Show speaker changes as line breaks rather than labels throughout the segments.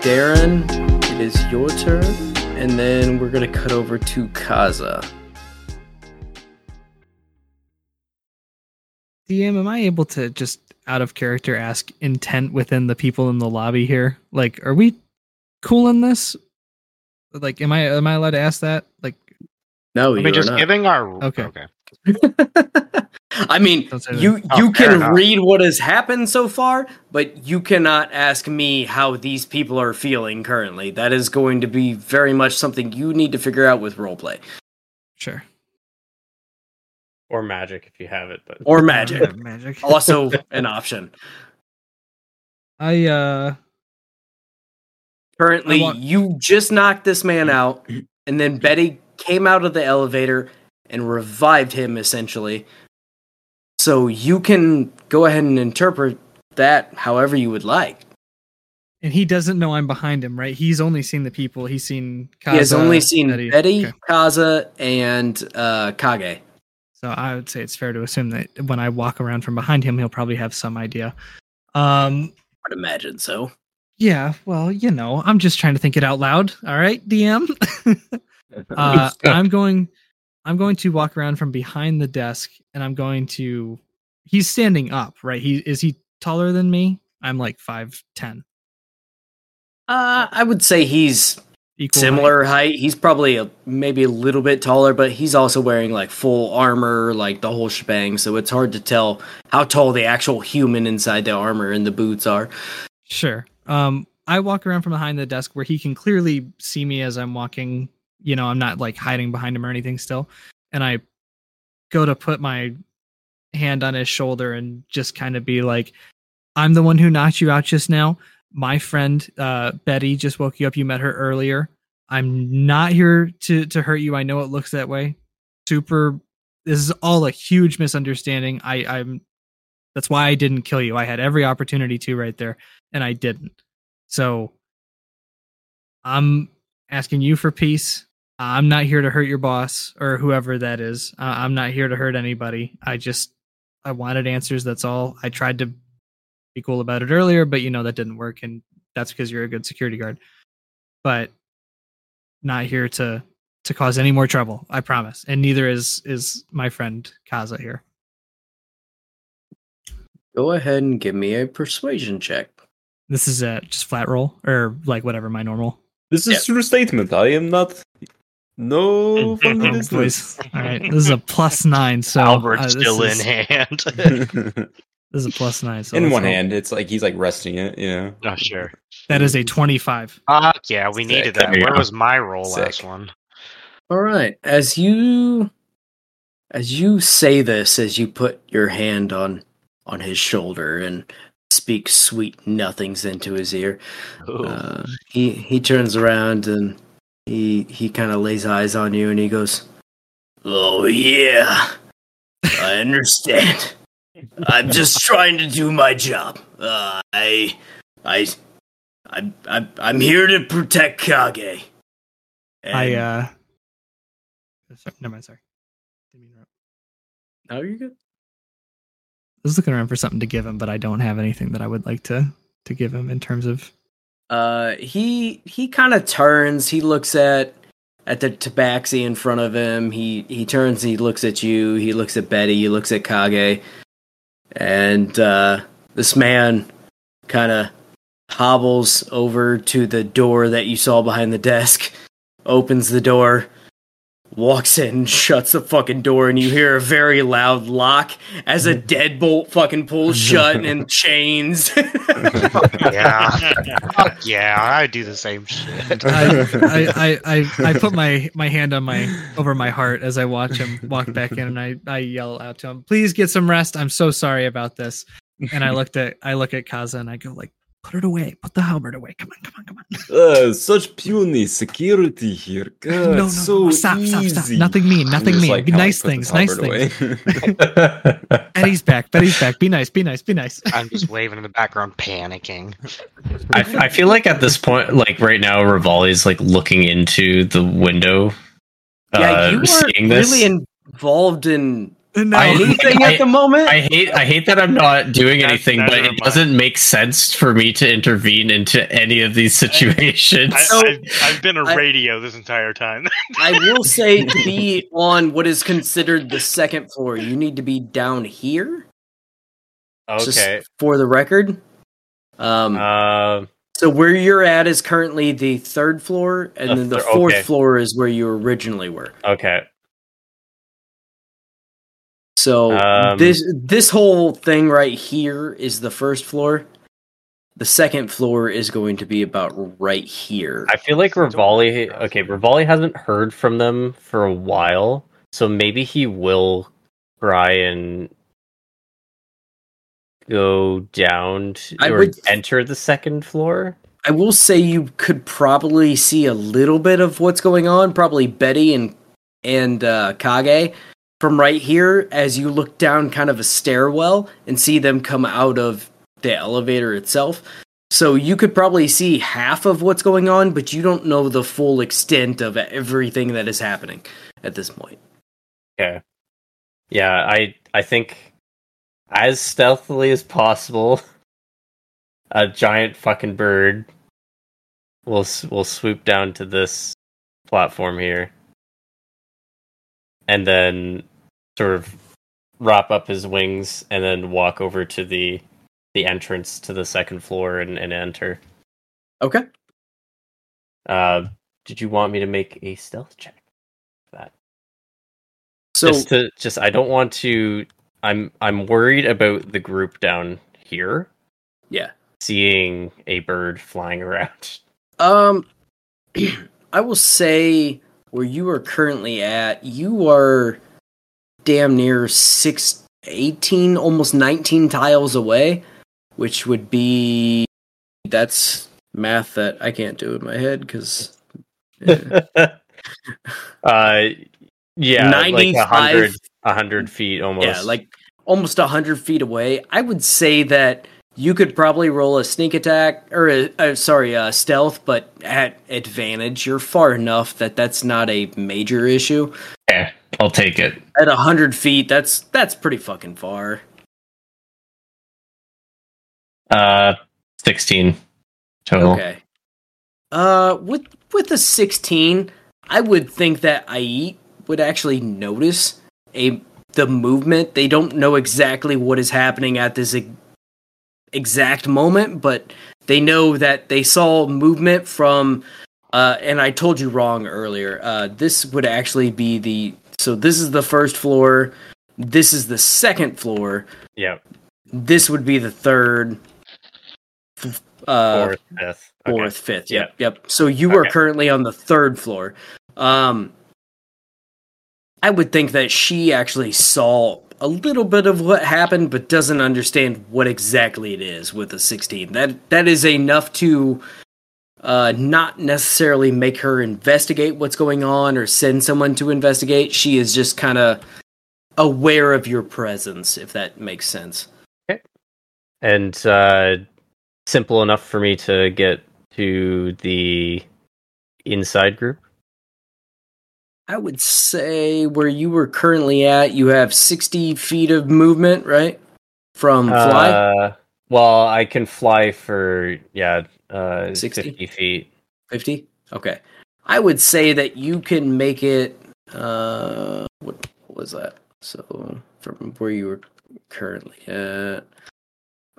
Darren, it is your turn, and then we're gonna cut over to Kaza.
DM, am I able to just out of character ask intent within the people in the lobby here? Like, are we cool in this? Like, am I am I allowed to ask that? Like,
No,
I
you
mean,
are
just
not.
giving our
Okay.
I mean,
Don't say that.
you
Oh,
you
fair
can
enough.
read what has happened so far, but you cannot ask me how these people are feeling currently. That is going to be very much something you need to figure out with roleplay
sure.
or magic if you have it. But
or magic.
Uh, magic.
also an option.
I uh
Currently,
I want- Mm.
you just knocked this man out, and then Betty came out of the elevator and revived him essentially. So you can go ahead and interpret that however you would like.
and he doesn't know I'm behind him, right? He's only seen the people. He's seen. Kaza,
he has only seen Betty,
Betty. Okay.
Kaza, and uh, Kage.
So I would say it's fair to assume that when I walk around from behind him, he'll probably have some idea. Um,
I'd imagine so.
yeah, well, you know, I'm just trying to think it out loud. All right, DM. uh, I'm going. I'm going to walk around from behind the desk, and I'm going to. He's standing up, right? He is he taller than me? I'm like five ten.
Uh, I would say he's
Equal height.
similar height. He's probably a, maybe a little bit taller, but he's also wearing like full armor, like the whole shebang. So it's hard to tell how tall the actual human inside the armor and the boots are.
Sure. Um, I walk around from behind the desk where he can clearly see me as I'm walking. You know, I'm not like hiding behind him or anything still. And I go to put my hand on his shoulder and just kind of be like, I'm the one who knocked you out just now. My friend uh, Betty just woke you up. You met her earlier. I'm not here to to hurt you. I know it looks that way. Super. This is all a huge misunderstanding. I I'm. That's why I didn't kill you. I had every opportunity to right there and I didn't. So I'm asking you for peace. I'm not here to hurt your boss or whoever that is. Uh, I'm not here to hurt anybody. I just I wanted answers. That's all. I tried to be cool about it earlier, but you know that didn't work, and that's because you're a good security guard. But not here to to cause any more trouble. I promise. And neither is is my friend Kaza here.
Go ahead and give me a persuasion check.
This is a just flat roll or like whatever my normal
This is true statement. I am not. No fun
Oh,
with this.
boys. All right, this is a plus nine. So
Albert's
uh, this
still
is-
in hand.
This is a plus nine. So
In
that's
one
all-
hand, it's like he's like resting it, you know.
oh, sure.
that is a twenty-five.
Fuck yeah, we needed
Sick.
that.
There you
Where
go.
was my roll
Sick.
last one?
All right, as you as you say this, as you put your hand on on his shoulder and speak sweet nothings into his ear,
Ooh.
Uh, he he turns around and he he kind of lays eyes on you and he goes, "Oh yeah, I understand. I'm just trying to do my job. Uh, I I I I'm, I'm here to protect Kage." And,
I uh. Sorry, never mind. Sorry. Didn't mean to interrupt.
oh, you're good.
I was looking around for something to give him, but I don't have anything that I would like to to give him in terms of.
Uh, he he kind of turns. He looks at at the tabaxi in front of him. He he turns. He looks at you. He looks at Betty. He looks at Kage. And uh, this man kind of hobbles over to the door that you saw behind the desk. Opens the door. Walks in, shuts the fucking door, and you hear a very loud lock as a deadbolt fucking pulls shut and chains.
yeah. Fuck yeah, I do the same shit.
I, I, I, I put my my hand on my over my heart as I watch him walk back in, and I I yell out to him, "Please get some rest. I'm so sorry about this." And I looked at I look at Kaza and I go like, "Put it away. Put the halberd away. Come on, come on, come on."
Uh, such puny security here. God,
no, no,
so
no, stop,
easy.
stop, stop. Nothing mean,
I'm
nothing
just,
mean.
like,
Be
kinda,
nice
like,
things,
put
nice things. Betty's back. Betty's back. Be nice. Be nice. Be nice.
I'm just waving in the background, panicking.
I, I feel like at this point, like right now, Rivali's like looking into the window, uh,
Yeah, you were
seeing this.
really involved in
No.
Uh, I-
Anything at the moment?
I hate I hate that I'm not doing
That's
anything,
never
but it
mine.
doesn't make sense for me to intervene into any of these situations.
I,
So-
I've, I've been a
I-
radio this entire time.
I will say to be on what is considered the second floor, you need to be down here.
Okay.
Just for the record. Um,
Um.
so where you're at is currently the third floor, and
The
then the
thir-
fourth
okay.
floor is where you originally were.
Okay.
So
Um,
this this whole thing right here is the first floor. The second floor is going to be about right here.
I feel like Rivali. Okay, Rivali hasn't heard from them for a while, so maybe he will try and go down to,
I
or
would-
enter the second floor.
I will say you could probably see a little bit of what's going on, probably Betty and and uh, Kage from right here as you look down kind of a stairwell and see them come out of the elevator itself. So you could probably see half of what's going on, but you don't know the full extent of everything that is happening at this point.
Okay. Yeah, I I think as stealthily as possible, a giant fucking bird will s- will swoop down to this platform here, and then sort of wrap up his wings and then walk over to the the entrance to the second floor and, and enter.
Okay.
Uh, did you want me to make a stealth check?
So
just to just I don't want to I'm I'm worried about the group down here.
Yeah.
Seeing a bird flying around.
Um, I will say where you are currently at, you are damn near six, 18, almost 19 tiles away, which would be that's math that I can't do in my head because
uh yeah, like a
95
hundred a hundred feet almost.
yeah, like almost 100 feet away. I would say that you could probably roll a sneak attack or a, uh, sorry, a stealth, but at advantage. You're far enough that that's not a major issue.
Eh, I'll take it.
at a hundred feet, that's that's pretty fucking far.
Uh, sixteen total.
Okay. Uh, with with a sixteen, I would think that Ait would actually notice a the movement. They don't know exactly what is happening at this e- exact moment, but they know that they saw movement from. Uh, and I told you wrong earlier. Uh, this would actually be the so this is the first floor. This is the second floor.
yeah,
this would be the third f- uh
fourth, fifth. Okay.
fourth fifth yep yep so you are
Okay.
currently on the third floor um i would think that she actually saw a little bit of what happened but doesn't understand what exactly it is with a 16 that that is enough to uh not necessarily make her investigate what's going on or send someone to investigate she is just kind of aware of your presence if that makes sense
And uh simple enough for me to get to the inside group.
I would say where you were currently at, you have 60 feet of movement, right? From fly?
Uh, well, I can fly for yeah, uh
60?
50 feet.
50? Okay. I would say that you can make it. Uh, what was that? So, from where you were currently at.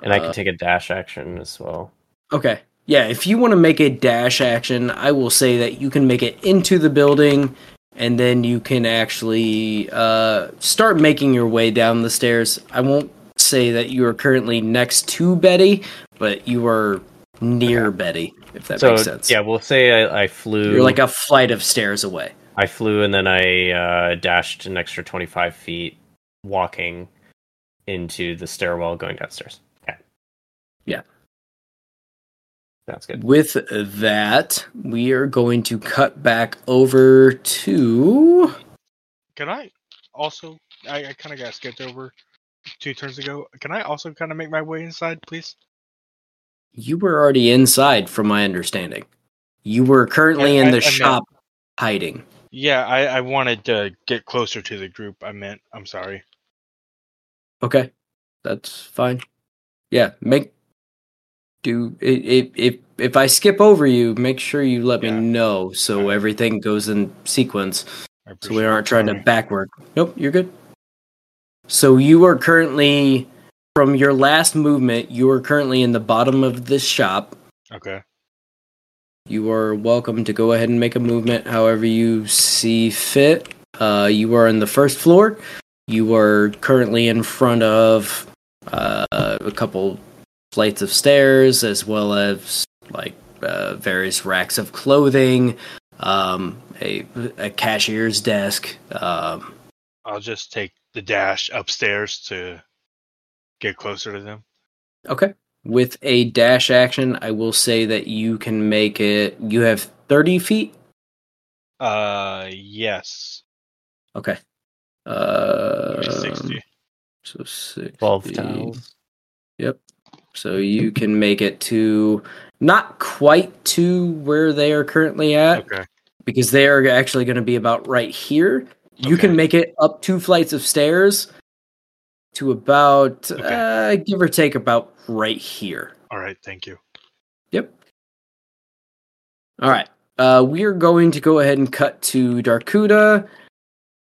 And I can
Uh,
take a dash action as well.
Okay. Yeah, if you want to make a dash action, I will say that you can make it into the building and then you can actually uh, start making your way down the stairs. I won't say that you are currently next to Betty, but you are near Betty, if that
so
makes sense.
yeah, we'll say I, I flew.
You're like a flight of stairs away.
I flew and then I uh, dashed an extra twenty five feet, walking into the stairwell going downstairs. Okay.
Yeah.
Sounds good.
With that, we are going to cut back over to.
Can I also? I, I kind of got skipped over two turns ago. Can I also kind of make my way inside, please?
You were already inside, from my understanding. You were currently
Yeah,
in
I-
the
I know.
shop hiding.
Yeah, I, I wanted to get closer to the group. I meant. I'm sorry.
Okay, that's fine. Yeah, make do i- i- if if I skip over you, make sure you let
Yeah.
me know so
Alright.
everything goes in sequence,
I
so we
appreciate
aren't trying to
it.
backward. Nope, you're good. So you are currently from your last movement. You are currently in the bottom of this shop.
Okay.
You are welcome to go ahead and make a movement however you see fit. Uh, you are in the first floor. You are currently in front of uh, a couple flights of stairs, as well as like uh, various racks of clothing, um, a, a cashier's desk. Um,
I'll just take the dash upstairs to get closer to them.
Okay. With a dash action, I will say that you can make it. You have 30 feet.
Uh, yes.
Okay. Uh,
Sixty.
So 60.
12 tiles.
Yep. So you can make it to not quite to where they are currently at
Okay.
because they are actually going to be about right here. You
Okay.
can make it up two flights of stairs to about,
Okay.
uh, give or take, about right here.
All right. Thank you.
Yep. All right. Uh, we are going to go ahead and cut to Darkuda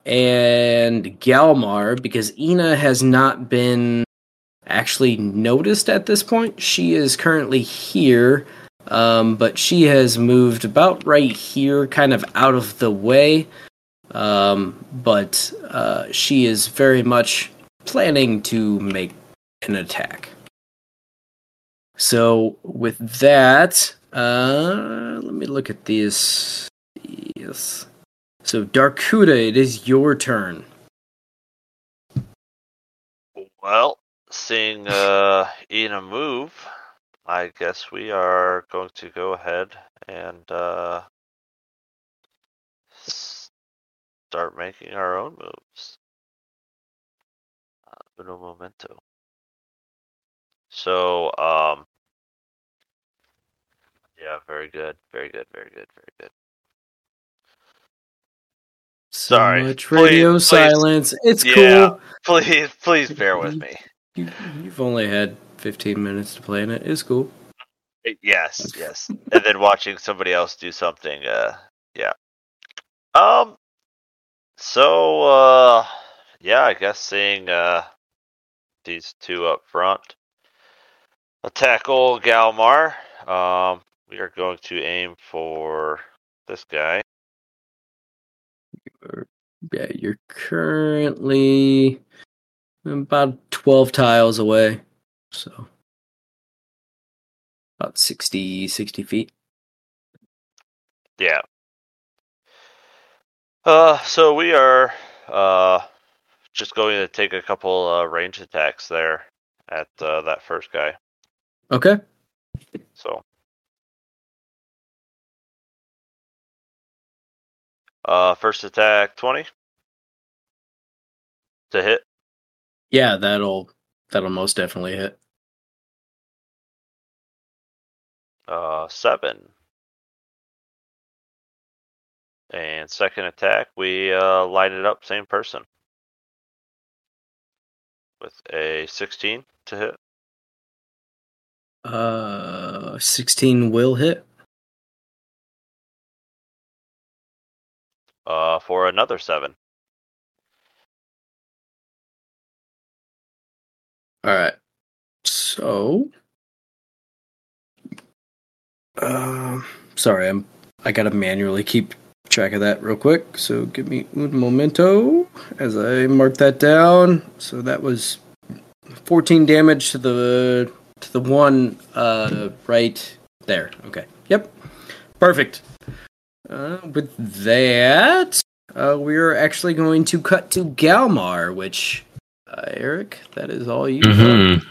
and Galmar because Ina has not been actually noticed at this point. She is currently here, um, but she has moved about right here, kind of out of the way. Um, but uh, she is very much planning to make an attack. So with that, uh, let me look at these. Yes. So Darkuda, it is your turn.
Well, seeing uh, Ina move, I guess we are going to go ahead and uh, s- start making our own moves. Uh, uno momento. So, um, yeah, very good, very good, very good, very good.
So
Sorry.
much radio
Please- please.
silence. It's
Yeah.
cool.
Please, please bear with me.
You, you've only had 15 minutes to play in it. It's cool.
Yes, yes. and then watching somebody else do something, uh yeah. Um so uh yeah, I guess seeing uh these two up front. I'll tackle Galmar. Um we are going to aim for this guy.
Yeah, you're currently about 12 tiles away. So about 60, 60 feet.
Yeah. Uh so we are uh just going to take a couple uh range attacks there at uh, that first guy.
Okay.
So. Uh, first attack twenty to hit.
Yeah, that'll that'll most definitely hit.
Uh, seven. And second attack, we uh, light it up, same person. With a sixteen to hit.
Uh, 16 will hit.
Uh, for another seven.
All right. So, um, sorry, I'm I gotta manually keep track of that real quick. So give me un momento as I mark that down. So that was 14 damage to the to the one uh right there. Okay. Yep. Perfect. Uh, with that, uh, we are actually going to cut to Galmar, which uh, Eric, that is all you. got.
hmm
Mm-hmm.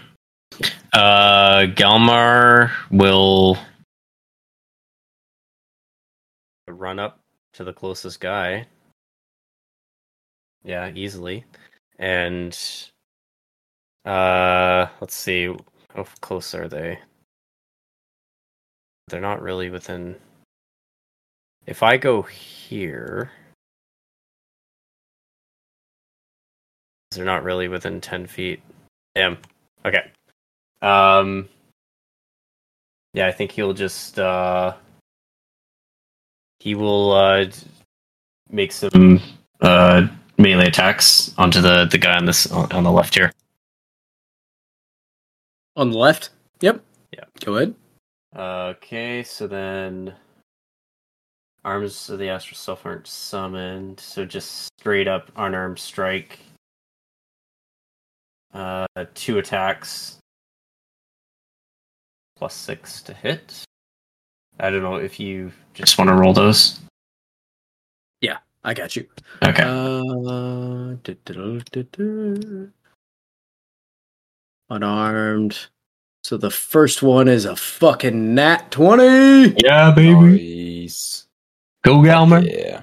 Uh, Galmar will
Run up to the closest guy. Yeah, easily. And uh let's see how close are they? They're not really within If I go here they're not really within 10 feet. Damn. Okay. Um. Yeah, I think he'll just uh. He will uh, d- make some
Uh, melee attacks onto the the guy on this on on the left here.
On the left. Yep.
Yeah.
Go ahead.
Okay, so then arms of the astral self aren't summoned, so just straight up unarmed strike. Uh, two attacks, plus six to hit. I don't know if you
Just
just
want to roll those.
I got you.
Okay.
Uh, du-du-du-du-du. Unarmed. So the first one is a fucking nat 20.
yeah,
Nice.
Go Galmer.
Yeah.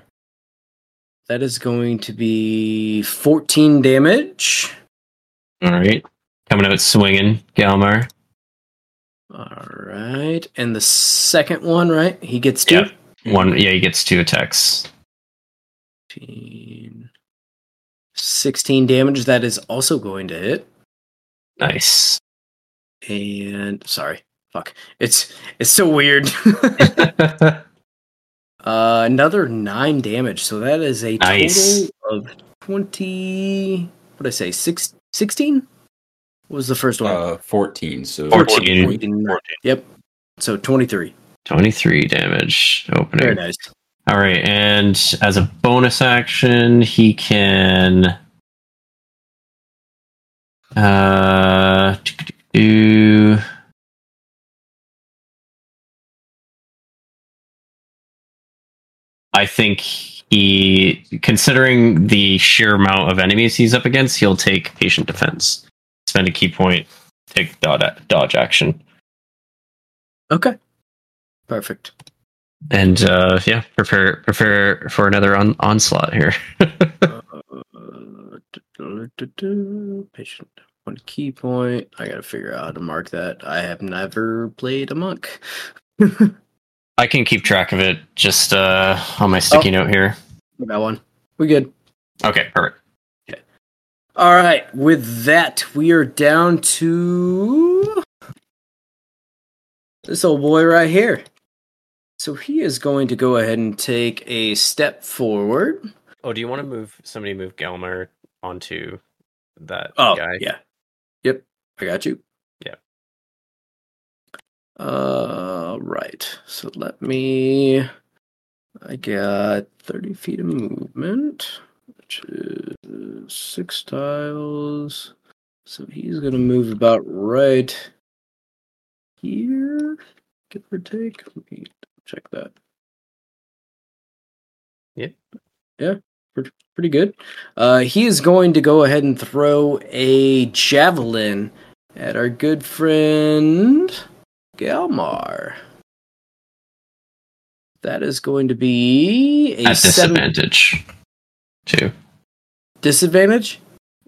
That is going to be 14 damage.
All right, coming out swinging, Galmer.
All right. And the second one, right? He gets two.
Yeah.
Mm-hmm.
One. Yeah, he gets two attacks.
15, 16 damage. That is also going to hit.
Nice.
And sorry. Fuck. It's it's so weird. Uh, another nine damage. So that is a
Nice.
total of twenty. What did I say? Six, 16? What was the first one?
Uh, 14. So
14.
14.
14.
Yep. So twenty-three.
Twenty-three damage. Opening.
Very nice.
All right, and as a bonus action, he can uh do I think he considering the sheer amount of enemies he's up against, he'll take patient defense. Spend a key point, take dodge, dodge action.
Okay. Perfect.
And uh yeah, prepare prepare for another on, onslaught here.
Uh, du-du-du-du-du, patient. One key point. I gotta figure out how to mark that. I have never played a monk.
I can keep track of it just uh, on my sticky
Oh.
note here.
Got one. We good.
Okay, perfect.
All right, with that, we are down to this old boy right here. So he is going to go ahead and take a step forward.
Oh, do you want to move somebody move Gelmer onto that
Oh,
guy?
yeah. Yep, I got you.
Yeah.
Uh, right. So let me. I got 30 feet of movement, which is six tiles. So he's going to move about right here, give or take. Let me check that.
Yeah.
Yeah, pretty, pretty good. Uh, he is going to go ahead and throw a javelin at our good friend Galmar. That is going to be a
At
seven
disadvantage, too.
disadvantage.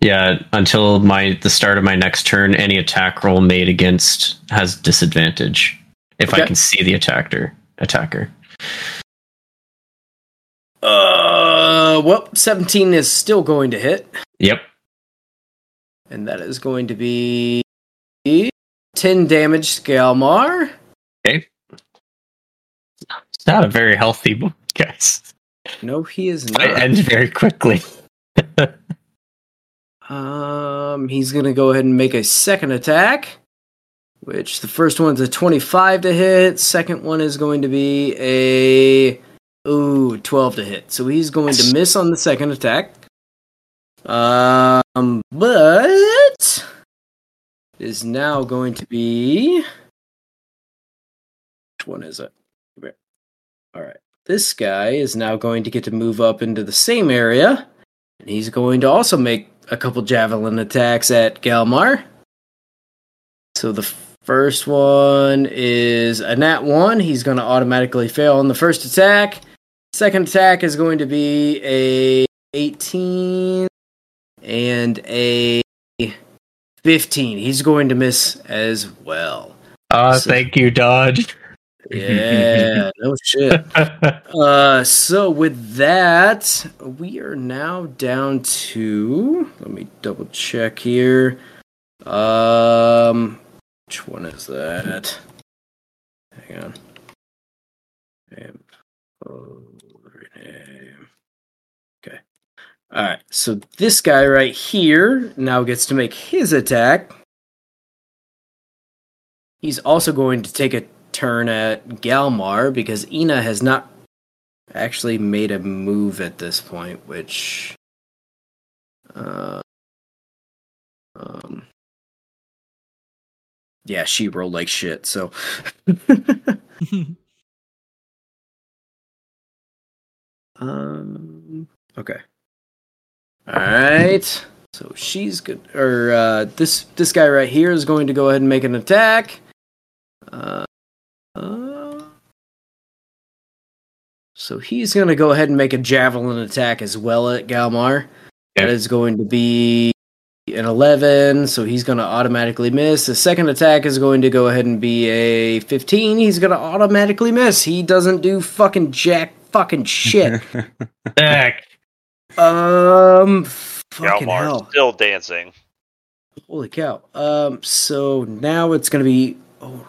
Yeah, until my the start of my next turn, any attack roll made against has disadvantage if
Okay.
I can see the attacker. Attacker.
Uh, well, seventeen is still going to hit,
Yep.
and that is going to be ten damage, to Galmar.
It's not a very healthy boy, guys.
No, he is
I
not.
end very quickly.
Um, he's gonna go ahead and make a second attack, which the first one's a 25 to hit. Second one is going to be a ooh 12 to hit. So he's going to miss on the second attack. Um, but is now going to be which one is it? Come here. All right, this guy is now going to get to move up into the same area. And he's going to also make a couple javelin attacks at Galmar. So the first one is a nat 1. He's going to automatically fail on the first attack. Second attack is going to be a 18 and a 15. He's going to miss as well.
Oh,
So-
thank you, Dodge.
Yeah, no shit. Uh, so with that, we are now down to. Let me double check here. Um, which one is that? Hang on. Name. Oh, rename. Okay. All right. So this guy right here now gets to make his attack. He's also going to take a turn at Galmar because Ina has not actually made a move at this point, which. Uh, um, yeah, she rolled like shit. So, um, okay. All right. So she's good. Or uh, this this guy right here is going to go ahead and make an attack. Uh, uh, so he's going to go ahead and make a javelin attack as well at Galmar. That
Okay.
is going to be an 11, so he's going to automatically miss. The second attack is going to go ahead and be a 15. He's going to automatically miss. He doesn't do fucking jack fucking shit.
Back.
um, fucking
Galmar's
hell.
still dancing.
Holy cow. Um, so now it's going to be oh,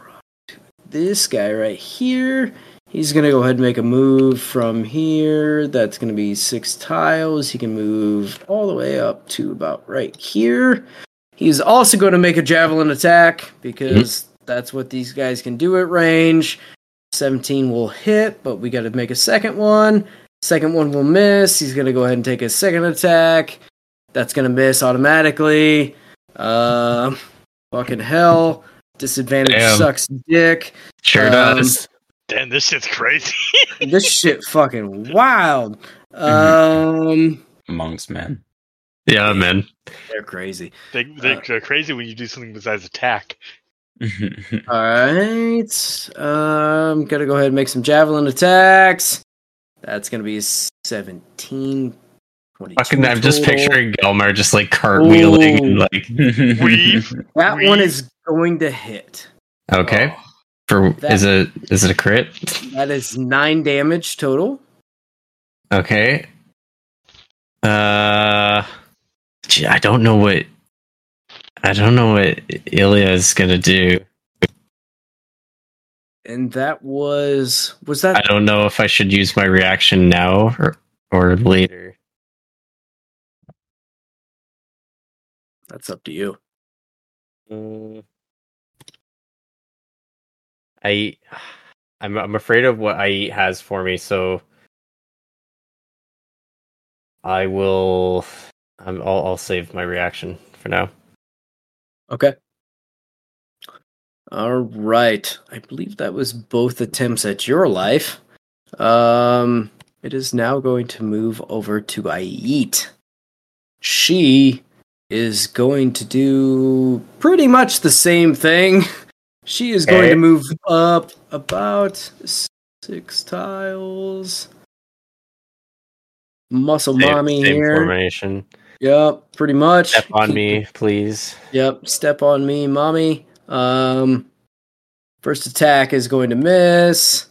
this guy right here. He's going to go ahead and make a move from here. That's going to be six tiles. He can move all the way up to about right here. He's also going to make a javelin attack because
Mm-hmm.
that's what these guys can do at range. 17 will hit, but we got to make a second one. Second one will miss. He's going to go ahead and take a second attack. That's going to miss automatically. Um, fucking hell. Disadvantage
Damn.
sucks dick.
Sure
Um,
does.
Damn, this shit's crazy.
This shit fucking wild.
Mm-hmm.
Um,
Monks, man.
Yeah, man.
they're crazy. Uh,
they, they, they're crazy when you do something besides attack.
All right. Um, gotta go ahead and make some javelin attacks. That's gonna be 17. 22
Fucking, I'm just
total.
picturing Gelmar just like cartwheeling and
Ooh.
like,
Weave.
that
we-
one is going to hit.
okay. For
Oh. That-
is it is it a crit?
That is nine damage total.
Okay. Uh, gee, I don't know what I don't know what Ilya is gonna do.
And that was was that
I don't know if I should use my reaction now or or later.
that's up to you.
I eat- I'm I'm afraid of what I eat has for me, so I will I'm I'll, I'll save my reaction for now.
Okay. All right. I believe that was both attempts at your life. Um, it is now going to move over to Ayit. She is going to do pretty much the same thing. She is going
Okay.
to move up about six tiles. Muscle
Same-
mommy
same
here.
formation.
Yep, pretty much.
Step on
Keep-
me, please.
Yep, step on me, mommy. Um, first attack is going to miss,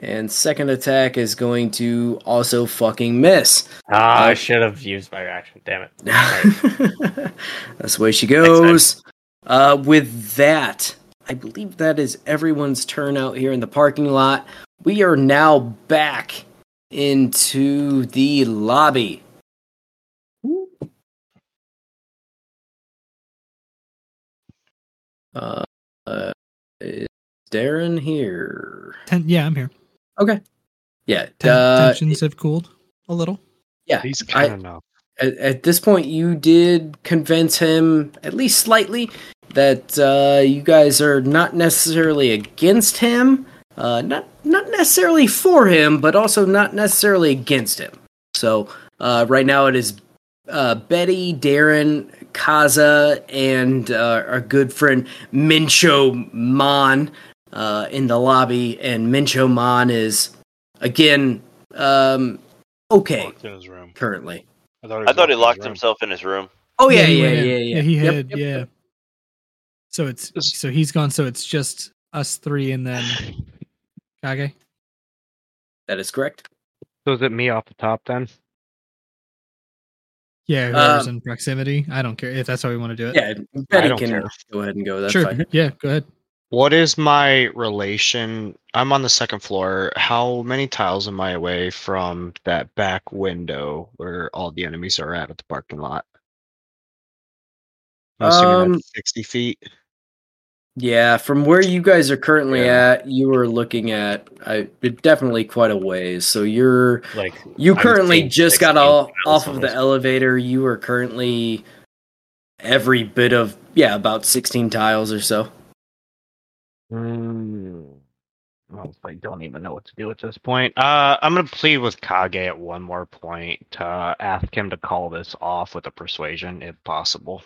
and second attack is going to also fucking miss.
Ah,
Uh,
I should have used my reaction. Damn it. Alright.
That's the way she goes. Uh, with that, I believe that is everyone's turn out here in the parking lot. We are now back into the E lobby. Uh, uh, is Darren here?
Ten, yeah, I'm here.
Yeah.
Ten,
uh,
tensions have cooled a little.
yeah.
He's
I-
kind of not.
at, at this point you did convince him at least slightly that uh, you guys are not necessarily against him uh, not not necessarily for him but also not necessarily against him so uh, right now it is uh, Betty, Darren, Kaza, and uh, our good friend Mincho Mon uh, in the lobby. And Mincho Mon is, again, um, okay
Locked in his room.
currently.
I thought he,
I thought he
in his
locked
room.
himself in his room.
Oh yeah,
he
yeah,
went
yeah,
in.
yeah,
he
Yep,
hid.
yep,
yeah.
yep.
So it's
This-
so he's gone. So it's just us three and then Kage.
that is correct.
So is it me off the top then?
Yeah, whoever's
Um,
in proximity. I don't care if that's how we want to do it.
Yeah,
I
Betty
don't
can
care.
go ahead and go. That's
sure.
fine.
Yeah, go ahead.
What is my relation? I'm on the second floor. How many tiles am I away from that back window where all the enemies are at at the parking lot? I'm assuming
Um,
that's 60 feet.
Yeah, from where you guys are currently
Yeah.
at, you are looking at I, definitely quite a ways. So you're
Like
You
I'm
currently
seeing
just got
16
all,
miles
off of
on
the
this.
elevator. You are currently every bit of yeah, about sixteen tiles or so.
Mm. I don't even know what to do at this point. Uh, I'm gonna plead with Kage at one more point to uh, ask him to call this off with a persuasion, if possible.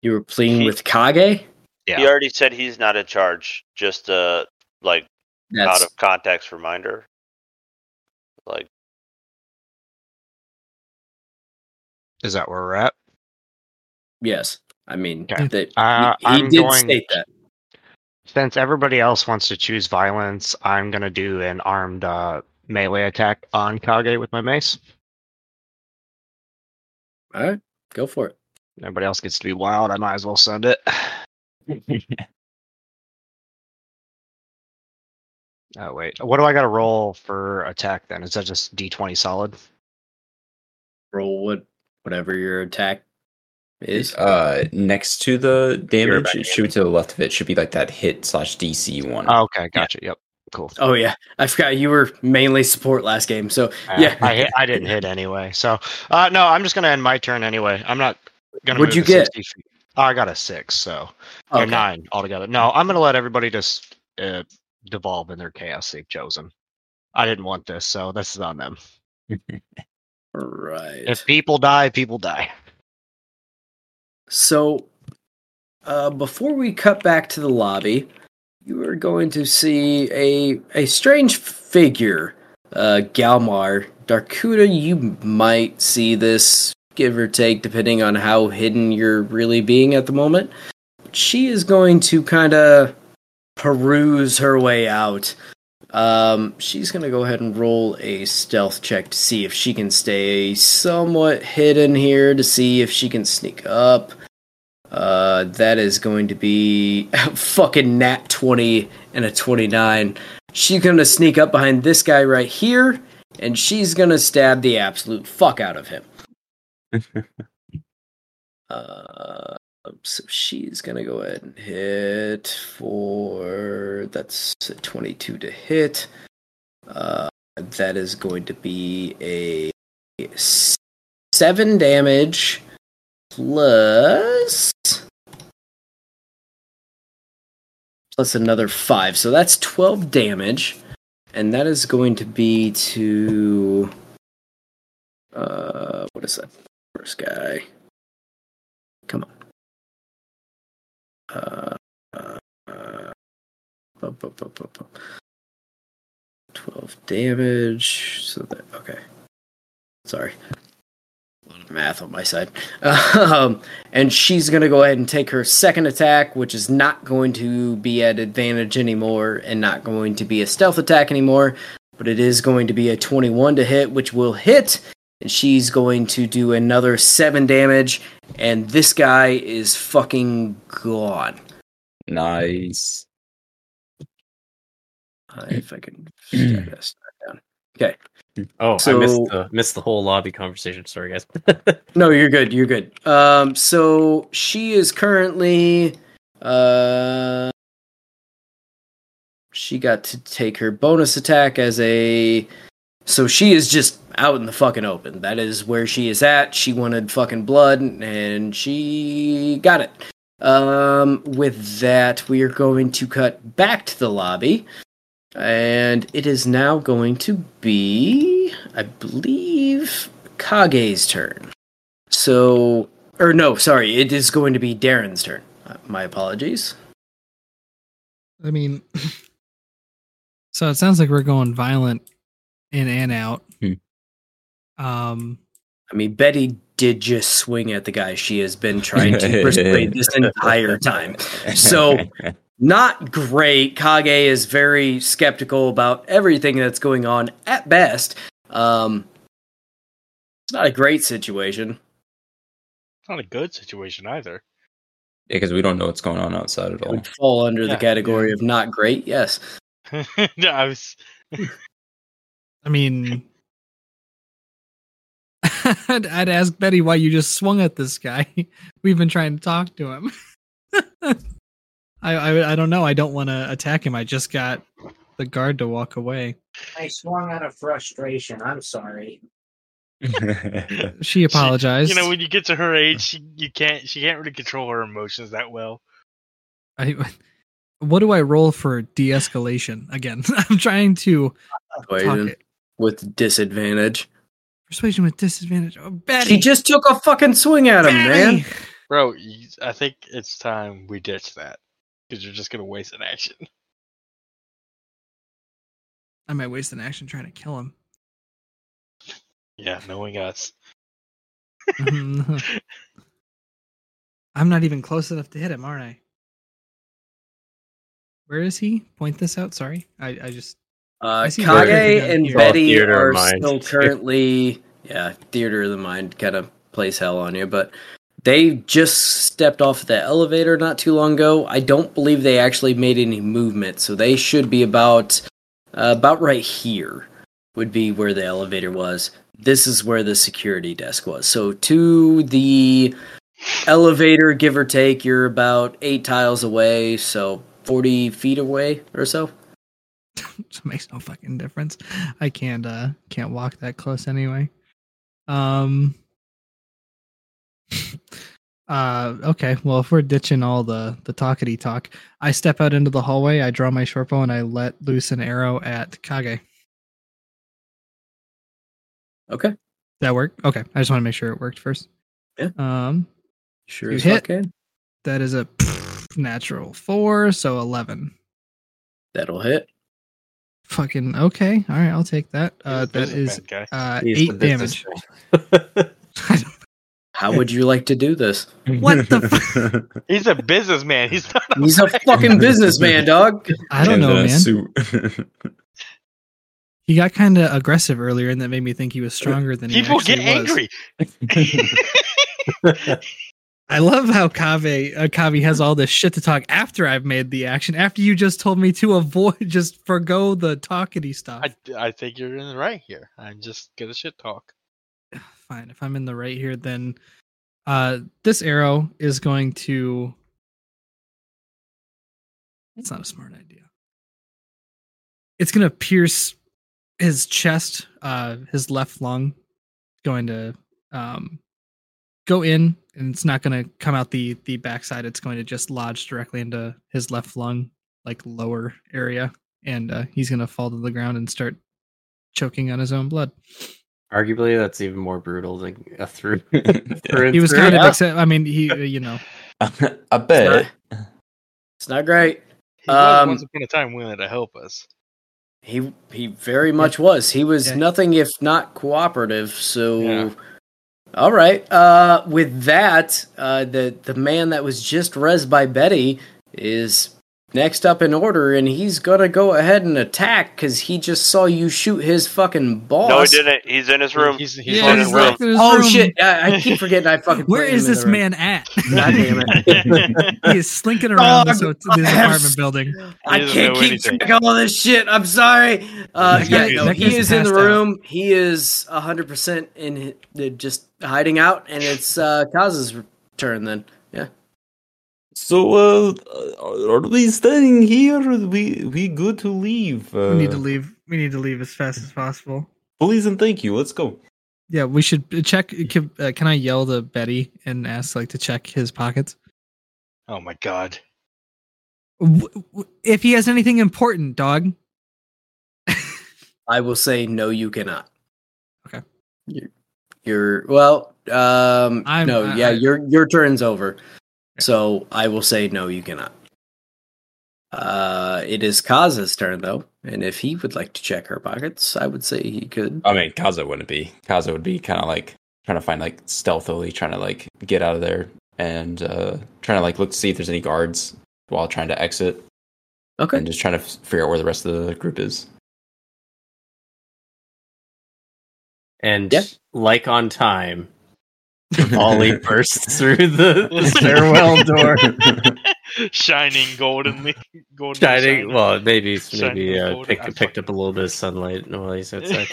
You were pleading
He-
with Kage.
He
Yeah.
already said he's not in charge. Just uh, like
That's
out of context reminder. Like
Is that where we're at?
yes. I mean,
Okay.
that,
Uh,
he, he
I'm
did
going-
state that.
Since everybody else wants to choose violence, I'm gonna do an armed uh, melee attack on Kage with my mace.
All right, go for it.
Everybody else gets to be wild. I might as well send it. oh wait, what do I gotta roll for attack then? Is that just D20 solid?
Roll what, whatever your attack is.
Uh, next to the damage,
back
it should be to the left of it. Should be like that hit slash DC one.
Oh, okay, gotcha. Yep, cool.
Oh yeah, I forgot you were mainly support last game. So
Uh,
yeah.
I hit, I didn't hit anyway. So uh, no, I'm just gonna end my turn anyway. I'm not gonna. move
What'd you
the
get?
60 feet. Oh, I got a six, so or
okay.
nine altogether. No, I'm gonna let everybody just uh, devolve in their chaos they've chosen. I didn't want this, so this is on them.
right.
If people die, people die.
So, uh, before we cut back to the lobby, you are going to see a a strange figure, uh, Galmar Darkuda. You might see this, give or take, depending on how hidden you're really being at the moment. She is going to kind of peruse her way out. Um, she's going to go ahead and roll a stealth check to see if she can stay somewhat hidden here to see if she can sneak up. Uh, that is going to be fucking nat 20 and a 29. She's going to sneak up behind this guy right here, and she's going to stab the absolute fuck out of him. uh, so she's going to go ahead and hit for. That's a 22 to hit. Uh, that is going to be a s- 7 damage plus plus another five so that's 12 damage and that is going to be to uh what is that first guy come on uh, uh, uh bu- bu- bu- bu- bu- 12 damage so that okay sorry a lot of math on my side um, and she's going to go ahead and take her second attack, which is not going to be at advantage anymore and not going to be a stealth attack anymore, but it is going to be a 21 to hit, which will hit. And she's going to do another 7 damage, and this guy is fucking gone.
Nice.
Uh, if I can stack this down. Okay.
Oh,
So-
I missed the, missed the whole lobby conversation. Sorry, guys.
No, you're good. You're good. Um, so she is currently. Uh, she got to take her bonus attack as a. So she is just out in the fucking open. That is where she is at. She wanted fucking blood, and she got it. Um, with that, we are going to cut back to the lobby. And it is now going to be, I believe, Kage's turn. So, or no, sorry, it is going to be Darren's turn. Uh, My apologies.
I mean, so it sounds like we're going violent in and out. Um,
I mean, Betty did just swing at the guy she has been trying to persuade this entire time. So- Not great. Kage is very skeptical about everything that's going on at best. Um, It's not a great situation.
It's not a good situation either.
because we don't know what's going on outside at
It
all.
would fall under
Yeah,
the
Oh,
category of not great. Yes.
No, I was
I mean, I'd, I'd ask Betty why you just swung at this guy. We've been trying to talk to him. I, I I don't know. I don't want to attack him. I just got the guard to walk away.
I swung out of frustration. I'm sorry.
She apologized.
you know, when you get to her age, she, you can't she can't really control her emotions that well.
I, what do I roll for de-escalation again? I'm trying to talk
Persuasion
it.
with disadvantage.
Persuasion with disadvantage. Oh, Betty.
He just took a fucking swing at him, man.
Betty!
Bro, you- I think it's time we ditch that because you're just gonna waste an action.
I might waste an action trying to kill him.
Yeah, knowing us.
Mhm. I'm not even close enough to hit him, aren't I? Where is he? Point this out. Sorry, I, I just
Uh,
see
Kage
everything on
and
here.
Betty
Theater of
are
Mind.
still currently, yeah, theater of the mind kind of plays hell on you, but they just stepped off the elevator not too long ago. I don't believe they actually made any movement, so they should be about uh, about right here would be where the elevator was. This is where the security desk was. So to the elevator, give or take, you're about eight tiles away, so forty feet away or so.
it makes no fucking difference. I can't uh can't walk that close anyway. Um. Uh okay, well if we're ditching all the the talkity talk, I step out into the hallway, I draw my short bow, and I let loose an arrow at Kage.
Okay.
That work? Okay, I just want to make sure it worked first.
Yeah.
Um,
Sure
You
as
hit.
fuck can.
that is a natural four, so eleven.
That'll hit.
Fucking okay. All right, I'll take that. Uh,
He's a
that is
businessman, guy.
uh,
He's the
eight damage.
businessman.
How would you like to do this?
What the
F-
He's a businessman. He's not. A
He's a fucking businessman, dog.
I don't
uh,
know, man.
Suit.
He got kind of aggressive earlier, and that made me think he was stronger than he
people
actually
get
was.
angry.
I love how Kave uh, Kavi has all this shit to talk after I've made the action. After you just told me to avoid, just forgo the talkity stuff.
I, I think you're in the right here. I'm just gonna shit talk.
Fine, if I'm in the right here, then uh, this arrow is going to. It's not a smart idea. It's gonna pierce his chest, uh, his left lung, going to um, go in, and it's not gonna come out the the backside. It's going to just lodge directly into his left lung, like lower area, and uh, he's gonna fall to the ground and start choking on his own blood.
Arguably, that's even more brutal than a through.
He was kind of
Yeah.
accept. I mean, he, you know,
I bet.
It's not great.
He was
Um,
once upon a time willing to help us.
He he very much was. He was
Yeah.
nothing if not cooperative. So,
Yeah.
all right. Uh, with that, uh, the the man that was just res by Betty is next up in order, and he's gonna go ahead and attack because he just saw you shoot his fucking
Oh,
boss.
No, he didn't. He's in his room.
He's, he's
Yeah,
in
in
his
he's
the room.
locked in his
Oh
room.
shit! I, I keep forgetting. I fucking.
Where
put him
is
in the
this
room.
man at?
God damn
he is slinking around this, hot- this
I have
apartment building.
I
doesn't
can't
know
keep
anything.
track of all this shit. I'm sorry. Uh,
That
yeah,
guy-
no,
that
he
guy's
is in the
passed out.
room. He is 100% in hi- they're just hiding out, and it's uh, Kaz's turn then.
so, uh, are we staying here? We we good to leave? Uh,
we need to leave. We need to leave as fast as possible.
Please and thank you. Let's go.
Yeah, we should b- check. Can, uh, can I yell to Betty and ask like to check his pockets?
Oh my god.
W- w- If he has anything important, dog.
I will say, no, you cannot.
Okay.
You're, you're well, um,
I'm-
no,
I-
yeah,
I-
your, your turn's over. So I will say, no, you cannot. Uh, it is Kaz's turn, though, and if he would like to check her pockets, I would say he could.
I mean, Kaza wouldn't be. Kaza would be kind of like trying to find like stealthily trying to like get out of there and uh trying to like look to see if there's any guards while trying to exit
Okay.
and just trying to f- figure out where the rest of the group is.
and
Yeah.
like on time, Ollie bursts through the, the stairwell door,
shining goldenly, golden
shining. Well, maybe maybe
Shining
uh,
gold.
pick,
I
picked up a little bit of sunlight while he's outside.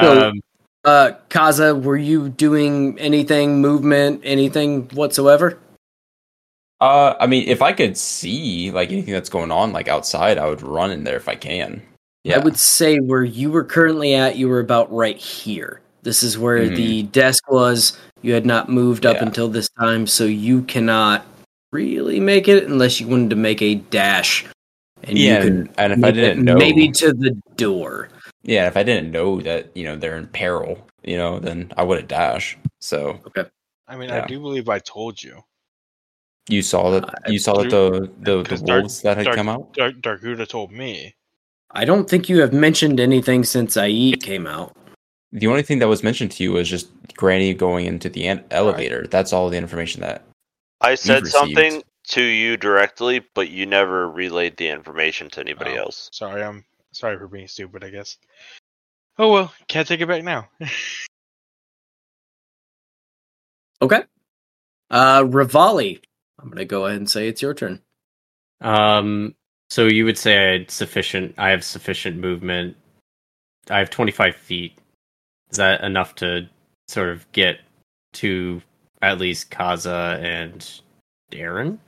So-
Um,
Uh, Kaza, were you doing anything, movement, anything whatsoever?
Uh, I mean, if I could see like anything that's going on like outside, I would run in there if I can. Yeah,
I would say where you were currently at, you were about right here. This is where
Mhm.
the desk was. You had not moved up
Yeah.
until this time, so you cannot really make it unless you wanted to make a dash. And
yeah,
you
and, and if I
make it
didn't know,
maybe to the door.
yeah, if I didn't know that you know they're in peril, you know, then I would have dashed. So
I mean,
Yeah.
I do believe I told you.
you saw that
Uh,
you saw that the the, the
Because Dark-
wolves that had
Dark-
come out.
Dar- Darguda told me.
I don't think you have mentioned anything since Aid came out.
The only thing that was mentioned to you was just Granny going into the an- elevator. That's all the information that.
I said
received.
something to you directly, but you never relayed the information to anybody
Oh,
else.
Sorry, I'm sorry for being stupid. I guess. Oh well, can't take it back now.
Okay. Uh Rivali. I'm gonna go ahead and say it's your turn.
Um, so you would say I had sufficient. I have sufficient movement. I have twenty five feet. Is that enough to sort of get to at least Kaza and Darren?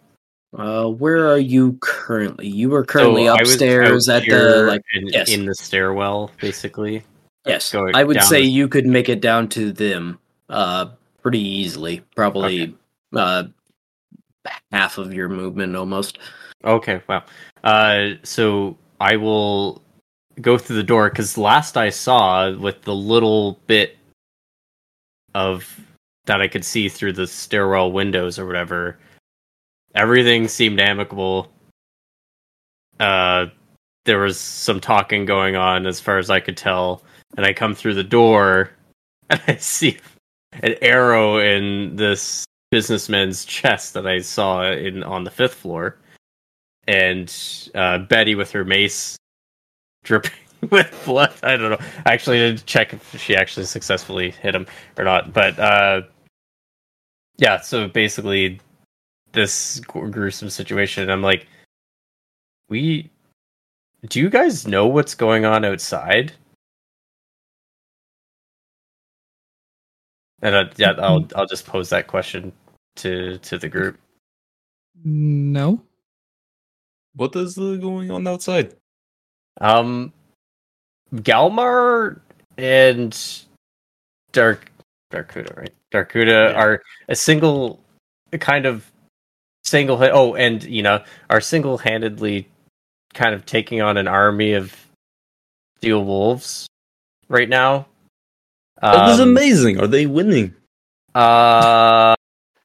Uh where are you currently? You were currently
So I was
upstairs
out
at the
here
like
in,
yes.
in the stairwell, basically.
Yes,
going
I would
down
say
the-
you could make it down to them uh pretty easily. Probably uh half of your movement almost.
Okay, wow. Uh, so I will go through the door because last I saw with the little bit of that I could see through the stairwell windows or whatever, everything seemed amicable. Uh, there was some talking going on as far as I could tell, and I come through the door and I see an arrow in this businessman's chest that I saw in on the fifth floor and uh, Betty with her mace dripping with blood. I don't know. I actually didn't check if she actually successfully hit him or not. But uh, yeah, so basically, this gr- gruesome situation. I'm like, we. Do you guys know what's going on outside? And uh, yeah, I'll
Mm-hmm.
I'll just pose that question to to the group.
No.
What is the going on outside?
Um, Galmar and Dark Darkuda, right? Darkuda
Yeah.
are a single kind of single. Oh, and you know, are single-handedly kind of taking on an army of steel wolves right now.
That is
Um,
amazing. Are they winning?
Uh,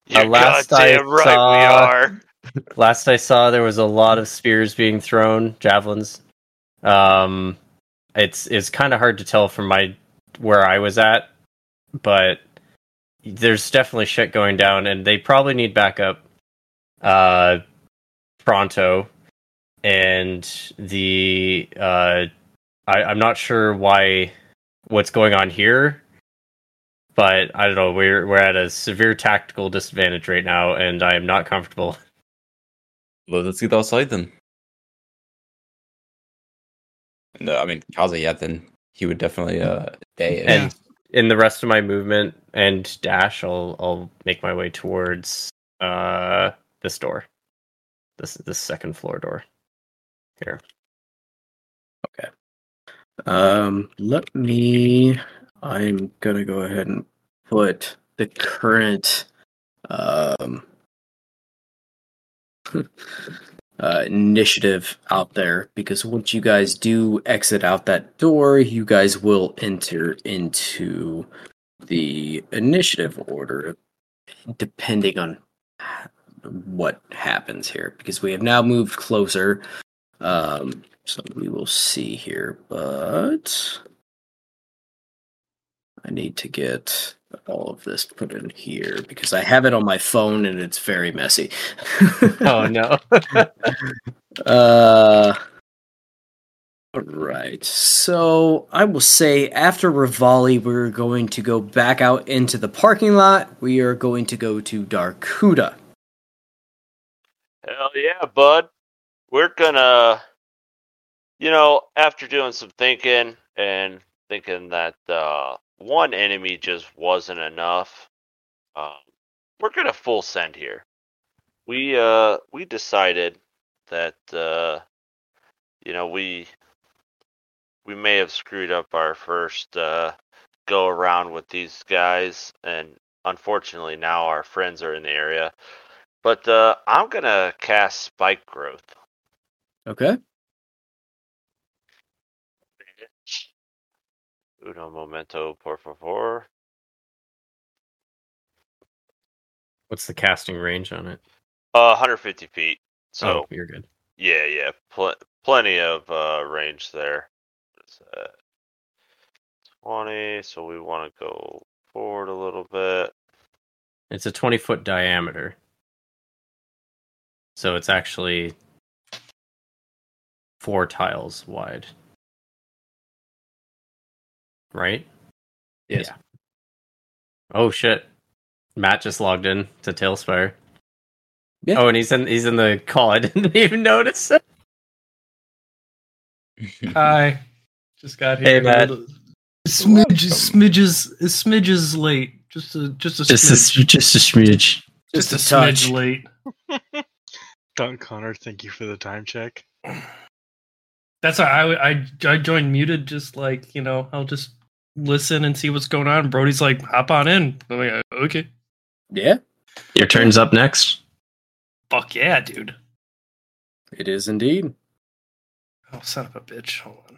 You're
last I
goddamn right
saw-
we are.
last I saw, there was a lot of spears being thrown, javelins. Um, it's it's kind of hard to tell from my where I was at, but there's definitely shit going down, and they probably need backup. Uh, pronto, and the uh, I, I'm not sure why what's going on here. But I don't know. We're we're at a severe tactical disadvantage right now, and I am not comfortable
Well, let's get outside then. No, I mean Kaza. Yeah, then he would definitely uh day it.
and in the rest of my movement and dash i'll i'll make my way towards uh this door this this second floor door
Um let me I'm gonna go ahead and put the current um uh, initiative out there because once you guys do exit out that door, you guys will enter into the initiative order depending on what happens here because we have now moved closer. Um, so we will see here, but I need to get all of this put in here because I have it on my phone and it's very messy.
oh no
Uh, All right. So I will say after Rivali, we're going to go back out into the parking lot. We are going to go to Darkuda.
Hell yeah, bud. We're gonna, you know, after doing some thinking and thinking that uh, one enemy just wasn't enough, um, we're gonna full send here. We uh we decided that uh, you know we we may have screwed up our first uh, go around with these guys, and unfortunately now our friends are in the area. But uh, I'm gonna cast Spike Growth.
Okay.
Uno momento, por favor.
What's the casting range on it?
Uh, 150 feet. So
oh, you're good.
yeah, yeah, pl- plenty of uh, range there. What's that? 20. So we want to go forward a little bit.
It's a 20 foot diameter. So it's actually four tiles wide. Right?
Yes.
Yeah. Oh shit. Matt just logged in to Tailspire.
Yeah.
Oh, and he's in he's in the call. I didn't even notice.
Hi. Just got here.
Hey, Matt.
Smidge, smidges, smidges late. Just a, just a, smidge.
just a smidge.
just,
just
a,
a touch.
smidge late.
Don Connor, thank you for the time check.
That's why I, I, I joined muted. Just like you know, I'll just listen and see what's going on. Brody's like, hop on in. I'm like, "Uh, okay,
Yeah,
Your turn's up next.
fuck yeah, dude.
it is indeed.
Oh, son of a bitch. Hold on.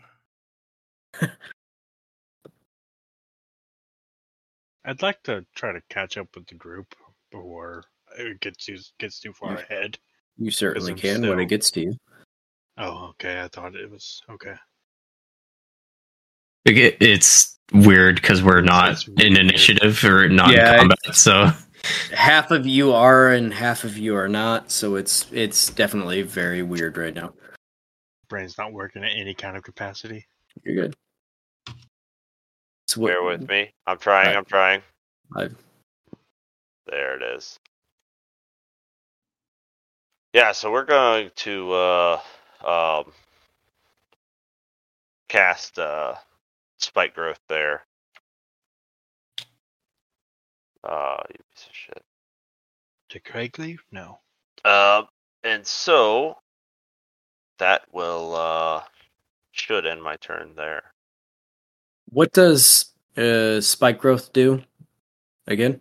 I'd like to try to catch up with the group before it gets too gets too far
Mm.
ahead.
You certainly
I'm
can when
still-
it gets to you.
Oh, okay. I thought it was okay.
It- it- It's weird because we're not
It's
in
weird.
initiative or not
Yeah,
in combat. So
Half of you are and half of you are not, so it's it's definitely very weird right now.
Brain's not working at any kind of capacity.
You're good. It's what-
Bear with me. I'm trying.
Right.
I'm trying.
I've-
There it is. Yeah, so we're going to uh, um, cast uh, spike growth there. Uh, you piece of shit.
To Craigley? No.
Um, and so that will uh, should end my turn there.
What does uh, spike growth do? Again,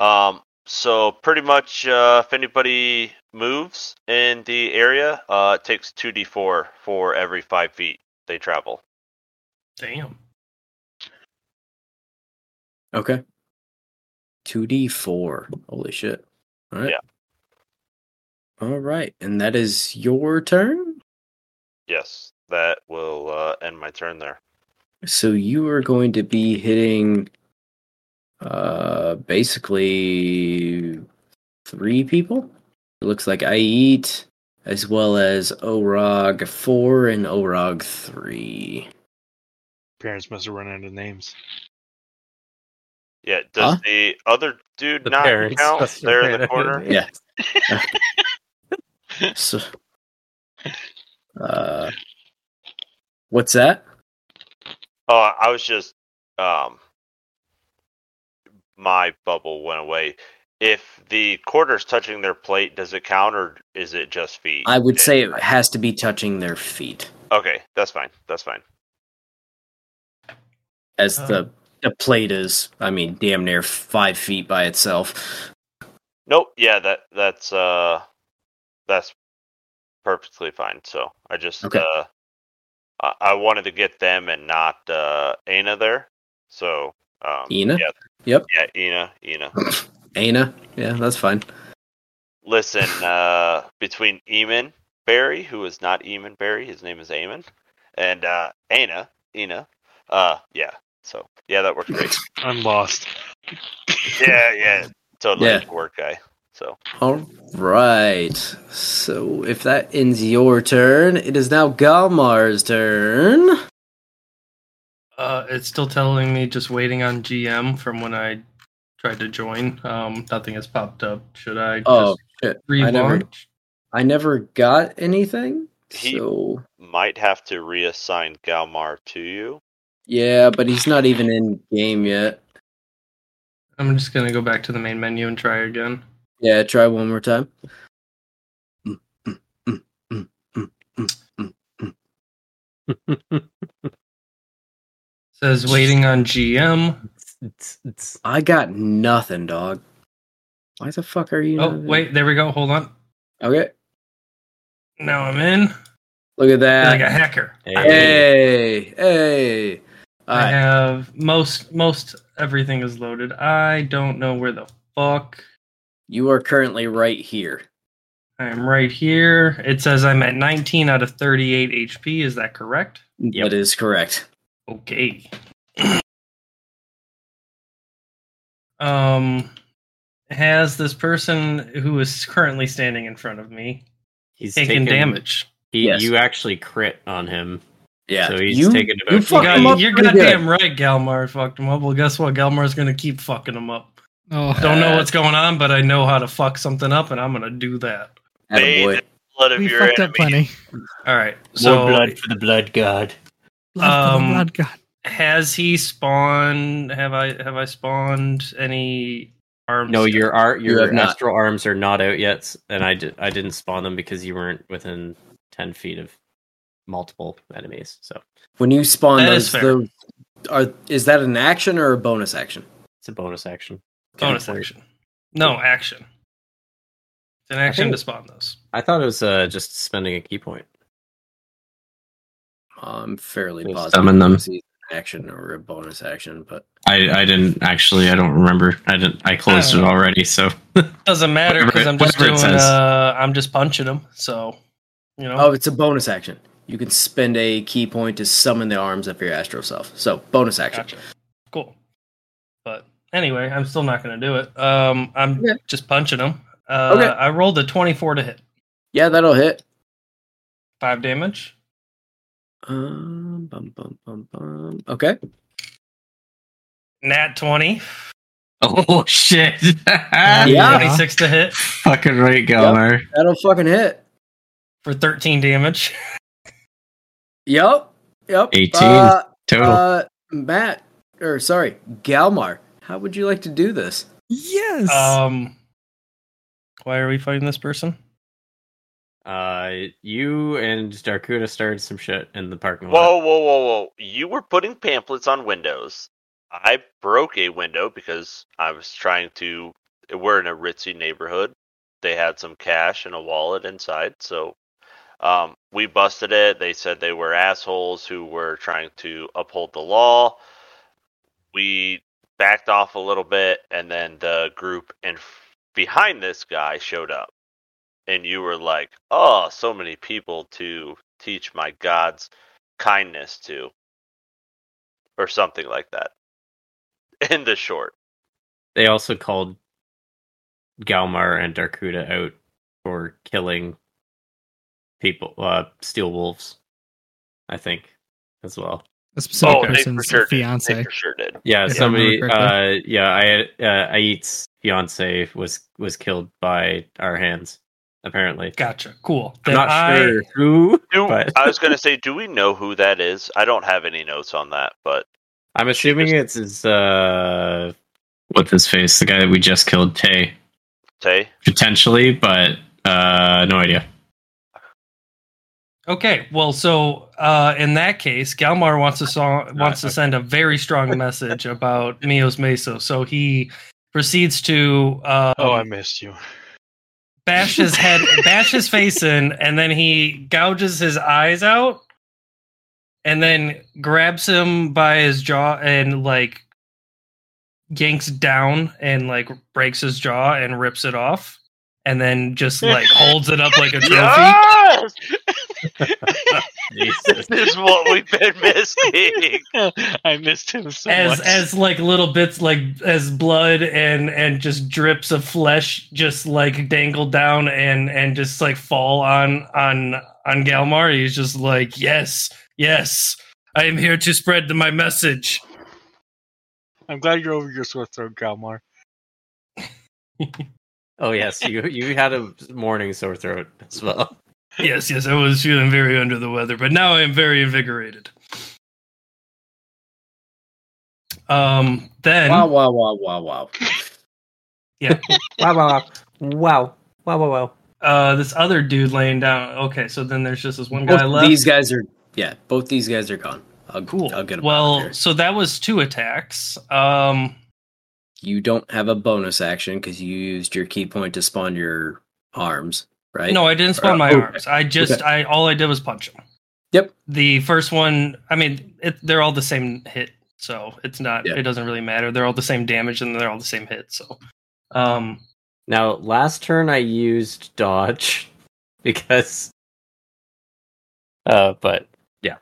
Um, so pretty much, uh, if anybody moves in the area, uh, it takes two d four for every five feet they travel.
Damn.
okay. Two D four. Holy shit! All right. All right, and that is your turn.
Yes, that will uh, end my turn there.
So you are going to be hitting, uh, basically three people. It looks like I eat as well as Orog four and Orog three.
Parents must have run out of names.
Yeah, does
Huh?
the other dude
The
not
parents
count?
must have
There in
ran out
the
of
corner.
names.
Yeah. so, uh, what's that?
Oh, I was just um, my bubble went away. If the quarter's touching their plate, does it count or is it just feet?
I would say it has to be touching their feet
Okay, that's fine. That's fine.
as the the plate is. I mean, damn near five feet by itself.
Nope. Yeah, that that's uh that's perfectly fine. So I just
Okay.
uh I, I wanted to get them and not uh Ana there. So um
Ina?
Yeah,
Yep.
Yeah, Ina, Ina.
Ana, yeah, that's fine.
Listen, uh between Eamon Barry, who is not Eamon Barry, his name is Eamon, and uh Ana, Ina. Uh yeah. So yeah, that worked great.
I'm lost.
yeah, yeah. Totally
Yeah.
work guy. So
All right. So if that ends your turn, it is now Galmar's turn.
Uh, it's still telling me just waiting on GM from when I tried to join. Um, nothing has popped up. Should I?
Oh
just
shit! I never,
relaunch?
I never got anything.
He-
So
might have to reassign Galmar to you.
yeah, but he's not even in game yet.
I'm just gonna go back to the main menu and try again.
Yeah, try one more time.
Says waiting on GM.
I got nothing, dog. Why the fuck are you?
Oh
not in?
wait, there we go. Hold on.
Okay,
Now I'm in.
look at that.
like a hacker.
Hey, hey. All
I
right.
have most most everything is loaded. I don't know where the fuck
You are currently right here.
I am right here. It says I'm at 19 out of 38 HP. Is that correct?
That is correct.
Okay. um has this person who is currently standing in front of me
He's
taken
taken-
damage.
He,
Yes.
You actually crit on him.
Yeah.
So he's
You-
taking
you
about
fucked
eight.
him up
You're
pretty good.
goddamn right, Galmar fucked him up. Well, guess what? Galmar's gonna keep fucking him up.
Oh,
Don't know
Uh,
what's going on, but I know how to fuck something up, and I'm gonna do that.
Attaboy.
Bathe in the blood of
we
your
fucked
enemy.
up plenty.
All right. So
for the blood god.
Blood,
Um,
um, blood, God.
has he spawned? Have I have I spawned any arms?
No, your ar-
You
your
have not.
astral arms are not out yet, s- and I, di- I didn't spawn them because you weren't within ten feet of multiple enemies. So
When you spawn
That
those,
is fair.
those are is that an action or a bonus action?
it's a bonus action.
bonus
Okay.
action. No action. It's an action
think-
to spawn those.
I thought it was uh, just spending a key point.
I'm fairly
Just
positive.
summon them.
it's either an action or a bonus action, but
I, I didn't actually. I don't remember. I didn't. I closed
I
it
don't know.
already. So
Doesn't matter because Oh.
Whatever it-
I'm just
whatever
doing.
it says.
Uh, I'm just punching them. So, you know.
oh, it's a bonus action. You can spend a key point to summon the arms of your astral self. So bonus action.
Gotcha. Cool. But anyway, I'm still not going to do it. Um, I'm
Okay.
just punching him. Uh,
Okay.
I rolled a 24 to hit.
Yeah, that'll hit.
Five damage.
uh,
Um, bum, bum, bum, bum. Okay.
Nat 20.
oh shit!
Ah.
Yeah.
26 to hit
Fucking right, Galmar.
That'll fucking hit.
for 13 damage.
Yep. Yep.
18
Uh,
Total.
uh, Matt, or sorry, Galmar, how would you like to do this?
Yes.
Um, why are we fighting this person?
Uh, you and Darkuda started some shit in the parking lot.
Whoa, whoa, whoa, whoa! You were putting pamphlets on windows. I broke a window because I was trying to. We're in a ritzy neighborhood. They had some cash and a wallet inside, so um, we busted it. They said they were assholes who were trying to uphold the law. We backed off a little bit, and then the group in behind this guy showed up, and you were like, "Oh, so many people to teach my gods." kindness to, or something like that. In the short,
They also called Galmar and Darkuda out for killing people, uh, steel wolves. I think as well.
a specific
oh, they for
person's
sure did. They
fiance.
for sure did.
Yeah,
If I
somebody.
remember
Uh,
correctly.
yeah, I uh, Ait's fiance was was killed by our hands. Apparently,
Gotcha. Cool.
I'm
Then
not
I-
sure who,
Do,
but
I was gonna say, do we know who that is? I don't have any notes on that, but
I'm assuming it's his. Uh,
What's his face? The guy that we just killed, Tay,
Tay,
potentially, but uh, no idea.
Okay, well, so uh, in that case, Galmar wants to saw, wants to send a very strong message about Mio's Meso. So he proceeds to uh,
Oh, I missed you.
bash his head, bash his face in, and then he gouges his eyes out, and then grabs him by his jaw and like yanks down and like breaks his jaw and rips it off, and then just like holds it up like a trophy.
yes, this is what we've been missing.
I missed him so
as
much.
as like little bits like as blood and and just drips of flesh just like dangle down and and just like fall on on on Galmar. He's just like, yes, yes, I am here to spread my message.
I'm glad you're over your sore throat, Galmar.
Oh yes, you you had a morning sore throat as well.
Yes, yes, I was feeling very under the weather, but now I am very invigorated. Um, then
wow, wow, wow, wow, wow.
yeah,
Wow, wow, wow, wow, wow, wow, wow.
uh, this other dude laying down. Okay, so then there's just this one guy
Both
left.
these guys are yeah. Both these guys are gone. I'll, cool. I'll get 'em out of
well,
here.
so that was two attacks. Um,
you don't have a bonus action because you used your key point to spawn your arms, right?
No, I didn't spawn
Or-
my
oh,
arms. I just,
okay.
I all I did was punch him.
Yep.
The first one, I mean, it, they're all the same hit, so it's not.
Yeah.
It doesn't really matter. They're all the same damage, and they're all the same hit. So, um,
Now, last turn I used dodge because, uh, but yeah,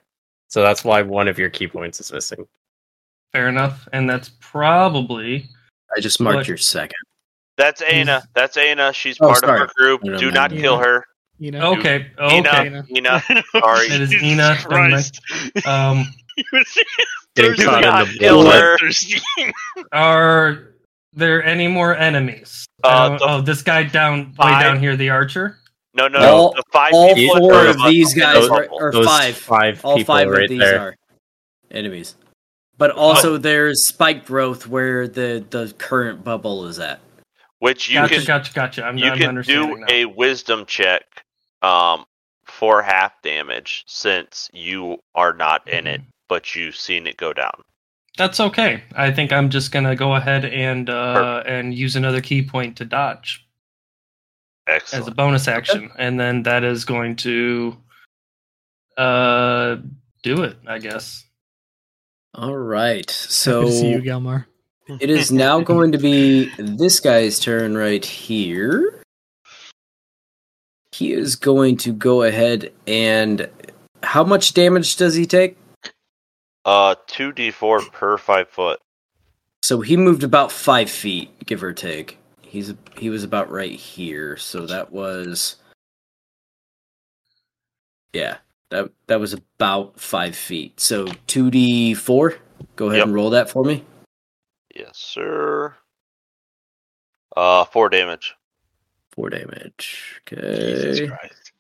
so that's why one of your key points is missing.
fair enough. And that's probably.
I just marked
What?
your second.
That's Ana. That's Ana. She's
Oh,
part
sorry.
of her group.
I don't
Do
know.
not kill her.
You know.
Okay. Oh,
Ina.
Okay.
Ina. Sorry.
That is Ina. never mind. Um,
Getting
Do
caught in
not
the
kill
bullet.
her.
are there any more enemies?
Uh,
Uh,
the-
oh, this guy down way
Five.
down here, the archer.
No, no,
all
the five
all
people in
four
front
of
us
these
are
guys are,
purple.
or
Those
five.
five
all
people
five
right
of these
there.
are enemies. But also, there's spike growth where the the current bubble is at.
which you
gotcha,
can
gotcha, gotcha. I'm,
you
I'm
can
understanding
do
now.
a wisdom check um for half damage since you are not in
Mm-hmm.
it, but you've seen it go down.
That's okay. I think I'm just gonna go ahead and uh, and use another key point to dodge as a
Excellent.
bonus action, and then that is going to uh, do it. I guess.
All right,
Happy
so
to see you, Galmar.
it is now going to be this guy's turn right here. He is going to go ahead and how much damage does he take?
Uh, two d four per five foot.
So he moved about five feet, give or take. He's he was about right here, so that was yeah, that that was about five feet. So two d four. Go ahead
Yep.
and roll that for me.
Yes, sir. Uh, four damage.
Four damage.
Jesus
Okay.
Christ.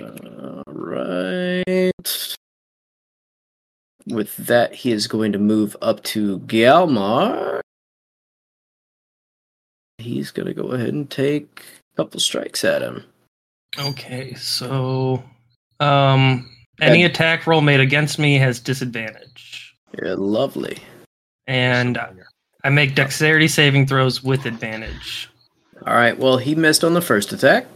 All right. With that, he is going to move up to Galmar. He's going to go ahead and take a couple strikes at him.
Okay, so um, any attack roll made against me has disadvantage,
Yeah, lovely.
and I make dexterity saving throws with advantage.
All right. Well, he missed on the first attack.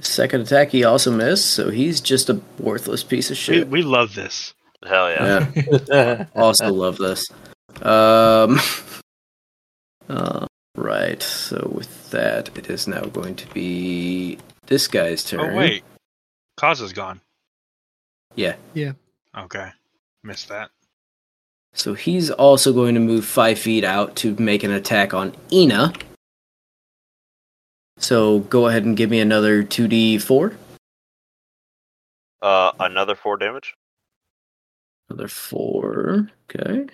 Second attack, he also missed, so he's just a worthless piece of
We,
shit.
we love this.
Hell yeah.
Yeah. also love this. Um, uh, right. So with that, it is now going to be this guy's turn.
Oh wait, cause is gone.
Yeah.
Yeah.
Okay, missed that.
So he's also going to move five feet out to make an attack on Ina. So go ahead and give me another two D four.
Uh, another four damage.
Another four. Okay.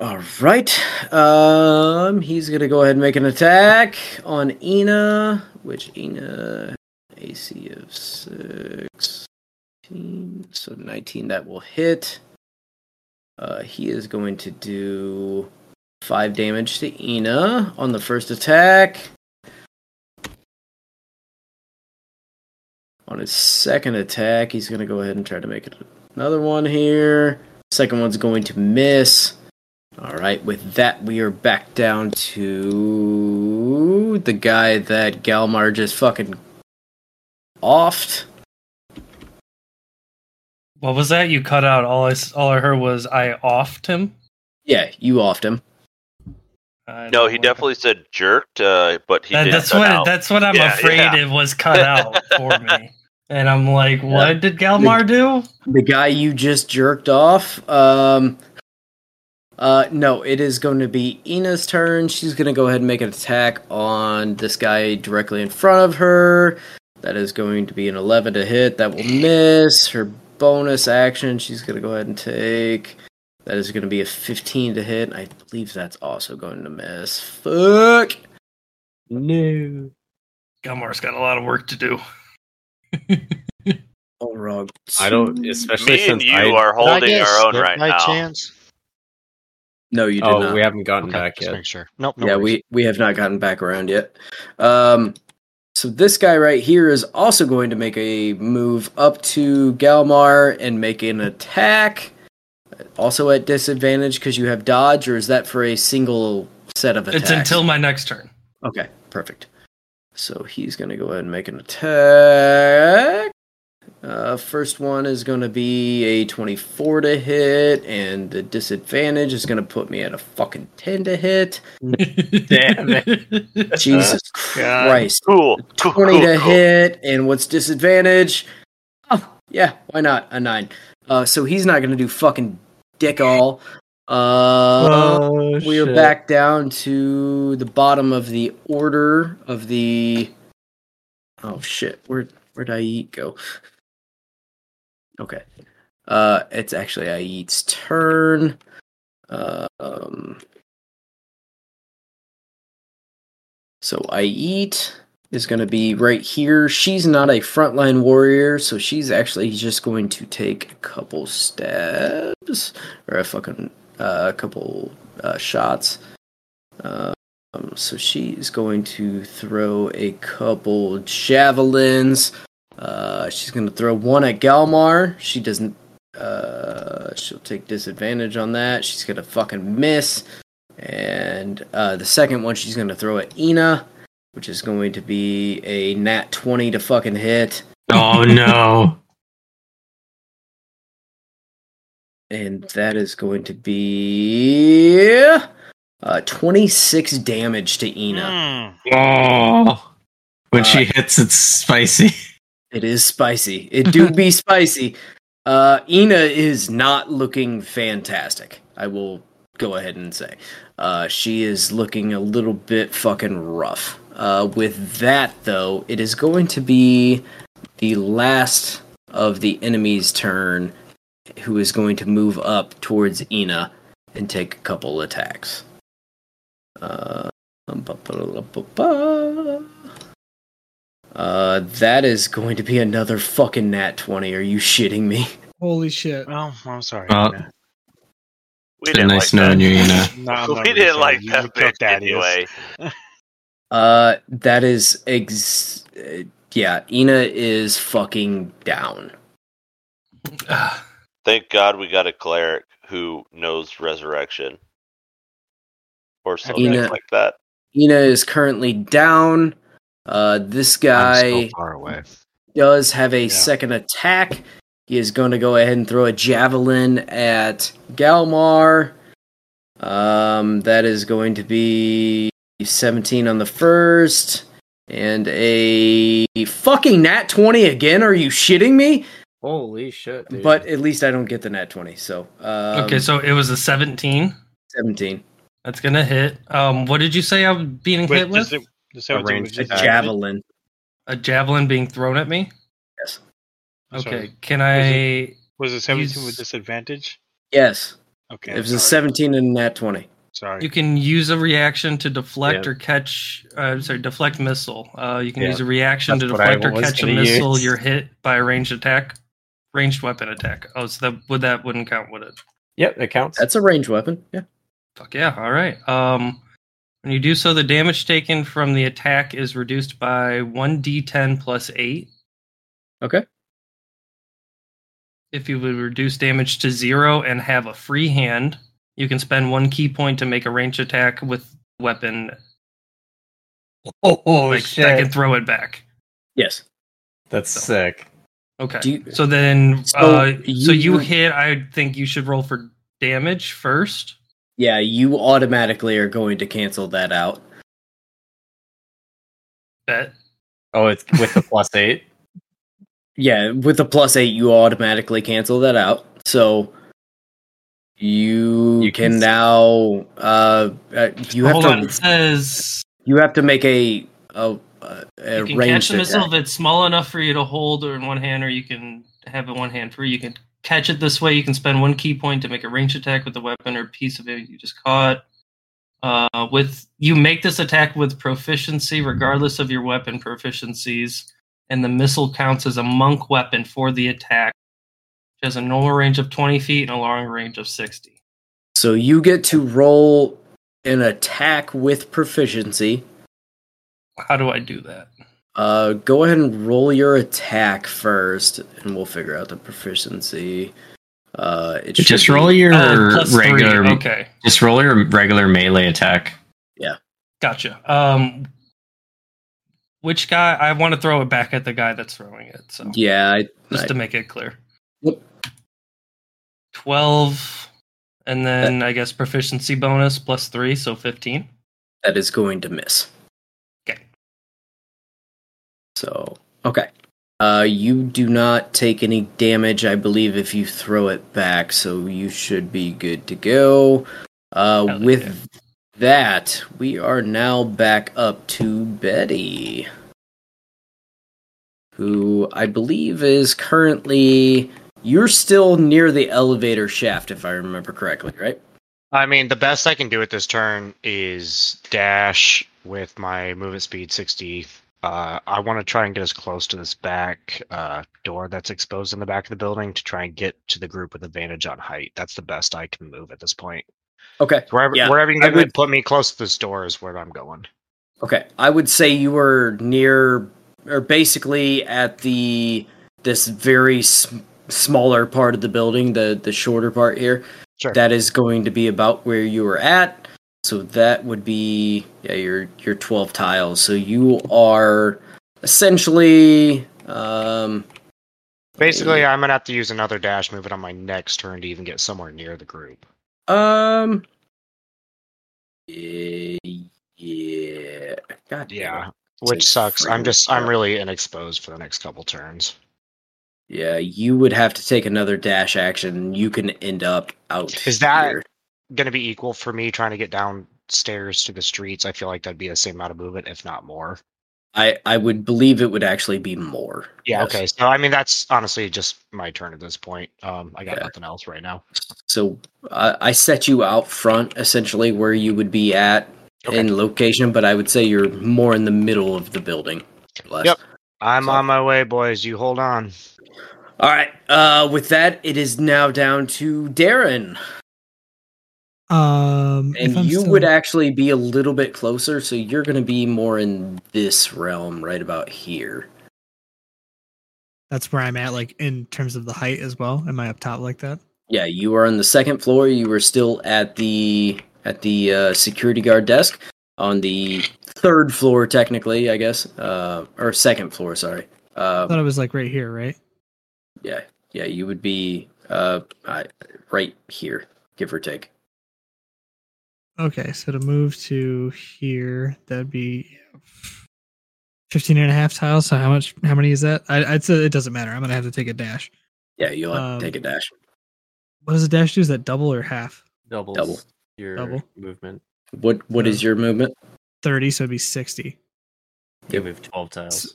All right. Um, he's gonna go ahead and make an attack on Ina, which Ina AC of sixteen, so nineteen that will hit. Uh, he is going to do five damage to Ina on the first attack. On his second attack, he's going to go ahead and try to make it another one here. Second one's going to miss. All right, with that, we are back down to the guy that Galmar just fucking offed.
What was that? You cut out. All I s- all I heard was I offed him.
Yeah, you offed him.
I
No, he definitely said jerked, uh, but he
That-
did
that's
cut
what
out.
that's what I'm
Yeah,
afraid
yeah.
it was cut out for me. And I'm like, what did Galmar do?
The guy you just jerked off. Um, uh, no, it is going to be Ina's turn. She's going to go ahead and make an attack on this guy directly in front of her. That is going to be an 11 to hit. That will miss. Her bonus action, she's going to go ahead and take. That is going to be a 15 to hit. I believe that's also going to miss.
Uh,
Fuck!
No.
Galmar's got a lot of work to do.
Oh, wrong.
I don't- especially
Me and since you I- are
Did I get slipped by Chance?
No, you did
oh,
not.
we haven't gotten
Okay,
back
just
yet.
make
sure. Nope.
yeah, we we have not gotten back around yet. Um, so this guy right here is also going to make a move up to Galmar and make an attack. Also at disadvantage because you have dodge, or is that for a single set of attacks?
It's until my next turn.
Okay, perfect. So he's going to go ahead and make an attack. Uh, first one is going to be a 24 to hit, and the disadvantage is going to put me at a fucking 10 to hit.
Damn
it. Jesus
God.
Christ.
Cool.
20
cool,
to
cool.
hit, and what's disadvantage? Oh, yeah, why not? A 9. Uh, so he's not going to do fucking dick all. Uh,
Oh,
we are
shit.
back down to the bottom of the order of the. Oh shit! Where where'd I eat go? Okay, uh, it's actually I eat's turn. Uh, um, so I eat is going to be right here. She's not a frontline warrior, so she's actually just going to take a couple stabs or a fucking uh, a couple uh, shots. Um, so she is going to throw a couple javelins. Uh, she's going to throw one at Galmar. She doesn't. Uh, she'll take disadvantage on that. She's going to fucking miss. And uh, the second one she's going to throw at Ina, which is going to be a nat 20 to fucking hit.
Oh no.
And that is going to be uh, 26 damage to Ina.
Oh. When she hits, it's spicy.
Uh, It is spicy. It do be spicy. Uh, Ina is not looking fantastic. I will go ahead and say uh, she is looking a little bit fucking rough. Uh, with that though, it is going to be the last of the enemy's turn, who is going to move up towards Ina and take a couple attacks. Uh, um, ba- ba- da- da- ba- ba. Uh, that is going to be another fucking nat 20. Are you shitting me?
Holy shit.
Oh, I'm
Uh,
sorry.
Well,
Nina.
We
Been
didn't
nice
like
knowing
that.
you, Ina.
No, I'm not
we
really
didn't
sorry.
like
You
that
took
bitch
that is.
anyway.
Uh, that is ex. Uh, yeah, Ina is fucking down.
Thank God we got a cleric who knows resurrection or something
Ina-
like that.
Ina is currently down. Uh, this guy
far away.
does have a second attack. He is going to go ahead and throw a javelin at Galmar. Um, that is going to be 17 on the first and a fucking nat 20 again. Are you shitting me?
Holy shit. dude.
But at least I don't get the nat 20. So, um,
okay, so it was a 17.
17.
That's gonna hit. Um, what did you say I'm being
Wait,
hit
does
with?
it- does that A what it ranged
a javelin.
A javelin being thrown at me.
Yes.
I'm
Okay.
sorry.
Can
Was
I?
Was it 17 with
use-
disadvantage?
Yes.
Okay,
It
I'm
was a 17 and a nat 20.
Sorry.
You can use a reaction to deflect
Yeah.
or catch. Uh, I'm sorry, deflect missile. Uh, you can
Yeah.
use a reaction to
That's what I
deflect or
was
catch a
gonna
missile
use.
you're hit by a ranged attack, ranged weapon attack. Oh, so that would that wouldn't count, would it?
Yep, it counts.
That's a range weapon. Yeah.
Fuck yeah! All right. Um, when you do so, the damage taken from the attack is reduced by one d10 plus eight.
Okay.
If you would reduce damage to zero and have a free hand, you can spend one key point to make a range attack with weapon.
Oh,
like, I can throw it back.
Yes.
That's sick.
Okay.
Do you-
so then,
So
uh, so you
you-
hit. I think you should roll for damage first.
Yeah, you automatically are going to cancel that out.
Bet.
Oh, it's with the plus eight.
Yeah, with the plus eight, you automatically cancel that out. So you, can, now uh, uh you have
Hold
to
on, it says
you have to make a a, a, a
you can
range
catch the missile if it's small enough for you to hold or in one hand, or you can have it one hand free. You can catch it this way. You can spend one key point to make a range attack with the weapon or piece of it you just caught. Uh, with you make this attack with proficiency, regardless of your weapon proficiencies, and the missile counts as a monk weapon for the attack. It has a normal range of twenty feet and a long range of sixty.
So you get to roll an attack with proficiency.
How do I do that?
Uh, go ahead and roll your attack first, and we'll figure out the proficiency. Uh, it should
just
be-
roll your
Uh,
regular.
Oh, okay.
Just roll your regular melee attack.
Gotcha. Um, which guy? I want to throw it back at the guy that's throwing it. So
Yeah, I,
just
I-
to make it clear.
Yep.
Twelve, and then I guess proficiency bonus plus three, so fifteen.
that is going to miss.
Okay.
So okay, uh, you do not take any damage, I believe, if you throw it back. So you should be good to go. Uh, with that, we are now back up to Betty, who I believe is currently. You're still near the elevator shaft, if I remember correctly, right?
I mean, the best I can do at this turn is dash with my movement speed 60. Uh, I want to try and get as close to this back uh, door that's exposed in the back of the building to try and get to the group with advantage on height. That's the best I can move at this point.
Okay.
Wherever,
yeah.
wherever you
I
can get me,
would-
put me close to this door is where I'm going.
Okay, I would say you were near, or basically at the this very sm- smaller part of the building, the the shorter part here.
Sure.
That is going to be about where you were at. So that would be yeah, your your twelve tiles. So you are essentially um
Basically, I'm going to have to use another dash movement on my next turn to even get somewhere near the group.
um yeah, yeah. God
yeah. Which sucks. I'm just, I'm really inexposed for the next couple turns.
Yeah, you would have to take another dash action. You can end up out.
Is that going to Uh, be equal for me trying to get downstairs to the streets? I feel like that'd be the same amount of movement, if not more.
I I would believe it would actually be more.
Yeah.
Yes.
Okay. So I mean, that's honestly just my turn at this point. Um, I got
Yeah.
nothing else right now.
So I I set you out front, essentially where you would be at in location, but I would say you're more in the middle of the building. Less.
Yep. I'm on my way, boys. You hold on.
All right. Uh, with that, it is now down to Darren,
Um, if
and
I'm
you
still-
would actually be a little bit closer, so you're going to be more in this realm, right about here.
That's where I'm at, like in terms of the height as well. Am I up top like that?
Yeah, you are on the second floor. You were still at the at the uh, security guard desk on the third floor, technically, I guess, uh, or second floor. Sorry.
I
Uh,
thought it was like right here, right?
yeah, yeah, you would be uh, I, right here, give or take.
Okay, so to move to here, that'd be 15 and a half tiles. So how much? How many is that? I, I'd say it doesn't matter. I'm gonna have to take a dash.
Yeah, you'll have
Um,
to take a dash.
What does a dash do? Is that double or half?
Doubles
Double.
your
Double.
movement.
What What is your movement?
30, so it'd be 60.
You move twelve tiles.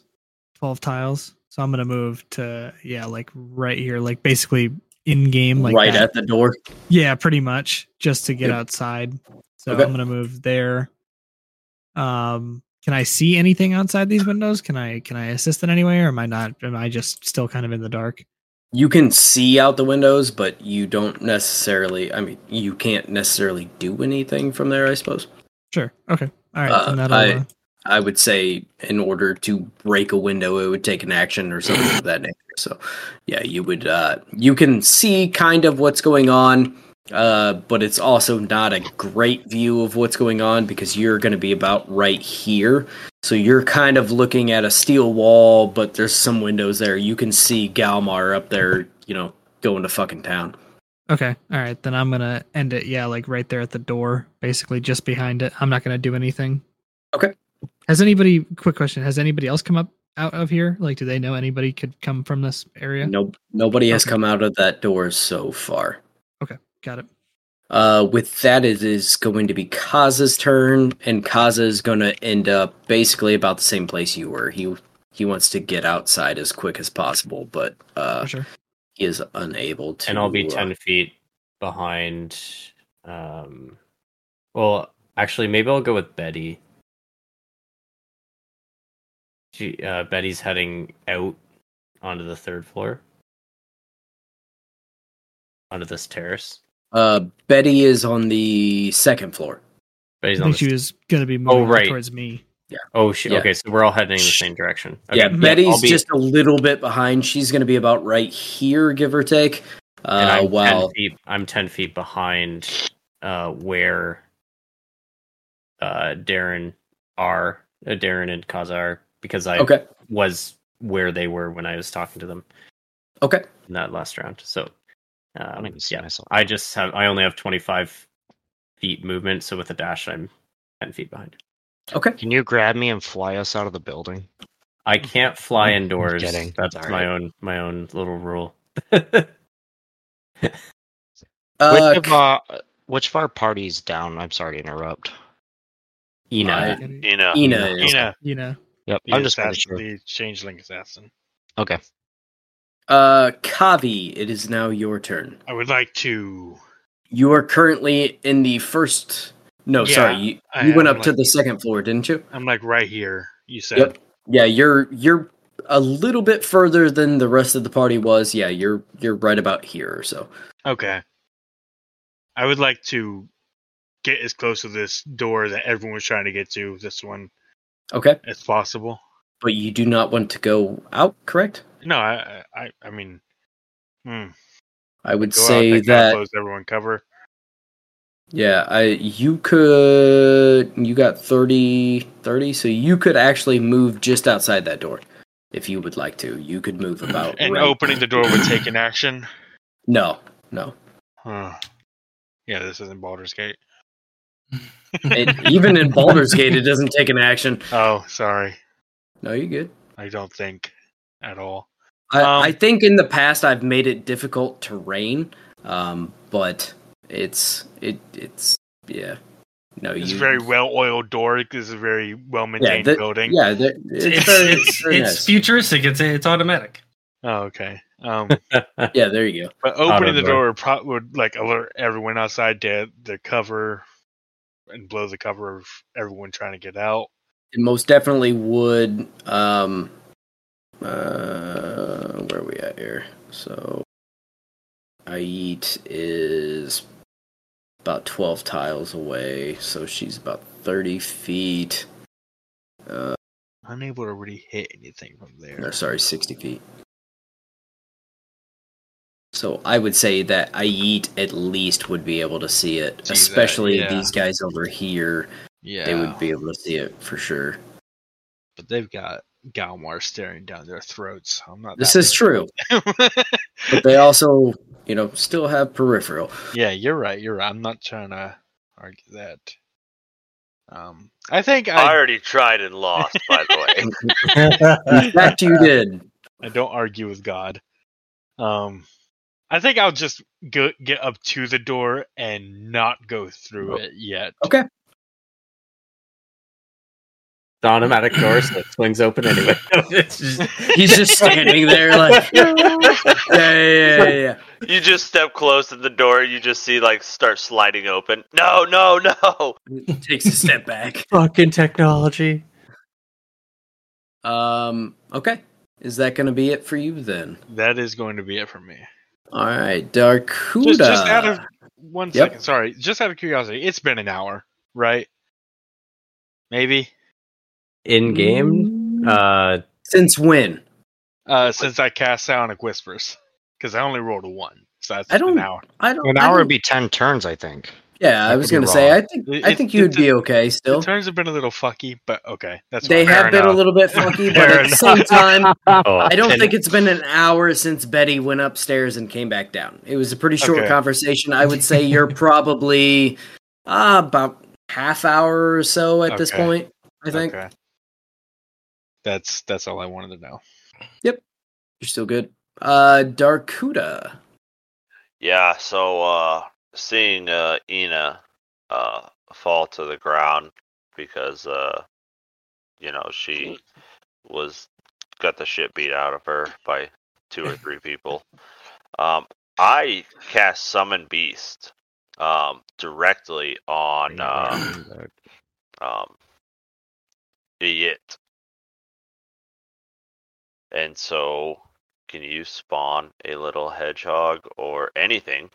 12 tiles. So I'm gonna move to yeah, like right here, like basically in game, like
right
that.
at the door.
Yeah, pretty much just to get
Yep.
outside. So
Okay.
I'm gonna move there. Um, can I see anything outside these windows? Can I can I assist in any way, or am I not? Am I just still kind of in the dark?
You can see out the windows, but you don't necessarily. I mean, you can't necessarily do anything from there. I suppose.
Sure. Okay. All right.
Uh,
then that'll,
I,
uh,
I would say in order to break a window, it would take an action or something of that nature. So, yeah, you would uh, you can see kind of what's going on, uh, but it's also not a great view of what's going on because you're going to be about right here. So you're kind of looking at a steel wall, but there's some windows there. You can see Galmar up there, you know, going to fucking town.
Okay. All right. Then I'm going to end it. Yeah. Like right there at the door, basically just behind it. I'm not going to do anything.
Okay.
Has anybody, quick question, has anybody else come up out of here? Like, do they know anybody could come from this area?
Nope. Nobody has come out of that door so far.
Okay. Got it.
Uh, with that, it is going to be Kaza's turn, and Kaza is going to end up basically about the same place you were. He he wants to get outside as quick as possible, but uh,
sure.
he is unable to.
and I'll be
uh,
ten feet behind. Um, well, actually, maybe I'll go with Betty. She, uh, Betty's heading out onto the third floor, onto this terrace.
Uh, Betty is on the second floor.
Betty's
I
on
think
the
she was going to be
Oh,
moving
right.
towards me.
Oh shit!
Yeah.
Okay, so we're all heading in the same direction. Okay.
Yeah, Betty's
I'll be-
just a little bit behind. She's going to be about right here, give or take.
and
Uh,
I'm
while
ten feet. I'm ten feet behind uh, where uh, Darren are uh, Darren and Kaza are because I
Okay.
was where they were when I was talking to them
okay,
in that last round. So um,
don't even see
yeah,
myself.
I just have I only have twenty five feet movement, so with a dash I'm ten feet behind.
okay,
Can you grab me and fly us out of the building?
I can't fly
I'm
indoors.
kidding.
That's
It's all
my
right.
own my own little rule.
uh,
which, of, uh, which of our parties down? I'm sorry to interrupt.
Ina.
Get it?
Ina.
Ina is-
Ina.
You know,
Yep.
Ina
I'm just making
that's
sure.
the changeling assassin.
Okay.
uh, Kavi, it is now your turn.
I would like to.
You are currently in the first. No,
Yeah,
sorry, you,
I
you went
am,
up to
like-
the second floor, didn't you?
I'm like right here. You said.
Yep. Yeah, you're you're a little bit further than the rest of the party was. Yeah, you're you're right about here or so.
Okay. I would like to get as close to this door that everyone was trying to get to, this one,
Okay,
as possible.
but you do not want to go out, correct?
No, I, I, I mean, hmm,
I would
go out
say
there, kinda
that
close everyone cover.
Yeah, I you could you got 30 30 so you could actually move just outside that door if you would like to. You could move about
And
Oh, right-
opening the door would take an action.
No. No.
Huh. Yeah, this isn't Baldur's Gate.
It, even in Baldur's Gate it doesn't take an action.
Oh, sorry.
No, you good.
I don't think at all.
I,
Um,
I think in the past I've made it difficult terrain, um, but it's it it's yeah. No,
It's a
you
very well oiled door. This is a very well
yeah,
maintained
the-
building.
Yeah, the- it's,
It's
very,
it's,
very
it's
nice.
futuristic. It's it's automatic.
Oh, okay. Um,
yeah, there you go.
But opening the door would, pro- would like alert everyone outside to the cover and blow the cover of everyone trying to get out.
it most definitely would um uh where are we at here so Ait is about 12 tiles away so she's about 30 feet uh
Unable to really hit anything from there.
or sorry 60 feet so i would say that Ait at least would be able to see it
See that,
especially
yeah.
these guys over here
Yeah,
they would be able to see it for sure
but they've got Galmar staring down their throats. I'm not.
this is true but they also, you know, still have peripheral.
yeah, you're right. You're right. I'm not trying to argue that. Um, I think
I
I,
already tried and lost, by the way.
In fact, you did.
I don't argue with God. Um, I think I'll just go, get up to the door and not go through it yet.
Oh. Okay.
The automatic door so it swings open anyway. It's just-
He's just standing there, like, yeah, yeah, yeah, yeah, yeah.
You just step close to the door. You just see like start sliding open. No, no, no.
Takes a step back.
Fucking technology.
Um. Okay. Is that going to be it for you then?
That is going to be it for me.
All right, Darkuda.
Just, just out of one second,
Yep.
sorry. Just out of curiosity, it's been an hour, right? Maybe
in game uh
Mm. Since when?
uh, since I cast Psionic Whispers, because I only rolled a one, so that's
I don't-
an hour.
I don't.
An
I
hour
don't-
would be 10 turns, I think.
Yeah, I
I
was
could
going
be
to say I
wrong.
think
It-
I
it-
think you would
it's
be
a-
okay still.
The turns have been a little fucky, but okay. That's
They
fine.
have been a little bit funky, but
Fair
at the same
enough.
time,
Oh,
I don't
and-
think it's been an hour since Betty went upstairs and came back down. It was a pretty short
Okay.
conversation. I would say you're probably uh, about half hour or so at this
Okay.
point. I think
Okay. That's that's all I wanted to know.
you're still good. Uh, Darkuda.
Yeah, so uh seeing uh Ina uh fall to the ground because uh you know, she was got the shit beat out of her by two or three people. Um I cast summon beast um directly on uh um it. And so can you spawn a little hedgehog or anything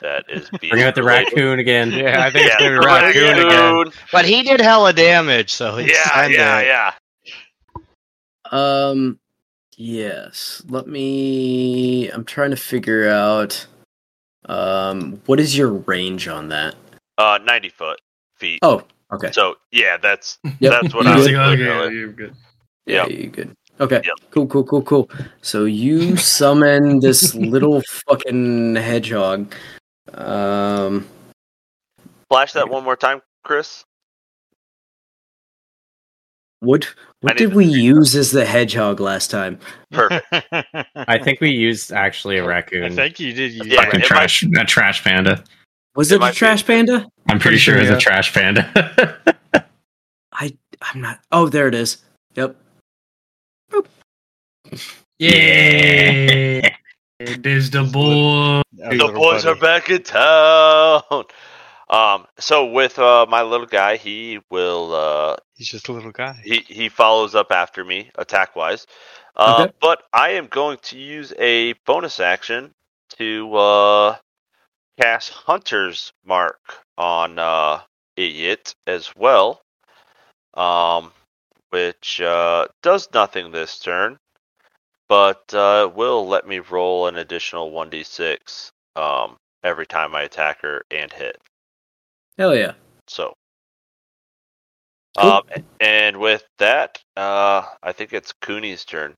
that is being
Bring out the raccoon again.
Yeah, I think it's gonna be
Yeah,
raccoon again. But he did hella damage, so it's
Yeah,
time to-
yeah, yeah.
Um, yes. Let me. I'm trying to figure out. Um, what is your range on that?
Uh, ninety foot feet.
Oh, okay.
So yeah, that's
Yep.
that's what
You
I was
good?
doing.
Okay,
earlier.
Yeah, you good. Okay. Cool, cool, cool, cool. So you summon this little fucking hedgehog. Um
Flash that one more time, Chris.
what what did we use as the hedgehog last time?
Perfect.
I think we used actually a raccoon.
I think you did. Use
Yeah,
fucking
it
trash, a trash panda.
Was it, a trash panda?
I'm pretty, sure, it's
yeah.
a trash panda.
I I'm not Oh, there it is. Yep.
Yeah. it is the boy.
the boys are back in town. Um, so with uh, my little guy, he will. Uh,
He's just a little guy.
he he follows up after me attack wise, uh, but I am going to use a bonus action to uh, cast Hunter's Mark on uh, Idiot as well, um, which uh, does nothing this turn, but uh, will let me roll an additional one d six um, every time I attack her and hit.
Hell yeah.
So, um, and with that, uh, I think it's Cooney's turn.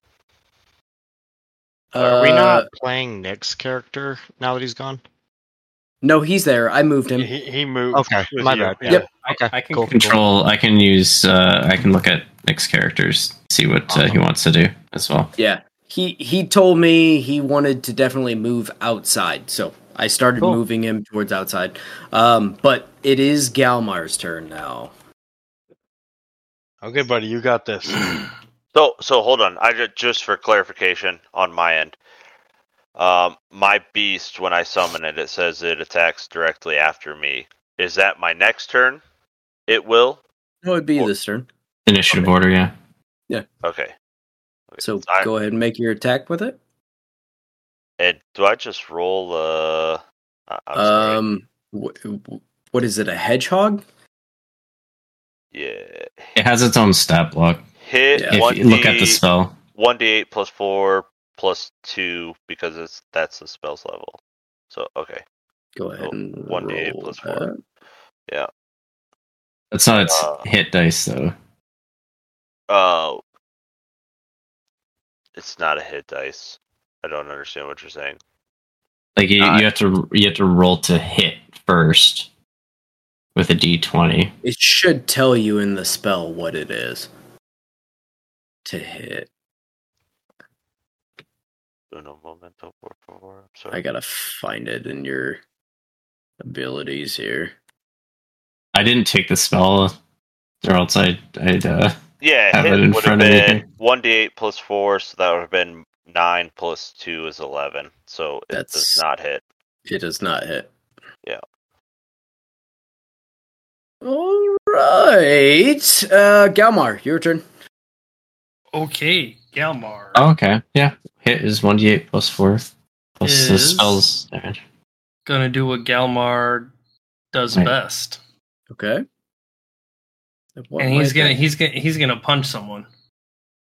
Are we
Uh,
not playing Nick's character now that he's gone?
No, he's there. I moved him.
He, he moved.
Okay,
with
my
you.
bad.
yeah. Yep.
Okay, I can
Control. I can use. Uh, I can look at Nick's characters, see what uh, he wants to do as well.
Yeah. He he told me he wanted to definitely move outside, so I started
Cool.
moving him towards outside. Um, but it is Galmar's turn now.
Okay, buddy, you got this.
Oh,
So, so hold on. I just, just for clarification on my end, um, my beast when I summon it, it says it attacks directly after me. Is that my next turn? It will.
It would be this turn.
Initiative order. Yeah.
Yeah.
Okay.
So go ahead and make your attack with it.
And do I just roll? Uh, I- I'm sorry.
Um, wh- wh- what is it? A hedgehog?
yeah.
It has its own stat block.
Hit
If
one.
you look at the spell.
One d eight plus four plus two because it's that's the spell's level. So okay. Oh,
Go ahead. and
One d eight plus
Uh,
four. Yeah.
That's not its
Uh,
hit dice though.
Uh, it's not a hit dice. I don't understand what you're saying.
Like you,
Uh,
you have to you have to roll to hit first with a d twenty.
It should tell you in the spell what it is to hit.
Uno momento, por favor. I'm sorry.
I gotta find it in your abilities here.
I didn't take the spell, or else I'd, I'd uh,
Yeah,
have it
hit
in
would have
front of me.
been one d eight plus four, so that would have been nine plus two is eleven. So it does
That's-
not hit.
It does not hit.
Yeah.
All right. Uh, Galmar, your turn.
Okay, Galmar.
Oh, okay. Yeah. Hit is 1d8 plus 4. Plus the
Is-
spell's damage.
Gonna do what Galmar does
Right.
best.
Okay. What
and he's
might
gonna
that-
he's gonna he's gonna punch someone.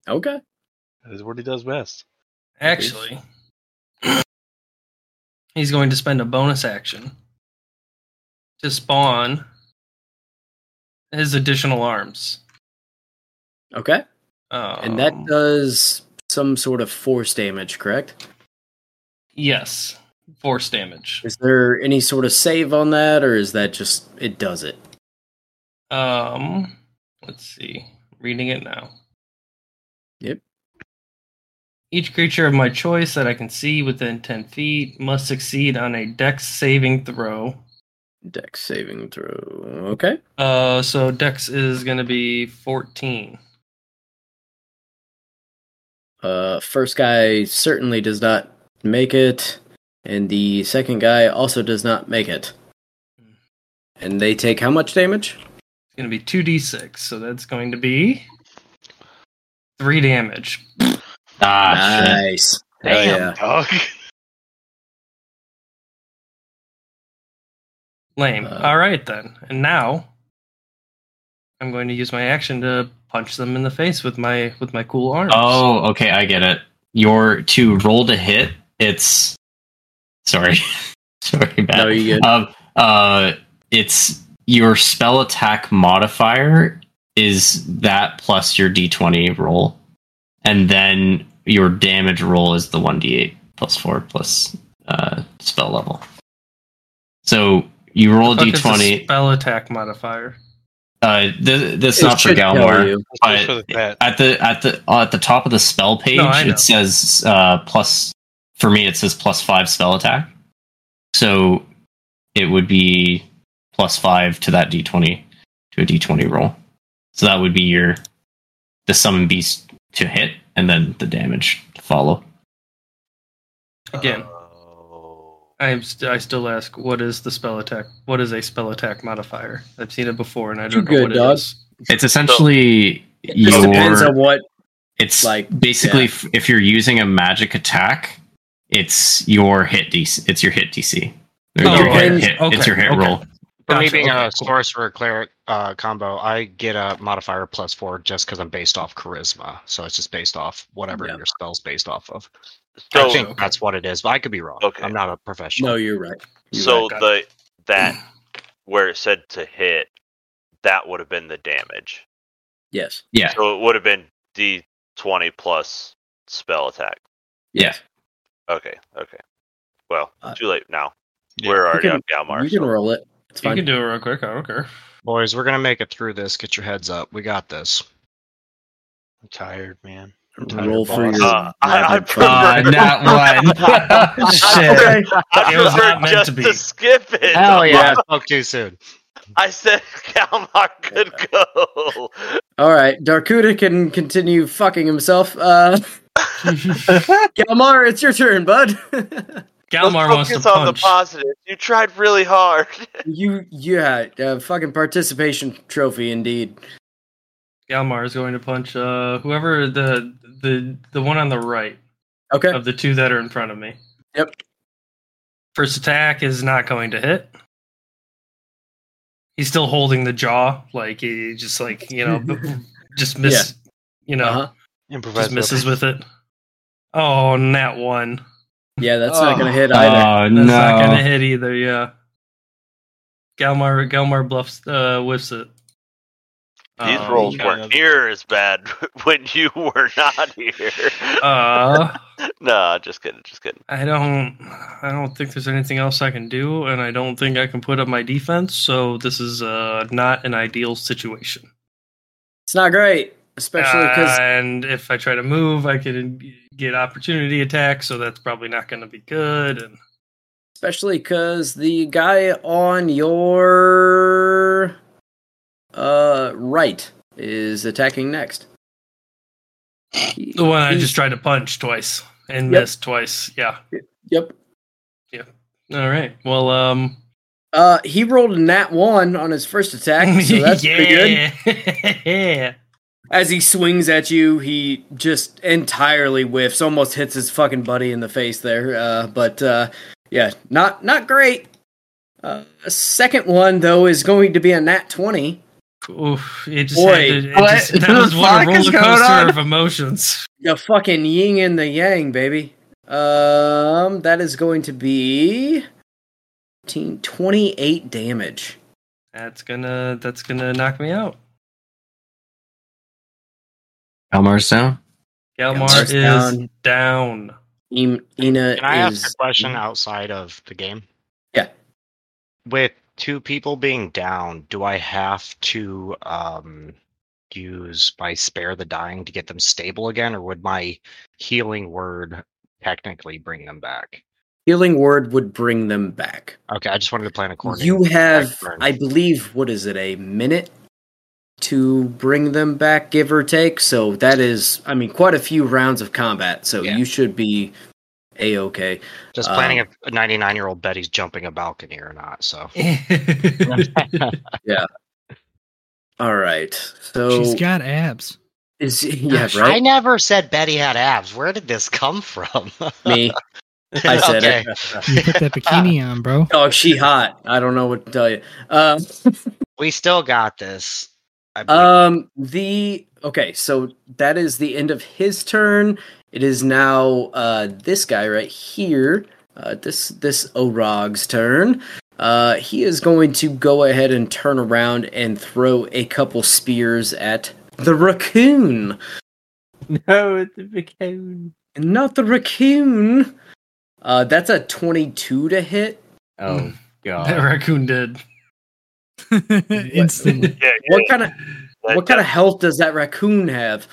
Okay.
That is what he does best.
Actually. He's going to spend a bonus action to spawn his additional arms.
Okay.
Um,
and that does some sort of force damage, correct?
Yes. Force damage.
Is there any sort of save on that, or is that just it does it?
Um, let's see. Reading it now.
Yep.
Each creature of my choice that I can see within 10 feet must succeed on a dex saving throw.
Dex saving throw. Okay.
Uh, so dex is going to be 14.
Uh, first guy certainly does not make it, and the second guy also does not make it. And they take how much damage?
It's going to be 2d6, so that's going to be 3 damage.
Ah, shit.
nice.
Damn,
dog.
Lame. All right then. And now I'm going to use my action to punch them in the face with my with my cool arms.
Oh, okay, I get it. Your to roll to hit, it's sorry, sorry, bad.
No, you good.
Um, uh, it's your spell attack modifier is that plus your d20 roll, and then your damage roll is the 1d8 plus four plus uh, spell level. So you roll
Fuck
d
is the
d20.
spell attack modifier.
Uh, th- this
It
not for
should tell
Galmore,
you.
but at the at the uh, at the top of the spell page,
No, I know.
it says uh, plus. For me, it says plus five spell attack, so it would be plus five to that d twenty to a d twenty roll. So that would be your the summon beast to hit, and then the damage to follow.
Again. I'm st- I still ask what is the spell attack? What is a spell attack modifier? I've seen it before and I don't know what it is.
It's essentially
It just depends on
what
it's like. Basically, f if you're using a magic attack, it's your hit DC. It's your hit DC. Or
Oh,
your hit,
okay,
hit- It's your hit
okay.
roll.
For me
Gotcha,
being
okay,
a sorcerer cleric uh, combo, I get a modifier plus four just because I'm based off charisma. So it's just based off whatever your spell's based off of.
So-
I think that's what it is, but I could be wrong. I'm not a professional.
No, you're right.
so the that where it said to hit, that would have been the damage.
Yes.
Yeah.
So it would have been D twenty plus spell attack.
Yeah.
Okay. Okay. Well, too late now. We're already
you
on
Uh, can,
Galmar.
you can roll it. It's fine.
do it real quick. I don't care.
Boys, we're gonna make it through this. Get your heads up. We got this. I'm tired, man. I'm tired,
Roll for
boss.
your- Uh, I- I prefer-
Uh, not one.
I
Shit.
prefer- I
It was
prefer
not meant
just
to be.
skip it.
Hell yeah! I spoke too soon.
I said Galmar could go.
All right, Darkuda can continue fucking himself. Uh, Galmar, it's your turn, bud.
Galmar
wants to
Focus on the
punch.
positive. You tried really hard.
you, yeah, uh, fucking participation trophy indeed.
Galmar is going to punch uh whoever the the the one on the right.
Okay.
Of the two that are in front of me.
Yep.
First attack is not going to hit. He's still holding the jaw, like he just like you know, b- just miss, you know,
Uh-huh.
Improvise
just misses with it. Oh, nat one.
Yeah, that's not gonna
Oh.
hit either.
that's not gonna hit either. Yeah. Galmar Galmar bluffs uh, whiffs it.
These
Oh,
Um,
rolls were near as bad when you were not here.
Uh,
nah, just kidding, just kidding.
I don't I don't think there's anything else I can do, and I don't think I can put up my defense, so this is uh, not an ideal situation.
It's not great, especially because
and if I try to move, I could get opportunity attack, so that's probably not going to be good. And
especially because the guy on your uh right is attacking next.
the one I just tried to punch twice and
Yep.
missed twice. Yeah.
Yep.
Yeah. All right. Well, um,
Uh, he rolled a nat one on his first attack, so that's pretty good.
yeah.
As he swings at you, he just entirely whiffs, almost hits his fucking buddy in the face there. Uh, but uh, yeah, not not great. Uh, a second one though is going to be a nat twenty.
Oof, it just
Boy,
had to, it
what
just, that
the
was what
fuck
a
is
roller
going
coaster
on?
of emotions.
The fucking yin and the yang, baby. Um, that is going to be 15, 28 damage.
That's gonna that's gonna knock me out.
Elmar's down.
Galmar
Galmar's
is
down.
down.
Em- Ina
Can I ask
is
a question outside of the game?
Yeah.
With two people being down, do I have to um, use my spare the dying to get them stable again, or would my healing word technically bring them back?
healing word would bring them back.
Okay, I just wanted to plan according.
You have,
back burn.
I believe, what is it, a minute to bring them back, give or take. So that is, I mean, quite a few rounds of combat. So you should be a okay.
just
Um,
planning if a 99 year old Betty's jumping a balcony or not. So
yeah. All right. So
She's got abs.
Is yeah, right?
I never said Betty had abs. Where did this come from?
me. I said
You put
it.
that bikini on, bro.
oh, she hot. I don't know what to tell you. Uh,
we still got this.
Um, the okay, so that is the end of his turn. It is now uh this guy right here. Uh, this this Orog's turn. Uh, he is going to go ahead and turn around and throw a couple spears at the raccoon.
No, it's a raccoon.
Not the raccoon. Uh, that's a twenty-two to hit.
Oh god.
That raccoon did.
Instantly.
What kind of what kind of health does that raccoon have?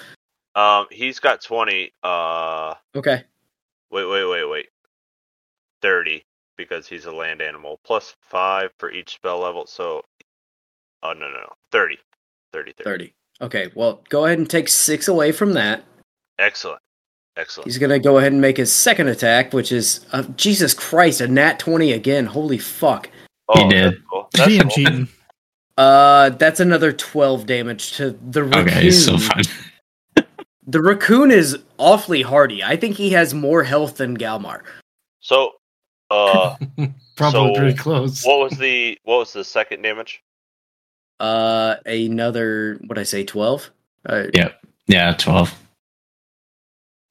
Um, he's got twenty. Uh,
Okay.
wait, wait, wait, wait. Thirty because he's a land animal. Plus five for each spell level. So, oh no, no, no. 30. 30, 30.
30. Okay, well, go ahead and take six away from that.
Excellent. Excellent.
He's going to go ahead and make his second attack, which is uh, Jesus Christ, a nat 20 again. Holy fuck.
Oh,
he did.
that's cool. That's
Damn,
cool.
cheating.
Uh, that's another 12 damage to the raccoon.
Okay, he's still fine.
The raccoon is awfully hardy. I think he has more health than Galmar.
So, uh,
Probably
so
pretty close.
What was the what was the second damage?
Uh, another, what I say, 12? Uh,
Yep. Yeah, twelve.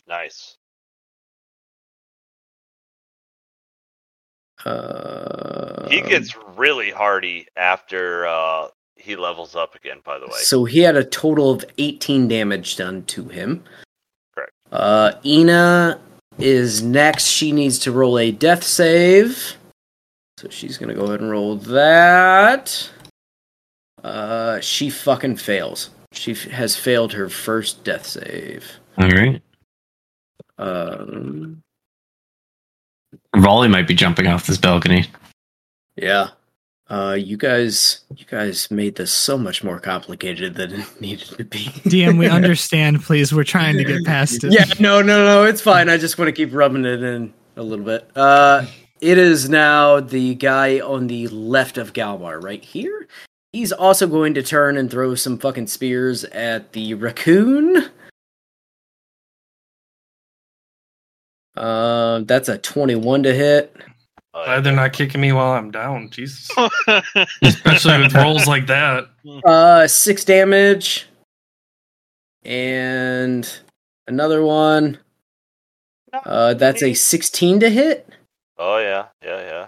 Nice.
uh,
He gets really hardy after uh he levels up again. By the way,
So he had a total of 18 damage done to him.
Correct.
Uh, Ina is next. She needs to roll a death save. So she's going to go ahead and roll that. Uh, she fucking fails. She f- has failed her first death save.
All right.
Um,
Volley might be jumping off this balcony.
yeah. Uh, you guys, you guys made this so much more complicated than it needed to be.
DM, we understand, please. We're trying to get past it.
Yeah, no, no, no, it's fine. I just want to keep rubbing it in a little bit. Uh, it is now the guy on the left of Galmar, right here. He's also going to turn and throw some fucking spears at the raccoon. Uh, that's a twenty-one to hit.
Glad they're not kicking me while I'm down. Jesus. Especially with rolls like that.
Uh, six damage, and another one. Uh, that's a sixteen to hit.
Oh yeah, yeah, yeah.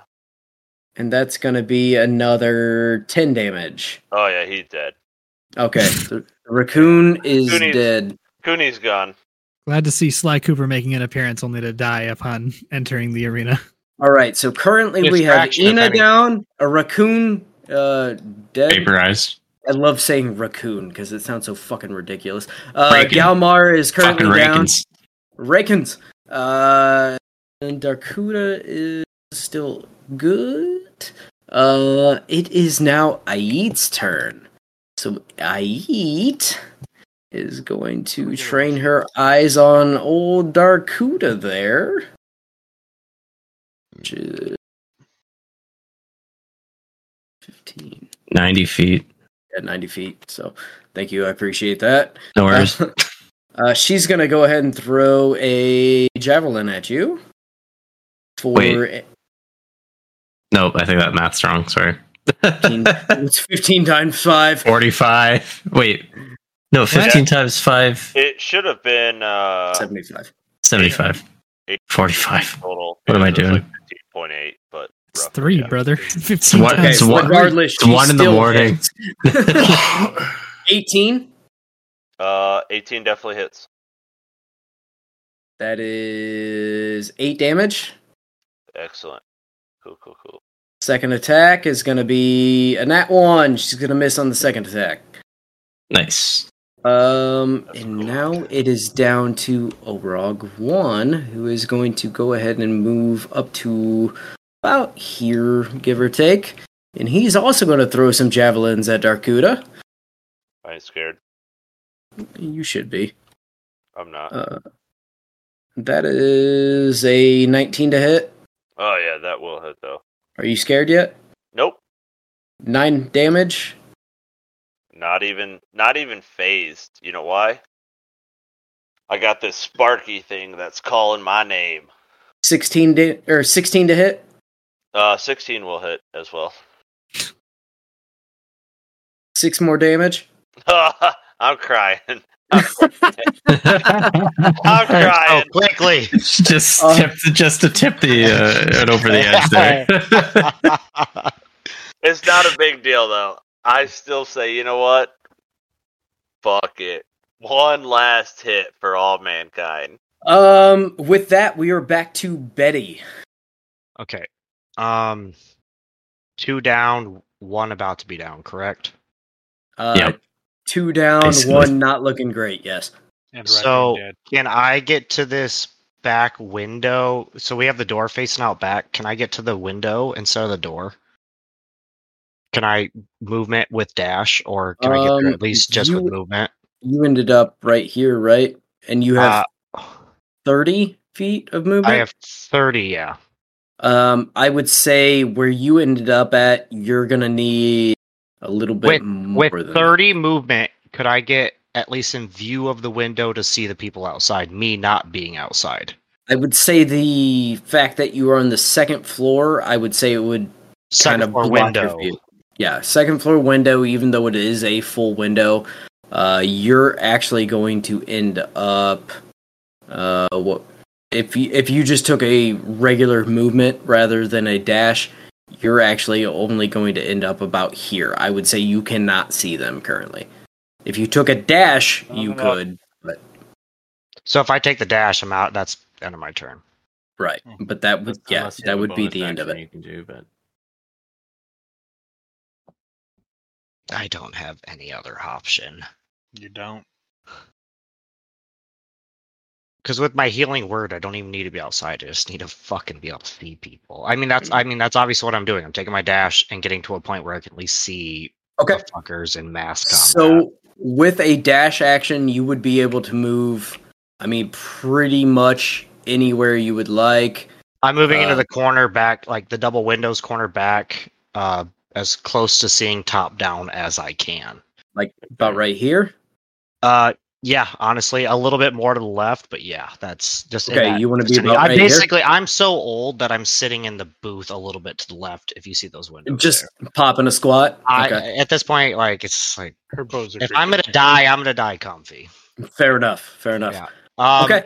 And that's going to be another 10 damage.
Oh yeah, he's dead.
Okay. the raccoon is
Raccoon is-
dead.
Cooney's gone.
Glad to see Sly Cooper making an appearance only to die upon entering the arena.
All right. So currently we have
Distraction, if
Ina
any.
down, a raccoon uh, dead.
Vaporized.
I love saying raccoon because it sounds so fucking ridiculous. Uh,
Rakin.
Galmar is currently
Fucking
down.
Rakens.
Rakens. Uh, and Darkuda is still good. Uh, it is now Aid's turn. So Aid is going to train her eyes on old Darkuda there. Which is 15
Ninety feet.
at 90 feet. So thank you. I appreciate that.
No worries.
Uh, uh, she's going to go ahead and throw a javelin at you. For
Wait. Nope, I think that math's wrong. Sorry.
18, it's 15 times 5.
Forty-five. Wait. No, fifteen times five.
It should have been uh
75.
Seventy-five.
eight-
Forty-five.
total.
What am I
because it was
doing?
Like Fifteen point eight, but
It's
three, brother. 15
what-
times.
it's what-
Regardless,
it's one
she
in the
still
morning.
hits. 18.
Uh, 18 definitely hits.
That is 8 damage.
Excellent. Cool, cool, cool.
Second attack is going to be a nat 1. She's going to miss on the second attack.
Nice.
Um, and now it is down to Orog One, who is going to go ahead and move up to about here, give or take. And he's also going to throw some javelins at Darkuda.
I ain't scared.
You should be.
I'm not.
Uh, that is a 19 to hit.
oh, yeah, that will hit, though.
Are you scared yet?
Nope.
Nine damage.
Not even, not even phased. You know why? I got this Sparky thing that's calling my name.
16 da- or 16 to hit.
Uh, 16 will hit as well.
Six more damage.
I'm crying. I'm crying.
Oh, quickly.
Just
Oh. Uh,
tip, just to tip the uh, it over the edge there.
It's not a big deal though. I still say, you know what? Fuck it. One last hit for all mankind.
Um, with that, we are back to Betty.
Okay. Um, two down, one about to be down. Correct.
Uh,
Yep.
Two down,
Basically.
one not looking great. Yes.
so can I get to this back window? So we have the door facing out back. Can I get to the window instead of the door? Can I movement with dash, or can I get there
Um,
at least just with
you-
movement?
you ended up right here, right? And you have thirty feet of movement.
Uh, I have thirty. Yeah.
Um, I would say where you ended up at, you're gonna need a little bit
With
more
with
than
thirty movement, could I get at least in view of the window to see the people outside? Me not being outside.
I would say the fact that you are on the second floor, I would say it would
Second
kind of
floor
block your
window.
view. Yeah, second floor window, even though it is a full window, uh, you're actually going to end up uh, what if you, if you just took a regular movement rather than a dash, you're actually only going to end up about here. I would say you cannot see them currently. If you took a dash, you
no, no.
could, but
So if I take the dash, I'm out. That's the end of my turn.
Right, but that would yeah,
Unless you have
that
a
would be
bonus
the end of
action
it.
You can do, but
I don't have any other option.
You don't.
Because with my healing word, I don't even need to be outside. I just need to fucking be able to see people. I mean, that's I mean that's obviously what I'm doing. I'm taking my dash and getting to a point where I can at least see the fuckers in mass combat.
So with a dash action, you would be able to move. I mean, pretty much anywhere you would like.
I'm moving into
uh,
the corner back, like the double windows corner back, uh, as close to seeing top down as I can.
Like about right here.
Uh, yeah, honestly, a little bit more to the left, but yeah, that's just in
Okay,
that
you wanna be
vicinity.
about
I
right here?
basically I'm so old that I'm sitting in the booth a little bit to the left. If you see those windows,
Just popping a squat.
I,
okay,
at this point, like it's like
her bows
If I'm gonna die, I'm gonna die comfy.
fair enough. Fair enough.
Yeah. Um,
okay,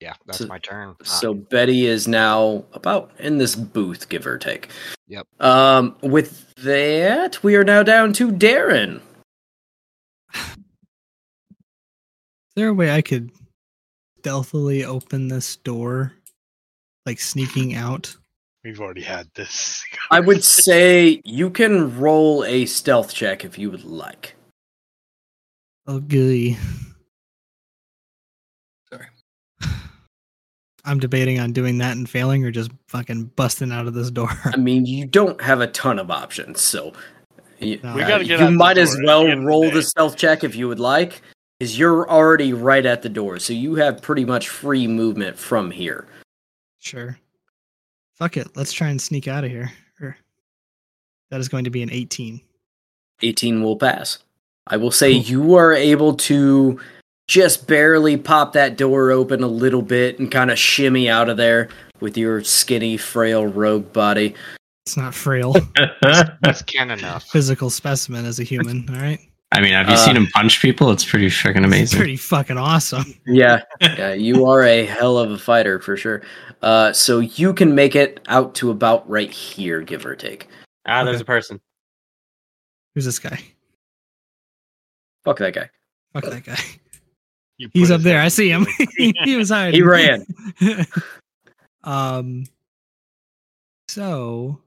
Yeah, that's
So-
my turn.
so Betty is now about in this booth, give or take.
Yep.
Um, with that, we are now down to Darren.
Is there a way I could stealthily open this door, like sneaking out?
We've already had this.
I would say you can roll a stealth check if you would like.
Oh, gooey. Sorry. I'm debating on doing that and failing or just fucking busting out of this door.
I mean, you don't have a ton of options, so y-
No.
uh,
We gotta
you,
get out the
might as
door at
well roll the stealth check if you would like, because you're already right at the door, so you have pretty much free movement from here.
Sure. Fuck it. Let's try and sneak out of here. Er, That is going to be an 18.
18 will pass. I will say you are able to just barely pop that door open a little bit and kind of shimmy out of there with your skinny, frail rogue body.
It's not frail.
That's can enough.
Physical specimen as a human. All right.
I mean, have you
Uh,
seen him punch people? It's pretty freaking amazing.
Pretty fucking awesome.
yeah, yeah, you are a hell of a fighter for sure. Uh, so you can make it out to about right here, give or take.
Ah, there's a person.
Who's this guy?
Fuck that guy.
Fuck that guy. He's up there. I see him. he was hiding.
He ran.
um. So,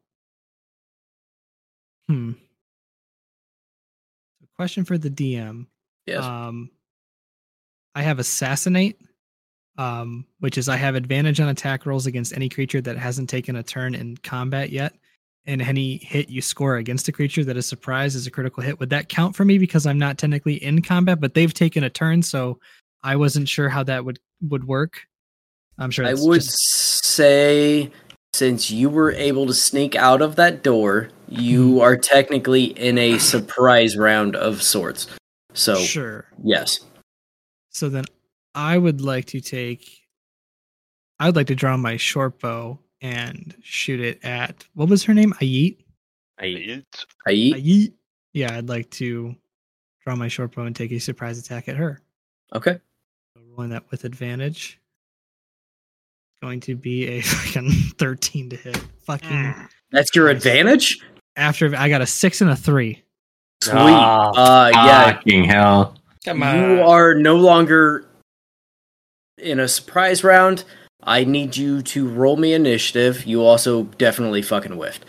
hmm. Question for the DM.
Yes.
Um, I have assassinate, um, which is I have advantage on attack rolls against any creature that hasn't taken a turn in combat yet, and any hit you score against a creature that is surprised is a critical hit. Would that count for me because I'm not technically in combat, but they've taken a turn, so I wasn't sure how that would would work. I'm sure
I
that's
would
just-
say since you were able to sneak out of that door,
Mm-hmm.
you are technically in a surprise round of sorts. So
Sure.
yes.
So then I would like to take I would like to draw my short bow and shoot it at what was her name? Ayit?
I
Ayit?
Ayit. Yeah, I'd like to draw my short bow and take a surprise attack at her.
Okay.
Rolling that with advantage. Going to be a fucking 13 to hit. Fucking
That's your advantage?
after I got a 6 and a 3.
Sweet.
Ah.
uh yeah.
Fucking hell.
Come
You are no longer in a surprise round. I need you to roll me initiative. You also definitely fucking whiffed.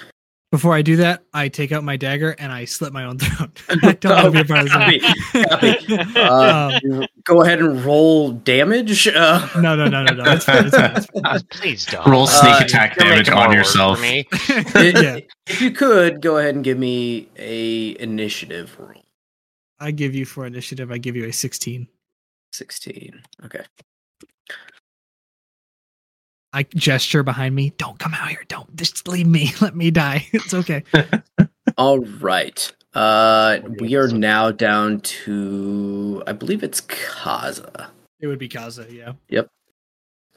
Before I do that, I take out my dagger and I slit my own throat. I don't want to be a part of
Copy,
that.
Uh, go ahead and roll damage. Uh,
Um, no, no, no, no, no. It's fine. It's fine. It's fine.
Please don't.
Roll sneak
Uh,
attack
You're
damage
making more
on
work
yourself.
For me.
yeah,
If you could, go ahead and give me a initiative roll.
I give you for initiative. I give you a sixteen.
Sixteen. Okay.
I gesture behind me. Don't come out here. Don't just leave me. Let me die. It's okay.
All right. Uh, we are now down to I believe it's Kaza.
It would be Kaza. Yeah.
Yep.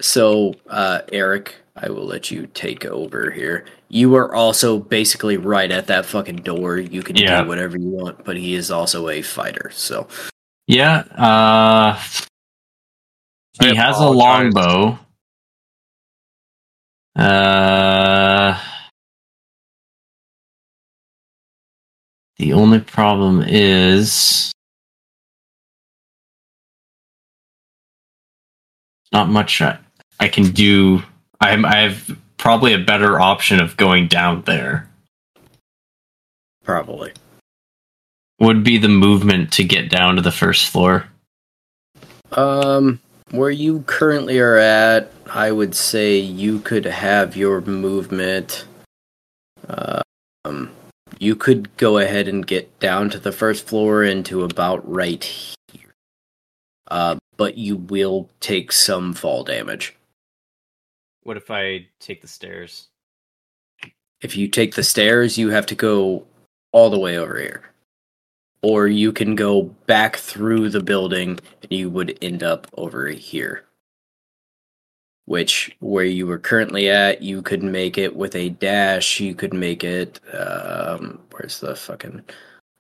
So, uh, Eric, I will let you take over here. You are also basically right at that fucking door. You can
Yeah.
do whatever you want, but he is also a fighter. So,
Yeah. Uh, he has a
apologize.
longbow. Uh, the only problem is not much I, I can do. I'm, I have probably a better option of going down there.
probably.
Would be the movement to get down to the first floor.
Um, where you currently are at, I would say you could have your movement. Um, you could go ahead and get down to the first floor and to about right here. Uh, but you will take some fall damage.
What if I take the stairs?
If you take the stairs, you have to go all the way over here. Or you can go back through the building and you would end up over here. Which, where you were currently at, you could make it with a dash. You could make it. Um, where's the fucking.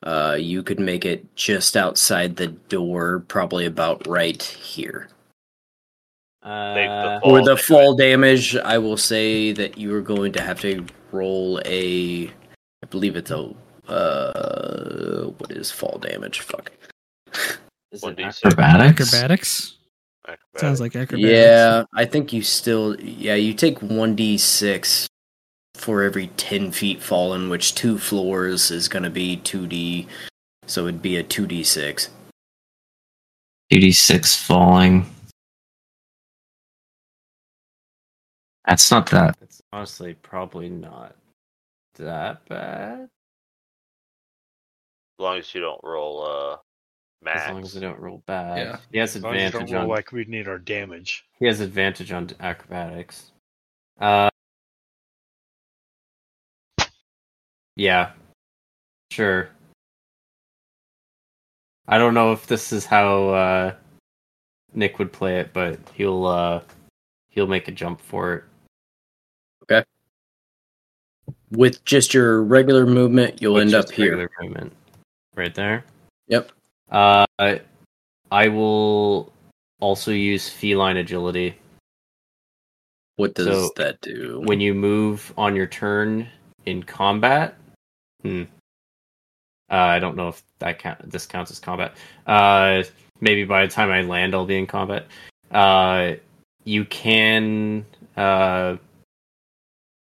Uh, you could make it just outside the door, probably about right here.
Uh,
For the fall damage, I will say that you are going to have to roll a. I believe it's a. Uh, what is fall damage? Fuck.
is
One
it
D
ac-
six.
acrobatics.
Acrobatics. Sounds like acrobatics.
Yeah, I think you still. Yeah, you take 1d6 for every 10 feet fallen, which two floors is going to be 2d. So it'd be a 2d6.
2d6 falling. That's not that.
It's honestly probably not that bad.
As long as you don't roll uh max.
As long as I don't roll
Uh,
bad.
Yeah.
He has
As long as you
advantage
don't roll
on
like we need our damage.
he has advantage on acrobatics. Uh Yeah. Sure. I don't know if this is how uh Nick would play it, but he'll uh he'll make a jump for it.
With just your regular movement, you'll
with
end
just
up here.
regular movement. Right there.
Yep.
Uh, I- I will also use feline agility.
What does
So-
that do?
When you move on your turn in combat, hmm. Uh, I don't know if that count. This counts as combat. Uh, maybe by the time I land, I'll be in combat. Uh, you can. Uh,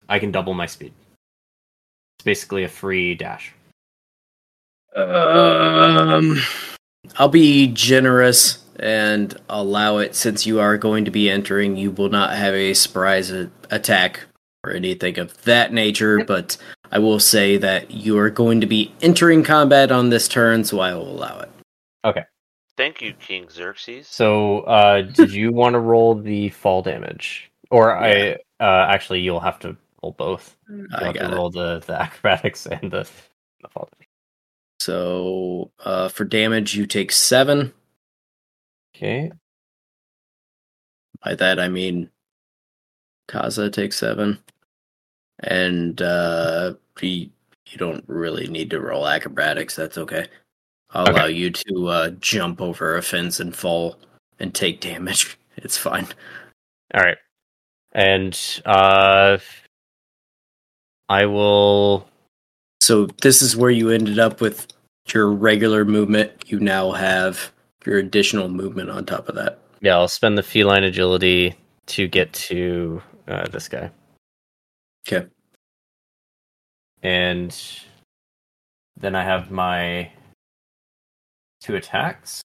I can double my speed. It's basically a free dash.
Uh,
Um, I'll be generous and allow it since you are going to be entering. You will not have a surprise a- attack or anything of that nature, but I will say that you are going to be entering combat on this turn, so I will allow it.
Okay.
Thank you, King Xerxes.
So, uh, did you want to roll the fall damage, or I uh, actually you'll have to roll both. You'll
Mm, I
have to
got it.
roll the, the acrobatics and the, the fall damage.
So uh, for damage, you take seven.
Okay.
By that I mean Kaza takes seven, and uh, he, you don't really need to roll acrobatics. That's okay. I'll allow you to uh, jump over a fence and fall and take damage. It's fine.
All right. And uh, I will.
So this is where you ended up with your regular movement. You now have your additional movement on top of that.
Yeah, I'll spend the feline agility to get to uh, this guy.
Okay.
And then I have my two attacks.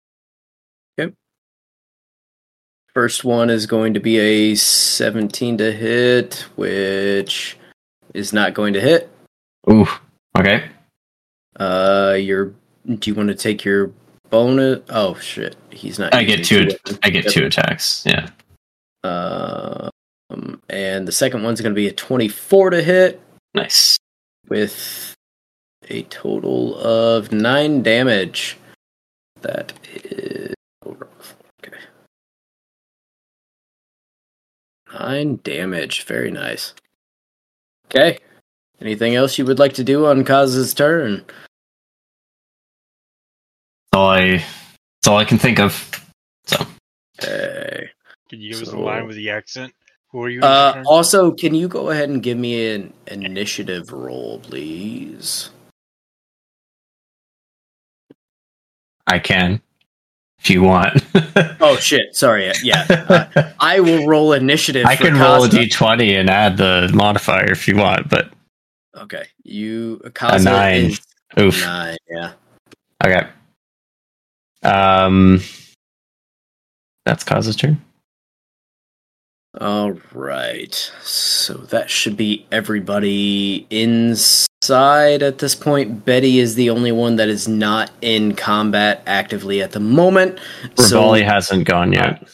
First one is going to be a 17 to hit, which is not going to hit.
Ooh. Okay.
Uh, your do you want to take your bonus? Oh shit, he's not.
I get
using
two.
two
I get
weapons.
two attacks. Yeah.
Uh, um, and the second one's going to be a 24 to hit
Nice.
with a total of nine damage. That is okay. Nine damage. Very nice. Okay. Anything else you would like to do on Kaz's turn?
That's all I. That's all I can think of. So Uh,
Okay.
Can you give us a
So-
line with the accent? Who are you? in
Uh,
turn?
also, can you go ahead and give me an initiative roll, please?
I can, if you want.
Oh shit! Sorry. Yeah, uh, I will roll initiative.
I
for
can roll a
Costa.
d20 and add the modifier if you want, but
Okay, you
a
Costa
nine.
is
Oof.
nine. Yeah.
Okay. Um, that's Kaza's turn.
All right. So that should be everybody inside at this point. Betty is the only one that is not in combat actively at the moment.
Rivali
so
hasn't gone yet.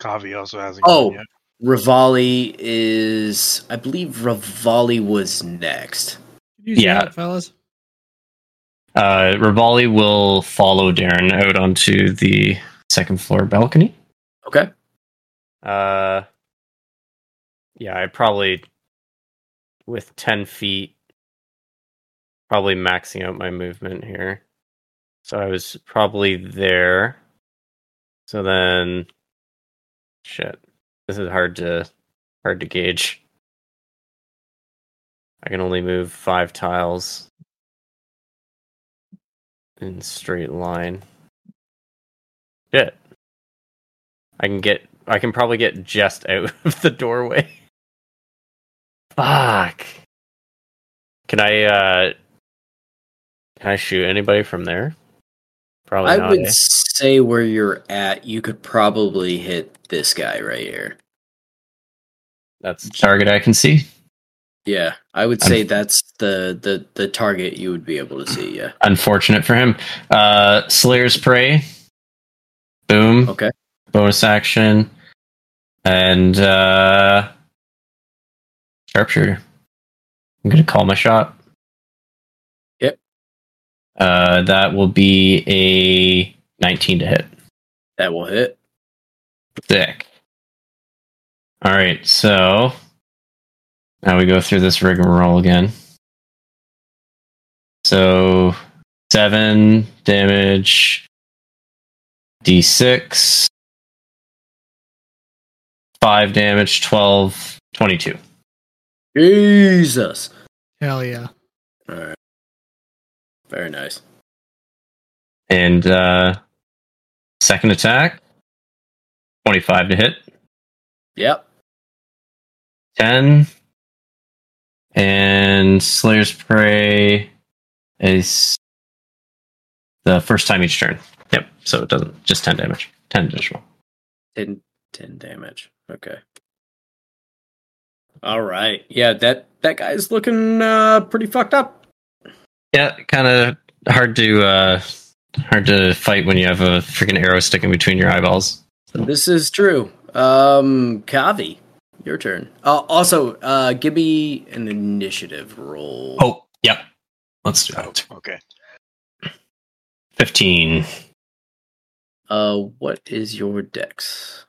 Kavi also hasn't.
Oh,
gone yet.
Rivali is. I believe Rivali was next.
You see
Yeah.
that, fellas.
Uh, Rivali will follow Darren out onto the second floor balcony.
Okay.
Uh, yeah, I probably with ten feet, probably maxing out my movement here. So I was probably there. So then, shit, this is hard to hard to gauge. I can only move five tiles in straight line. Shit. I can get I can probably get just out of the doorway. Fuck. Can I uh can I shoot anybody from there? Probably
I
not.
would
eh?
say where you're at, you could probably hit this guy right here.
That's
Target I can see.
Yeah, I would
I'm-
say that's the the the target you would be able to see. Yeah.
Unfortunate for him. Uh, Slayer's Prey. Boom.
Okay.
Bonus action. And uh, Sharpshooter. I'm going to call my shot.
Yep.
Uh, that will be a 19 to hit.
That will hit.
Thick. All right, so now we go through this rigmarole again. So seven damage, d6, five damage, 12, 22.
Jesus.
Hell yeah.
All right. Very nice.
And uh, second attack, 25 to hit,
Yep.
10. And Slayer's Prey is the first time each turn. Yep, so it doesn't, just 10 damage. 10 additional.
10, 10 damage. Okay. All right. Yeah, that that guy's looking uh pretty fucked up.
Yeah, kind of hard to uh hard to fight when you have a freaking arrow sticking between your eyeballs.
This is true. Um Kavi, your turn. Uh, also, uh give me an initiative roll.
Oh, yep. Let's do that.
Oh,
Okay.
15.
Uh what is your dex?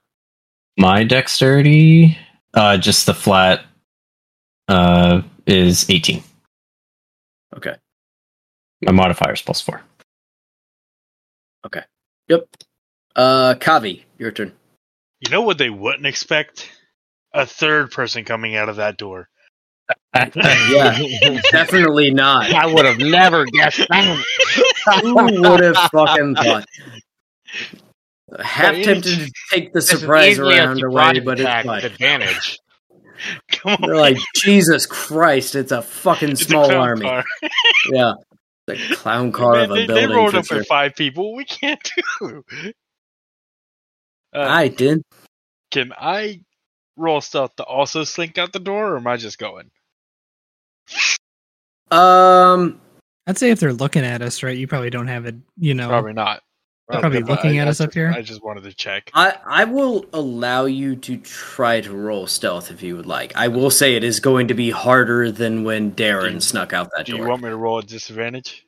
My dexterity, uh just the flat uh is 18.
Okay.
My modifier is plus 4.
Okay. Yep. Uh Kavi, your turn.
You know what they wouldn't expect? A third person coming out of that door.
Yeah. definitely not.
I would have never guessed that.
Who would have fucking thought? Half tempted to take the
This is
surprise
easily a
round away,
surprise
but it's
attack
like
advantage.
they're like Jesus Christ, it's a fucking small
clown
army.
car.
Yeah, the clown car of a
they, they
building.
rolled
for
up
sure.
with five people. We can't do. Uh,
I did.
Can I roll stealth to also slink out the door, or am I just going?
Um,
I'd say if they're looking at us, right, you probably don't have it. You know,
Probably not.
They're probably
Probably not.
looking
I-
at
I
us up here.
I just wanted to check.
I I will allow you to try to roll stealth if you would like. I will say it is going to be harder than when Darren snuck out that
Do you
door.
want me to roll at disadvantage?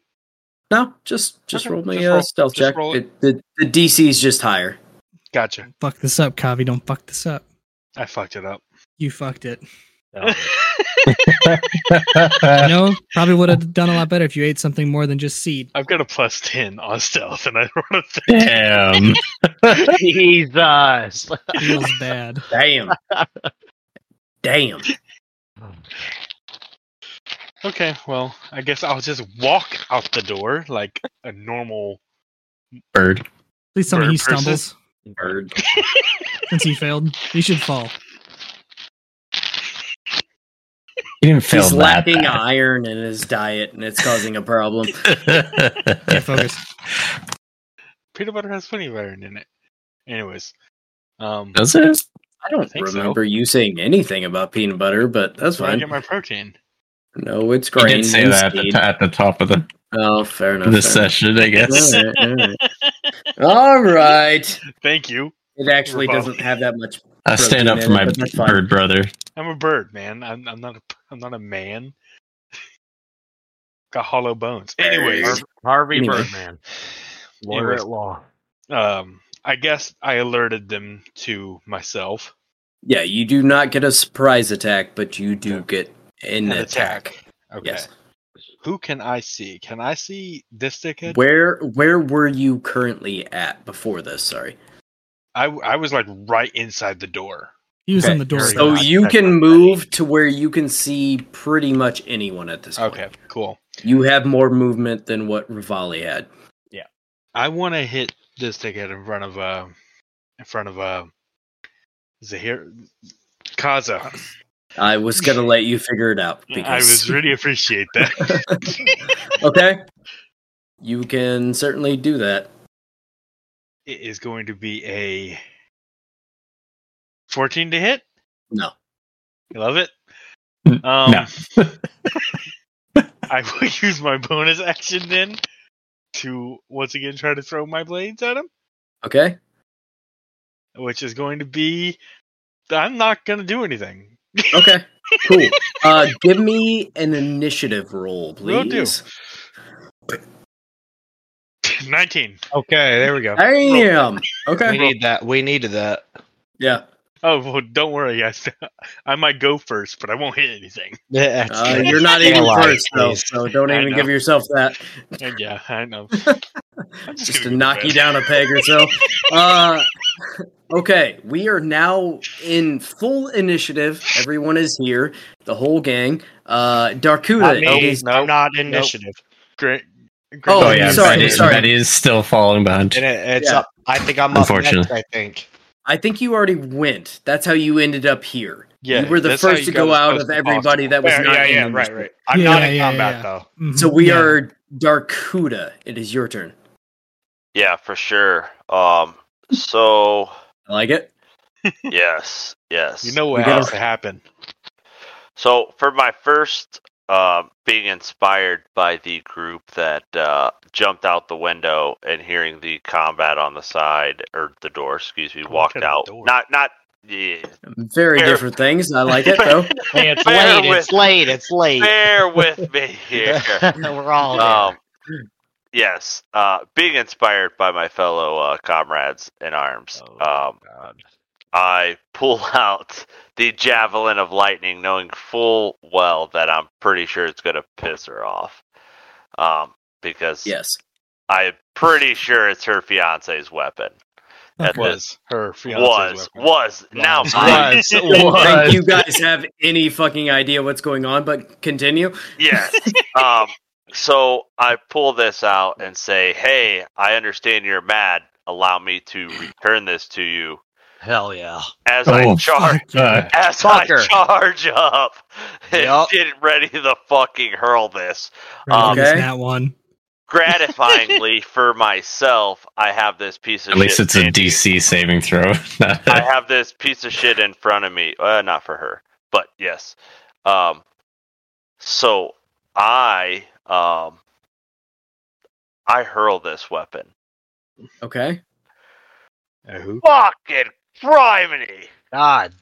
no, just just
Okay,
roll me
just
a
roll-
stealth
just
check.
roll it.
It- the the DC is just higher.
Gotcha.
fuck this up, Kavi. Don't fuck this up.
I fucked it up.
You fucked it. I know. Probably would have done a lot better if you ate something more than just seed.
I've got a plus ten on stealth, and I rolled a thirteen.
Damn.
Jesus.
Feels bad.
Damn. Damn.
Okay, well, I guess I'll just walk out the door like a normal
Bird.
Please tell me
Bird
he
person?
stumbles
bird.
since he failed. He should fall.
You didn't fail
He's
that
lacking
bad.
iron in his diet, and it's causing a problem.
Yeah, focus.
Peanut butter has plenty of iron in it. Anyways, um,
Does it?
I don't
think so.
remember you saying anything about peanut butter, but that's
where I
fine.
get my protein.
No, it's
You
grain.
did say
and
that at the,
seed.
t- at the top of the,
Oh, fair enough.
the
fair enough.
session, I guess.
All right, all right. All right.
Thank you.
It actually
Revolve.
doesn't have that much.
I stand up for
protein in
my
it, but that's fine.
bird brother.
I'm a bird, man. I'm, I'm not a I'm not a man. Got hollow bones. Anyways,
Bird.
Harvey
Anyway.
Birdman. Lawyer
anyways,
at law.
um, I guess I alerted them to myself.
Yeah, you do not get a surprise attack, but you do get
An
an, attack.
attack. Okay.
Yes.
Who can I see? Can I see this dickhead?
Where where were you currently at before this? Sorry.
I I was like right inside the door.
He was
Okay.
on the door.
So
Not
you
that
can
much.
move to where you can see pretty much anyone at this point.
Okay, cool.
You have more movement than what Rivali had.
I want to hit this ticket in front of uh in front of uh Zahir Kaza.
I was gonna let you figure it out because
I was really appreciate that.
okay. You can certainly do that.
it is going to be a 14 to hit.
No.
You love it.
N-
Um
no.
I will use my bonus action then to once again try to throw my blades at him,
Okay.
which is going to be I'm not going to do anything.
Okay. Cool. Uh, give me an initiative roll,
Will do.
please.
19.
Okay, there we go.
Damn.
We
Okay.
need that. We needed that.
Yeah.
Oh well, don't worry. I, I might go first, but I won't hit anything.
Yeah, Uh, you're not even first, though, so don't
I
even
know.
give yourself that.
And yeah, I know.
just, to knock you down a peg or so. Uh, okay, we are now in full initiative. Everyone is here, the whole gang. Uh,
Not
Darkuda
me.
is
I'm not initiative.
Great.
Oh, sorry,
that is,
sorry.
that is still falling behind.
And it, it's
Yeah.
up. I think I'm up next.
Unfortunately.
I think.
I think you already went. That's how you ended up here.
Yeah,
you were the
that's how
first
you
to go
got as
out
close
of
as
everybody
possible.
that was
Yeah,
not
yeah,
in
yeah,
the
right,
initiative.
right. I'm Yeah, not in yeah, combat, yeah. though. Mhm,
So we
yeah.
are Darkuda. It is your turn.
Yeah, for sure. Um, so
I like it.
yes, yes.
You know what has to happen?
So for my first, uh, being inspired by the group that uh, jumped out the window and hearing the combat on the side or the door, excuse me, walked out. Not, not. Yeah.
Very
Fair.
different things. I like it though.
Hey, it's
Bear
late. It's
with-
late. It's late.
Bear with me here.
We're all there.
Um, yes, uh, being inspired by my fellow uh, comrades in arms,
Oh,
um, I pull out the javelin of lightning, knowing full well that I'm pretty sure it's going to piss her off. Um, because
yes,
I'm pretty sure it's her fiance's weapon. That
was her fiance's
was
weapon.
was now mine.
Was, think you guys have any fucking idea what's going on, but continue.
Yes. um, so I pull this out and say, "Hey, I understand you're mad. Allow me to return this to you."
Hell yeah!
As
Oh,
I charge,
fuck yeah.
as
Fucker.
I charge up, and get ready to fucking hurl this.
Right,
Um,
it's That one.
gratifyingly for myself, I have this piece of
At least
shit.
it's a DC saving throw.
I have this piece of shit in front of me. Uh, not for her, but yes. Um, so I um, I hurl this weapon.
Okay.
Fucking criminy!
God.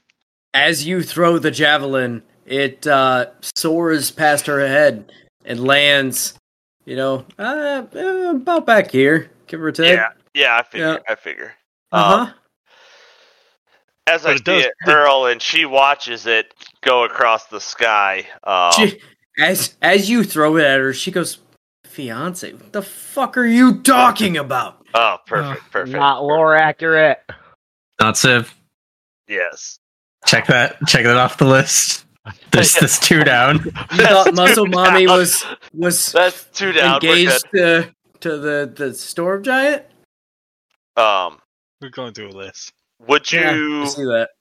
As you throw the javelin, it uh, soars past her head and lands. You know, uh, uh, about back here, give or take.
Yeah, yeah. I figure. I figure.
Uh huh.
As I see it hurl, and she watches it go across the sky. Um,
She- as as you throw it at her, she goes, "Fiance, what the fuck are you talking about?"
oh, perfect, perfect.
Not lore accurate.
Not Civ.
Yes.
Check that. Check that off the list. There's this two down.
You thought Muscle Mommy was was
that's two down. We're
engaged to, to the the storm giant.
Um,
we're going through a list.
Would you
Yeah, I see that?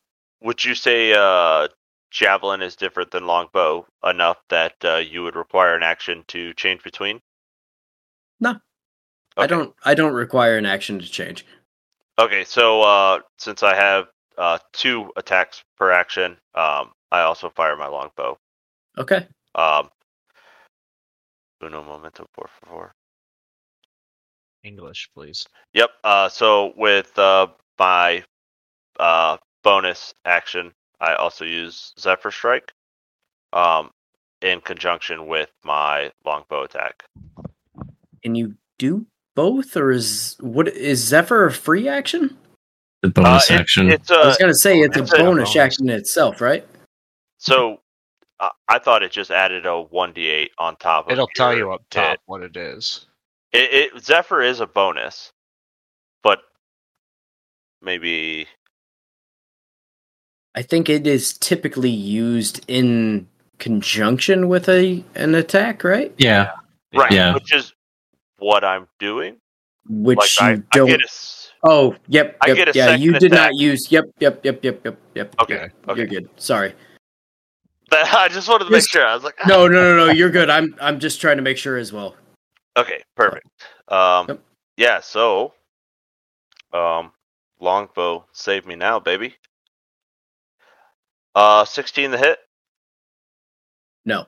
Would you say uh, javelin is different than longbow enough that uh, you would require an action to change between?
I don't I don't require an action to change.
Okay, so uh, since I have uh, two attacks per action, um, I also fire my longbow.
Okay.
Um, uno momento, por favor.
English, please.
Yep. Uh, so with uh, my uh, bonus action, I also use Zephyr Strike um, in conjunction with my longbow attack.
And you do both or is what is Zephyr a free action?
The
bonus
action.
Uh, It's
I
a,
was gonna say it's,
it's
a
a
bonus
bonus.
action in itself, right?
so uh, I thought it just added a 1d8 on top of
It'll tell
your
you up top
hit.
what it is.
It, it Zephyr is a bonus, but maybe
I think it is typically used in conjunction with a an attack, right?
Yeah.
right,
Yeah.
which is what I'm doing.
Which
Like,
you
I- I
don't
get a s-
Oh, yep,
I
yep.
get a
yeah, you
second
did
attack.
not use yep, yep, yep, yep, yep, yep.
Okay,
yep. You're good. Sorry.
But I just wanted to make sure. I was like,
No, no, no, no, you're good. I'm I'm just trying to make sure as well.
Okay, perfect. Um, yeah. So, um, longbow, save me now, baby. Uh, sixteen the hit.
No.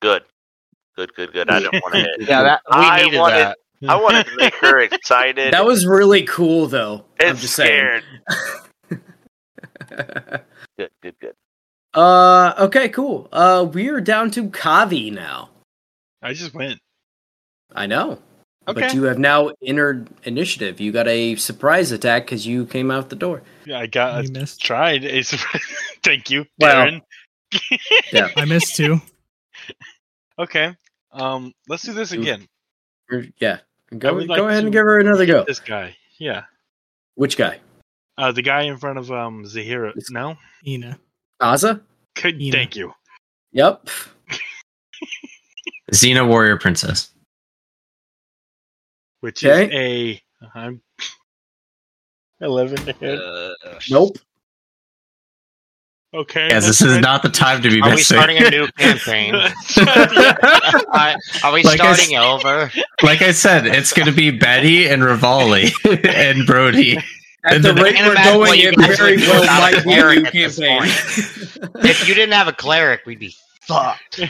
Good, good, good, good. I didn't want to hit.
Yeah, that- we
I
needed
wanted,
that.
I wanted to make her excited.
That was really cool though. I'm
It's
just saying.
scared. good, good, good.
Uh okay, cool. Uh we are down to Kavi now.
I just went.
I know. But
Okay.
you have now entered initiative. You got a surprise attack because you came out the door.
Yeah, I got I tried. It's, thank you,
Well.
Darren.
Yeah.
I missed two.
Okay. Um, let's do this again.
You're- yeah.
I
Go,
would
go
like
ahead
to
and give her another go.
This guy. Yeah.
Which guy?
Uh, the guy in front of um Zahira. No.
Ina.
Aza?
Could thank you.
Yep.
Xena Warrior Princess.
Which
Okay.
is a I'm eleven to hit.
nope.
Okay.
Guys, this is not the time to be
Are we
missing.
starting
a new campaign?
Uh,
are we
Like I s-
starting over?
like I said, it's going to be Betty and Rivali and Brody.
At
And
the
then-
rate we're going, it very well might be a new campaign.
if you didn't have a cleric, we'd be fucked.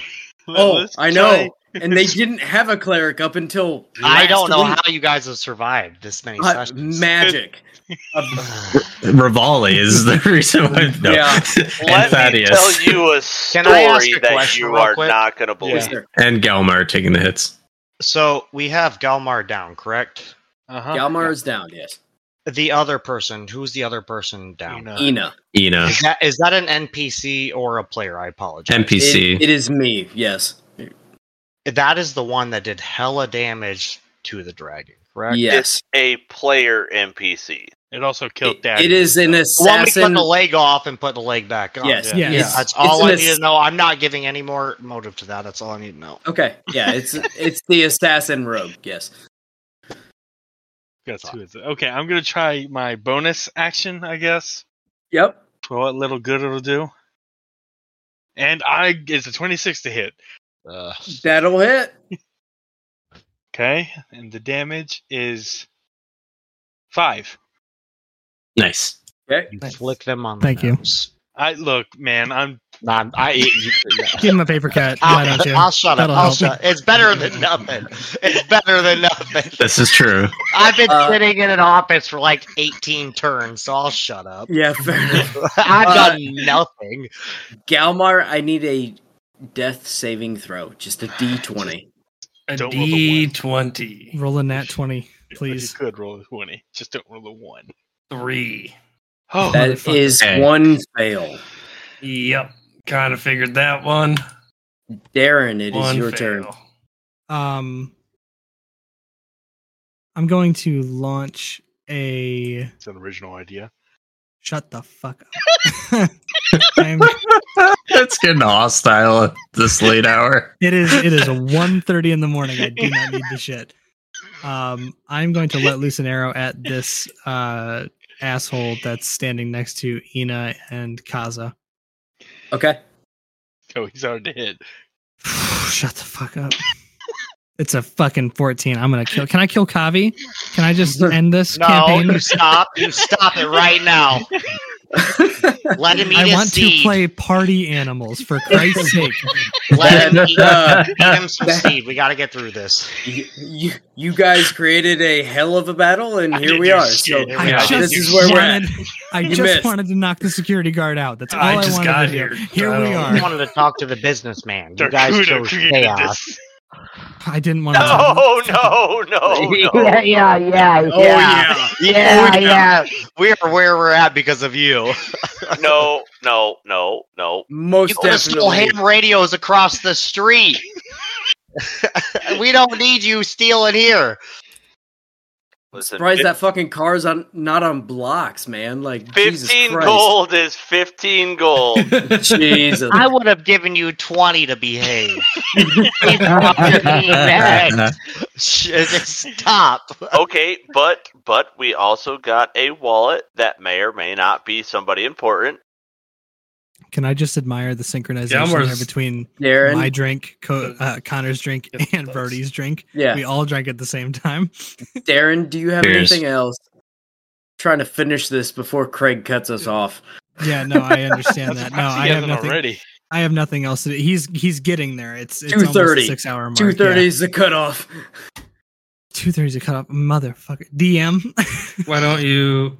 Oh, I know. and they didn't have a cleric up until
I don't
last
know
week.
how you guys have survived this many
Uh,
sessions.
magic.
Rivali is the reason why. No.
Yeah.
and
Let me
Thaddeus.
tell you a story
Can I ask a
that
question
you
real
are
quick?
not going to believe.
And Galmar taking the hits.
So we have Galmar down, correct?
Uh-huh.
Galmar is down. Yes.
The other person, who's the other person down?
Ina.
Ina.
Is that is that an NPC or a player? I apologize.
NPC.
It- it is me. Yes.
That is the one that did hella damage to the dragon, correct?
It's a player NPC.
It also killed
Dad.
It is an
The one we cut
assassin.
the leg off and put the leg back on.
Yes, Yeah. yes. It's-
That's all
it's
I
an
need
ass-
to know. I'm not giving any more motive to that. That's all I need to know.
Okay. Yeah. It's it's the assassin rogue. Yes.
Got two of them. Okay, I'm gonna try my bonus action, I guess.
Yep.
For what little good it'll do. And I it's a 26 to hit. Uh,
That'll hit.
Okay, and the damage is five.
Nice.
Okay.
Flick them on.
Thank you.
I look, man. I'm.
I'm I. You,
Give him a paper cut. Why
I'll,
don't you?
I'll shut up.
That'll
I'll
help.
shut. It's better than nothing. It's better than nothing.
This is true.
I've been
Uh,
sitting in an office for like 18 turns, so I'll shut up.
Yeah. Fair enough.
I've
Uh,
done nothing.
Galmar, I need a death saving throw. Just a D twenty.
A
Don't roll
D twenty
Roll a nat twenty,
Please.
please.
You could roll a 20. Just don't roll a one.
three.
Oh,
That
motherfucker.
is
Hey.
one fail.
Yep, kind of figured that one.
Darren, it is
One
your
fail.
turn.
Um, I'm going to launch a.
It's an original idea.
Shut the fuck up. I'm-
it's getting hostile at this late hour.
it is it is 1.30 in the morning. I do not need the shit. Um, I'm going to let loose an arrow at this uh asshole that's standing next to Ina and Kaza.
Okay.
Oh, he's hard to hit.
Shut the fuck up. It's a fucking 14. I'm gonna kill. Can I kill Kavi? Can I just end this
No,
campaign?
you stop. You stop it right now. Let him eat
I
his
want
seed.
to play party animals for Christ's sake.
Let him eat,
Uh,
eat him some seed. We got to get through this.
You, you, you guys created a hell of a battle, and here
didn't
we
do
are. So
shit. Here
I
we are.
just
this is where we're at.
wanted, I
You
just
missed.
wanted to knock the security guard out. That's all
I
I,
just
wanted
got
to do.
here.
Here we
We
are.
wanted to talk to the businessman. You
Darkuda
guys chose
created
chaos.
I didn't want to.
No, no, no, no.
yeah, yeah, yeah.
Oh, yeah.
Yeah,
Oh, yeah.
yeah. We are where we're at because of you.
no, no, no, no.
Most
You could have stole ham radios across the street. we don't need you stealing here.
Listen,
Surprised
fif-
that fucking car's on not on blocks, man. Like Jesus
fifteen
Christ.
gold is fifteen gold.
Jesus.
I would have given you 20 to behave. Stop.
okay, but but we also got a wallet that may or may not be somebody important.
Can I just admire the synchronization
Delmer's-
there between
Darren?
my drink, Co- uh, Connor's drink, and Brody's drink?
Yeah.
we all drank at the same time.
Darren, do you have
Cheers.
anything else? trying to finish this before Craig cuts us off.
Yeah, no, I understand that. No,
Perhaps he
I have
hasn't
nothing.
already.
I have nothing else to do. He's he's getting there. It's it's
Two
almost
thirty.
a six hour mark.
Two thirty is the cutoff.
Two thirty is a cutoff. Motherfucker. DM.
Why don't you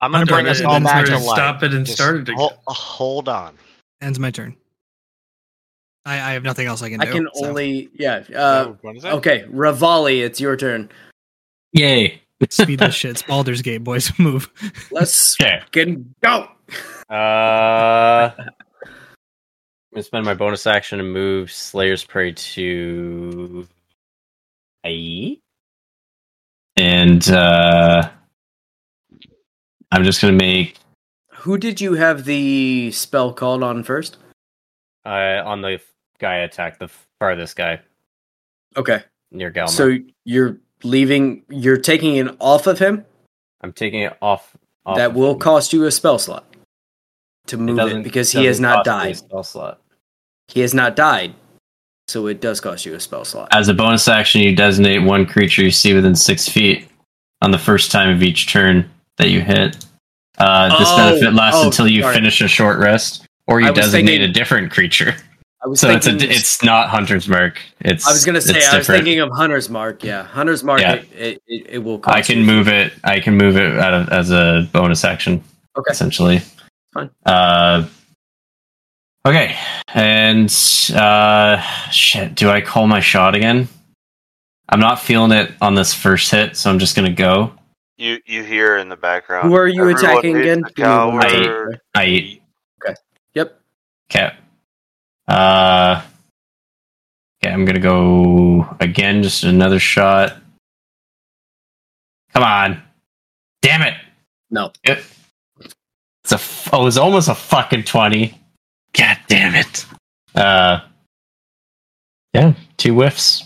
I'm going to
Under
bring us
it
all
and
back to
start-
life.
stop it and
Just
start it
hol- Hold on.
Ends my turn. I, I have nothing else I can do.
I can
so.
only yeah. Uh,
what is that?
okay, Rivali, it's your turn.
Yay!
Speed this shit. It's Baldur's Gate, boys. Move.
Let's fucking go.
Uh, I'm gonna spend my bonus action and move Slayer's Prey to. Aye. And uh, I'm just gonna make
Who did you have the spell called on first?
uh, on the guy attack the farthest guy
Okay,
near Galma.
so you're leaving. You're taking it off of him.
I'm taking it off. off
that
of
will
him.
cost you a spell slot to move it,
doesn't-
because he has
doesn't
not
cost me a
died.
Spell slot.
He has not died, so it does cost you a spell slot.
As a bonus action, you designate one creature you see within six feet on the first time of each turn that you hit. Uh, this
Oh,
benefit lasts
oh,
until you
sorry.
finish a short rest, or
I
you
was
designate
thinking-
a different creature.
I was
So it's a,
thinking-
it's not Hunter's Mark. It's
I was gonna say
it's
I was
different.
thinking of Hunter's Mark. Yeah, Hunter's Mark.
Yeah.
It, it, it, it will. Cost
I can
you.
move it. I can move it out of, as a bonus action.
Okay.
Essentially.
Fine.
Uh, okay. And uh, shit. Do I call my shot again? I'm not feeling it on this first hit, so I'm just gonna go.
You you hear in the background.
Who are you
"Everyone
attacking
hates
again?
the
Give me one
coward."
second.
I eat.
Okay. Yep.
Okay. Uh. Okay, I'm gonna go again. Just another shot. Come on. Damn it.
No.
Yep. It's a. F- oh, it's almost a fucking twenty. God damn it. Uh. Yeah, two whiffs.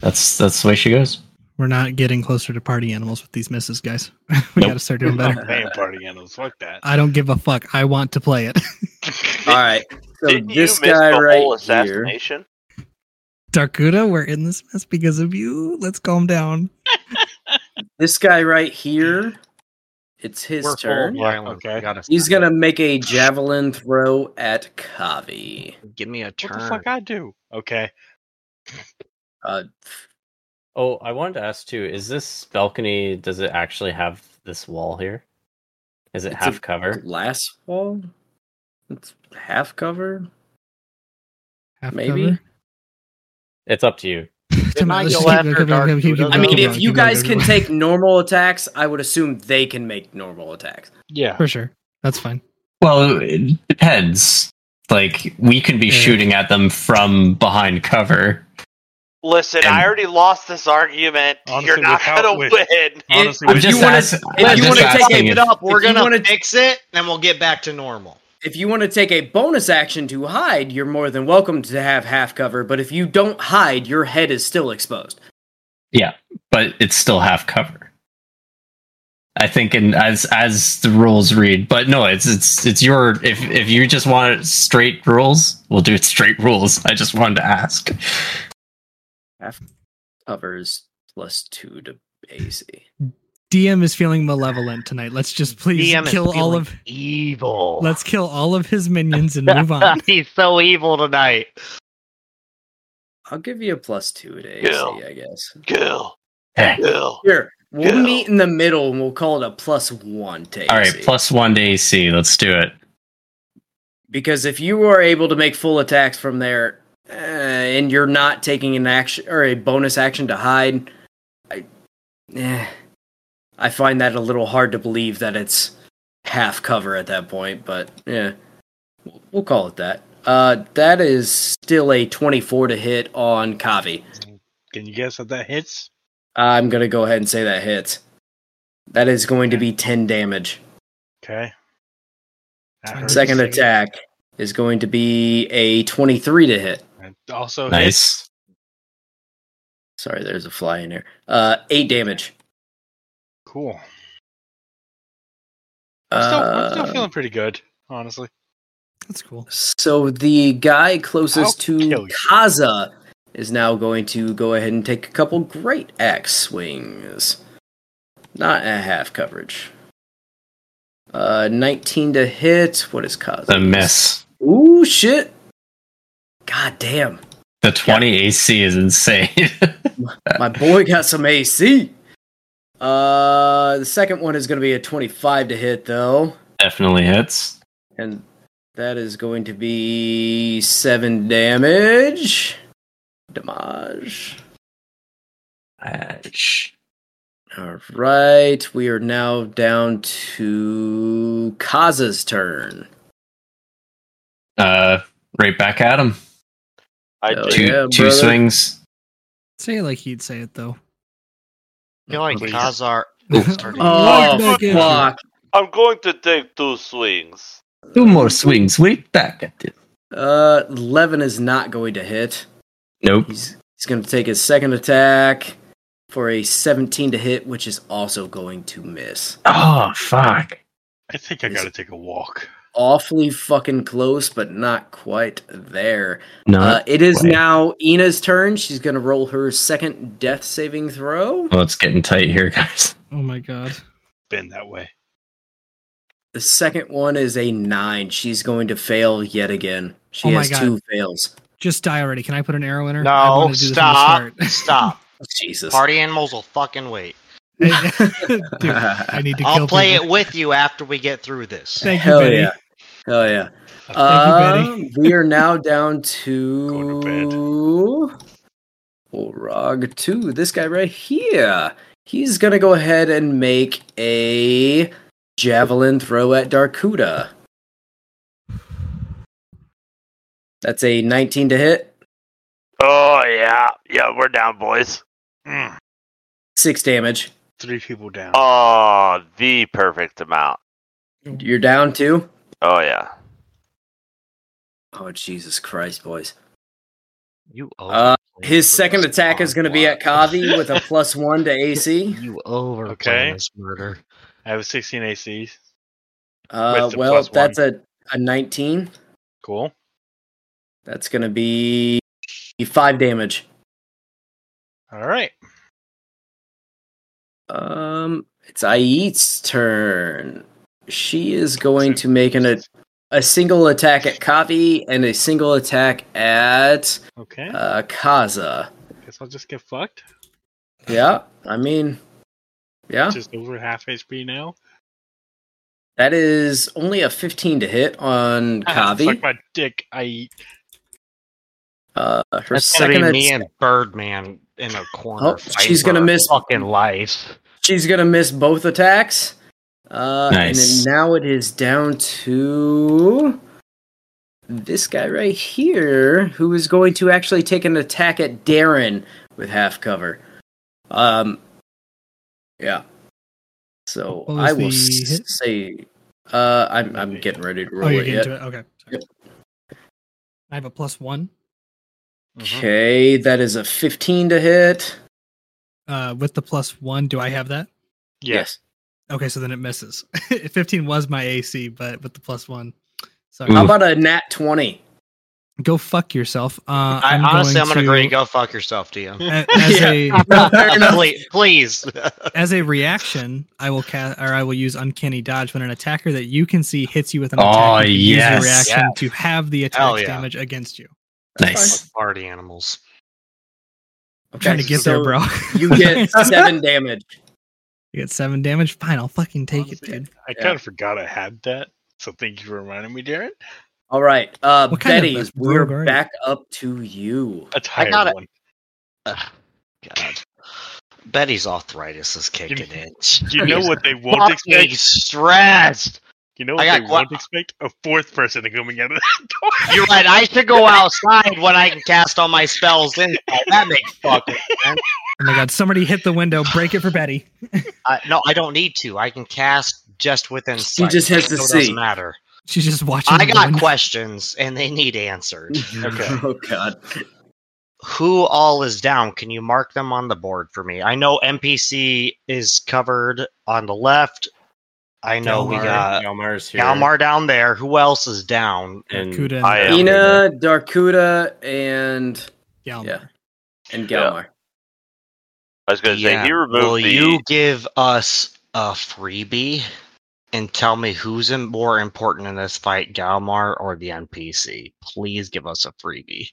That's that's the way she goes.
We're not getting closer to party animals with these misses, guys. we got to start doing
I'm
better.
not playing party animals. Fuck that.
I don't give a fuck. I want to play it.
All right. So
Didn't
this
you miss
guy
the
right
whole
here.
assassination?
Darkuda, we're in this mess because of you. Let's calm down.
This guy right here. It's his
We're full
turn.
violence, we gotta
He's gonna make a javelin throw at Kavi.
Give me a turn.
What the fuck I do?
Okay.
Uh,
oh, I wanted to ask too. Is this balcony? Does it actually have this wall here? Is it
It's a
half cover?
Glass wall. It's half cover.
Half
Maybe.
cover?
It's up to you.
Come on, let's just keep going, keep going, keep going,
I mean,
keep
if
going,
you
keep going,
guys
keep
can
going.
take normal attacks, I would assume they can make normal attacks.
Yeah.
For sure. That's fine.
Well, it depends. Like we can be shooting at them from behind cover.
Listen, I already lost this argument. You're not
without-
gonna
with-
win.
honestly, I'm with- just
you wanna-
ask-
if
I'm
you
just
want to
asking
take
if- If
it up,
We're
if you
gonna
wanna,
fix it, and we'll get back to normal.
if you want to take a bonus action to hide, you're more than welcome to have half cover. But if you don't hide, your head is still exposed.
Yeah, but it's still half cover. I think, and as as the rules read, but no, it's it's it's your if if you just want straight rules, we'll do straight rules. I just wanted to ask.
Half cover is plus two to AC.
DM is feeling malevolent tonight. Let's just please
DM is
kill all
feeling
of
evil.
Let's kill all of his minions and move on.
He's so evil tonight.
I'll give you a plus two to AC,
Kill.
I guess.
Kill.
Kill. Here, we'll
Kill.
meet in the middle and we'll call it a plus one to AC.
All right, plus one to AC. Let's do it.
because if you are able to make full attacks from there uh, and you're not taking an action or a bonus action to hide I, eh, I find that a little hard to believe that it's half cover at that point but yeah we'll- we'll call it that uh, that is still a 24 to hit on Kavi.
Can you guess if that hits?
I'm going to go ahead and say that hits. That is going to be 10 damage.
Okay. That hurts.
Second attack is going to be a 23 to hit.
Also hits.
Nice.
Sorry, there's a fly in there. Uh, eight damage.
Cool. I'm still, I'm
Uh,
still feeling pretty good, honestly.
That's cool.
So the guy closest
I'll
to Kaza is now going to go ahead and take a couple great axe swings. Not at half coverage. Uh, 19 to hit. What is Kaza?
The miss.
Ooh, shit. God damn.
The twenty AC is insane.
My boy got some AC. Uh, the second one is going to be a 25 to hit, though.
Definitely hits.
And That is going to be seven damage. Damage. All right, we are now down to Kaza's turn.
Uh, right back at him.
I
Hell
two
yeah,
two
brother.
swings.
Say it like he'd say it though.
No, like Khazar.
Oh,
Look back at
fuck. I'm going to take two swings.
Two more swings. Wait back at him.
Uh, Levin is not going to hit.
Nope.
He's going to take his second attack for a 17 to hit, which is also going to miss.
Oh fuck!
I think I gotta take a walk.
Awfully fucking close, but not quite there.
Not
uh, it is
quite.
now Ina's turn. She's going to roll her second death saving throw.
Oh, it's getting tight here, guys.
Oh my god.
Been that way.
The second one is a nine. She's going to fail yet again. She
Oh my
has
God.
two fails.
Just die already. Can I put an arrow in her? I
No,
wanted to do this from the
stop,
start.
stop.
Jesus.
Party animals will fucking wait.
Dude, I need to
I'll
kill
play
people.
it with you after we get through this.
Thank
Hell
you, Betty.
yeah. Hell yeah.
Thank you,
Um, we are now down to Orog 2. This guy right here. He's going to go ahead and make a javelin throw at Darkuda. That's a 19 to hit,
Oh, yeah. Yeah, we're down, boys. Mm.
6 damage.
Three people down.
Oh, the perfect amount.
You're down two.
Oh, yeah.
Oh, Jesus Christ, boys.
You
Uh, his second attack is going to be at Kavi with a plus one to AC.
You over
Okay.
this murder.
I have 16 AC.
Uh,
With the
well,
plus one.
that's a, a 19.
Cool.
That's going to be five damage.
All right.
Um, it's Ait's turn. She is going to make an, a, a single attack at Kavi and a single attack at
Okay.
uh, Kaza.
Guess I'll just get fucked.
Yeah, I mean, yeah.
Just over half HP now.
That is only a 15 to hit on
Ah, Suck
Kavi.
my dick. I eat.
Uh, her
That's gonna
second
be me
atta-
and Birdman in a corner.
Oh, she's gonna
fighting for
miss.
fucking life.
She's gonna miss both attacks. Uh,
Nice.
And then now it is down to this guy right here, who is going to actually take an attack at Darren with half cover. Um, yeah. So
What was
I will
the
s-
hit?
say, uh, I'm I'm getting ready to roll
Oh, you're
it
getting
yet.
to it. Okay. sorry. I have a plus one
Mm-hmm. Okay, that is a 15 to hit.
uh, with the plus one. Do I have that?
Yes.
Okay, so then it misses. 15 was my AC, but with the plus one. Sorry.
How about a nat 20?
go fuck yourself? Uh,
I,
I'm
honestly,
going
I'm gonna
to-
agree. Go fuck yourself, DM.
A- as a-
please, please.
As a reaction, I will cast or I will use uncanny dodge when an attacker that you can see hits you with an attack.
Oh,
you can use your
yes.
reaction
Yes.
to have the
Hell
attack
yeah.
damage against you.
Nice.
Fuck Party animals.
Okay,
trying to get there, bro.
you get seven damage.
You get seven damage. Fine, I'll fucking take it, dude.
I kind of forgot I had that. So thank you for reminding me, Darren.
All right, uh,
What kind of
Betty,
a rogue are
we're
you?
back up to you.
A tired
got it.
one.
God. Betty's arthritis is kicking in.
You know
She's
what they won't
fucking
expect?
Stressed.
You know
I
what
got
they
qu-
won't expect? A fourth person to coming out of that door.
You're right. I should go outside when I can cast all my spells inside. That makes fucking sense.
Oh my god! Somebody hit the window. Break it for Betty.
I, no, I don't need to. I can cast just within
She
sight.
just has to
so It
see.
doesn't matter.
She's just watching.
I
the
got
window.
questions, and they need answered.
Okay.
Oh God.
Who all is down? Can you mark them on the board for me? I know NPC is covered on the left. I know we got
Galmar's here.
Galmar down there. Who else is down?
and
Kuda and
I am.
Ina, Darkuda, and
Galmar.
yeah, and Galmar.
I was going to
Yeah.
say, he removed
Will
the.
you give us a freebie and tell me who's in, more important in this fight, Galmar or the NPC? Please give us a freebie.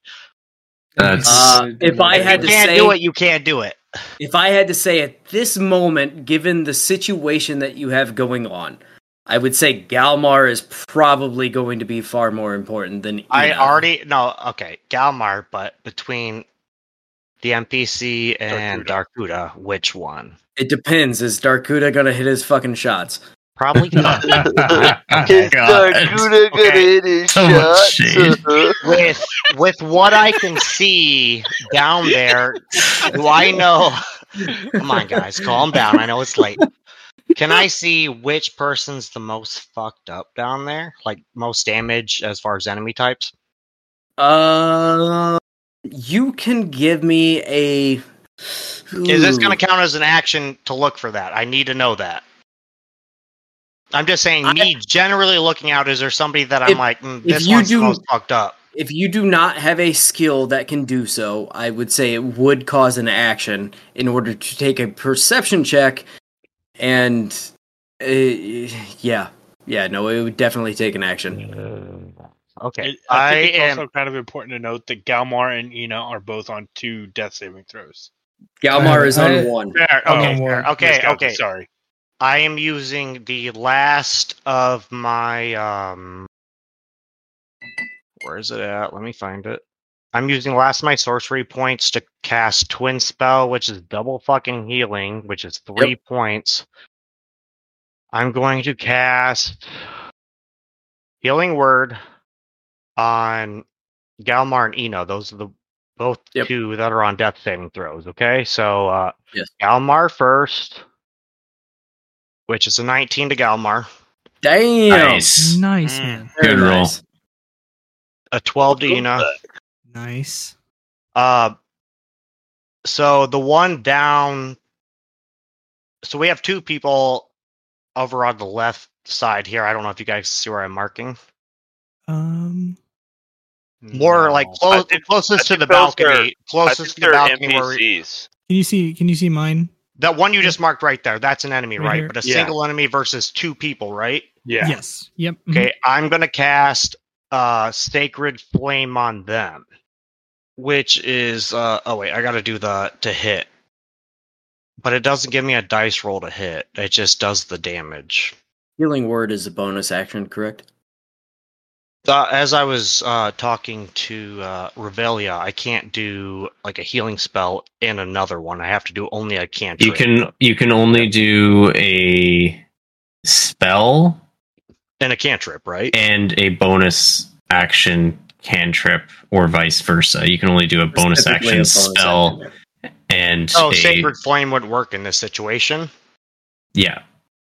That's
Uh, if I
If
had to
you can't do
say,
it. You can't do it.
if I had to say at this moment, given the situation that you have going on, I would say Galmar is probably going to be far more important than
I
Enoch.
already no okay Galmar, but between the NPC and Darkuda, which one?
It depends. Is Darkuda gonna hit his fucking shots?
Probably not.
Is Darkuda gonna hit his
Oh So
shots?
much shade. with with what I can see down there, do I know? Come on, guys, calm down. I know it's late. Can I see which person's the most fucked up down there? Like most damage as far as enemy types?
Uh, you can give me a.
Is this
Ooh.
going to count as an action to look for that? I need to know that. I'm just saying, me generally looking out, is there somebody that I'm
If-
like, mm,
if
this
you
one's the
do-
most fucked up?
If you do not have a skill that can do so, I would say it would cause an action in order to take a perception check, and uh, yeah, yeah, no, it would definitely take an action.
Okay,
It- Uh, I, think
I
it's
am-
also kind of important to note that Galmar and Ina are both on two death saving throws.
Galmar
I-
is on
I-
one.
There, Oh,
I'm
okay,
on one.
there,
Okay,
yes, gotcha,
okay.
Sorry.
I am using the last of my um where is it at? Let me find it. I'm using the last of my sorcery points to cast twin spell, which is double fucking healing, which is three points. I'm going to cast healing word on Galmar and Eno. Those are the both two that are on death saving throws. Okay, so uh,
yes.
Galmar first, which is a 19 to Galmar.
Damn.
Nice.
Nice, man.
Good
roll.
A 12 to Ina.
Nice.
Uh, so the one down. So we have two people over on the left side here. I don't know if you guys see where I'm marking.
Um.
More like close, closest to the balcony. closest to the balcony where we-
Can you see? Can you see mine?
that one you just marked right there. That's an enemy,
Right
right?
here.
But a
Yeah.
single enemy versus two people, right?
Yeah.
Yes. Yep. mhm.
Okay, I'm gonna cast uh Sacred Flame on them. Which is uh oh wait, I gotta do the to hit. But it doesn't give me a dice roll to hit. It just does the damage.
Healing word is a bonus action, correct?
Uh, as I was uh, talking to uh, Revelia, I can't do like a healing spell in another one. I have to do only a cantrip.
You can you can only do a spell
and a cantrip, right?
And a bonus action cantrip or vice versa. You can only do a bonus
typically
action
a bonus
spell and
Oh,
a-
Sacred Flame would work in this situation.
yeah.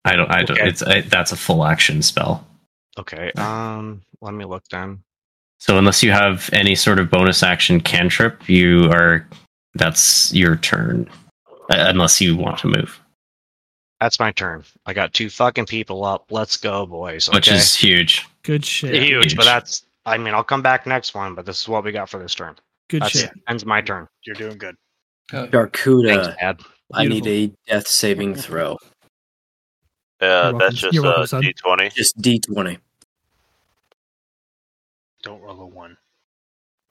I don't I don't
Okay.
it's I, that's a full action spell.
Okay. Um, let me look then.
So unless you have any sort of bonus action cantrip, you are that's your turn. Uh, unless you want to move,
That's my turn. I got two fucking people up. Let's go, boys.
which
okay?
is huge.
Good shit.
huge, but that's. I mean, I'll come back next one, but this is what we got for this turn.
Good
that's
shit.
It. Ends my turn. You're doing good.
Darkuda. I need
Beautiful.
a death saving throw.
Yeah, that's just
You're welcome,
uh,
son.
D20.
Just D20.
Don't roll a one.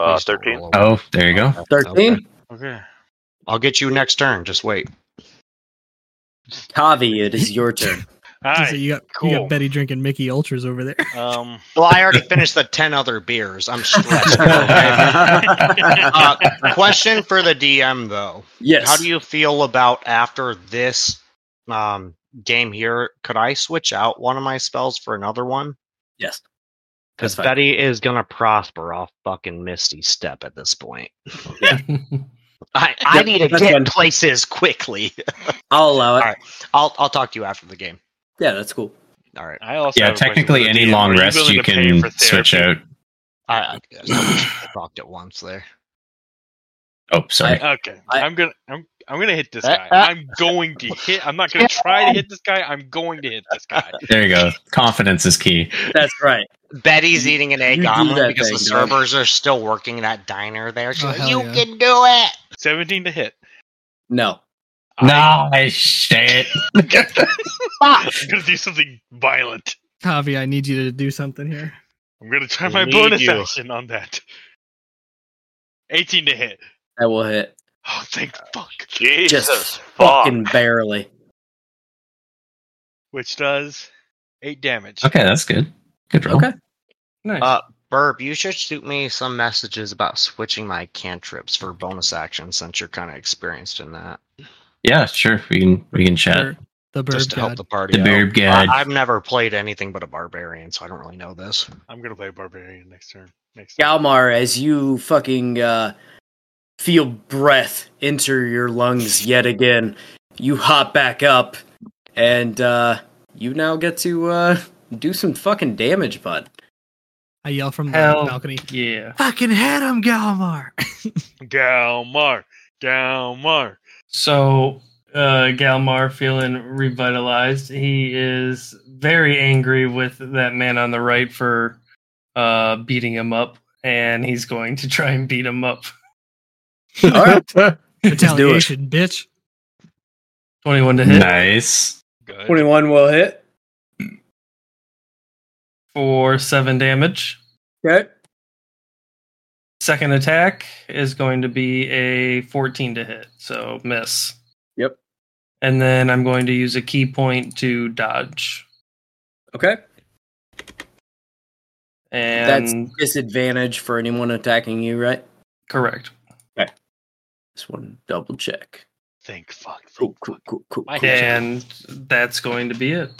Uh, 13.
Oh, there you go.
13?
Okay.
I'll get you next turn. Just wait.
Tavi, it is your turn.
So you got you got Betty drinking Mickey Ultras over there.
Um. Well, I already finished the ten other beers. I'm stressed. okay? uh, question for the DM though.
Yes.
How do you feel about after this um, game here? Could I switch out one of my spells for another one?
Yes.
Because Betty is gonna prosper off fucking Misty Step at this point. I, I
Yep,
need to
that's
get
fine.
places quickly.
I'll allow it.
I'll I'll talk to you after the game.
Yeah, that's cool.
All right.
I also
Yeah,
have a question
technically
for
any
DM. Are
long
you
rest
willing
you
to pay
can
for
switch
therapy?
I,
out.
I talked at once there.
Oh, sorry.
okay, I, am gonna I'm I'm gonna hit this
Uh,
guy.
uh.
I'm going to hit. I'm not gonna try to hit this guy. I'm going to hit this guy.
There you go. Confidence is key.
That's right.
Betty's eating an egg
do
omelet
that
because
thing,
the
dog.
servers are still working that diner there. She's
Oh,
like,
hell
you
yeah.
can do it.
17 to hit.
No.
Nice shit.
I'm
gonna do something violent.
Tavi, I need you to do something here.
I'm gonna try
We
my
need
bonus
you.
action on that. 18 to hit.
That will hit.
Oh, thank
Uh,
fuck.
Jesus
Just fucking barely.
Which does Eight damage.
Okay, that's good. Good roll.
Okay.
Nice.
Uh, Burb, you should shoot me some messages about switching my cantrips for bonus action since you're kind of experienced in that.
Yeah, sure. We can we can chat.
Sure. The Burb
just to help
God.
the party.
The
out.
Burb God.
I, I've never played anything but a barbarian, so I don't really know this.
I'm gonna play barbarian next turn. Next.
Galmar, as you fucking uh, feel breath enter your lungs yet again, you hop back up, and uh, you now get to uh, do some fucking damage, bud.
I yell from the
Hell
balcony.
yeah.
Fucking hit him, Galmar.
Galmar, Galmar.
So uh, Galmar feeling revitalized. He is very angry with that man on the right for uh, beating him up, and he's going to try and beat him up.
All right,
Retaliation, bitch.
Twenty-one to hit
Nice.
Good.
twenty-one will hit.
for seven damage.
Okay,
Second attack is going to be a fourteen to hit, so miss.
Yep.
And then I'm going to use a key point to dodge.
okay. That's
And
disadvantage for anyone attacking you, right?
correct.
Just want to double check.
Think fuck.
Cool, cool, cool, cool.
My
cool.
And that's going to be it.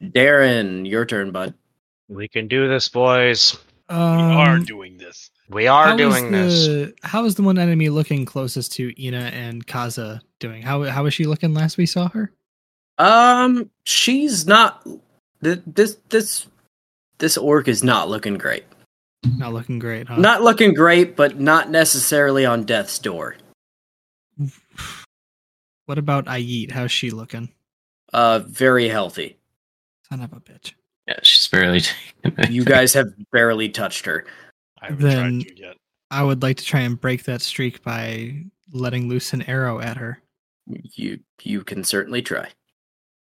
Darren, your turn, bud.
We can do this, boys.
Um,
we are doing this.
We are
how is
doing this.
the- How is the one enemy looking closest to Ina and Kaza doing? How how was she looking last we saw her?
Um, she's not. th- This this this orc is not looking great.
Not looking great, huh?
Not looking great, but not necessarily on death's door.
What about Ayit? How's she looking?
Uh, very healthy.
Son of a bitch.
Yeah, she's barely taking it.
You guys have barely touched her.
I haven't
Then-
tried you yet.
I would like to try and break that streak by letting loose an arrow at her.
You you can certainly try.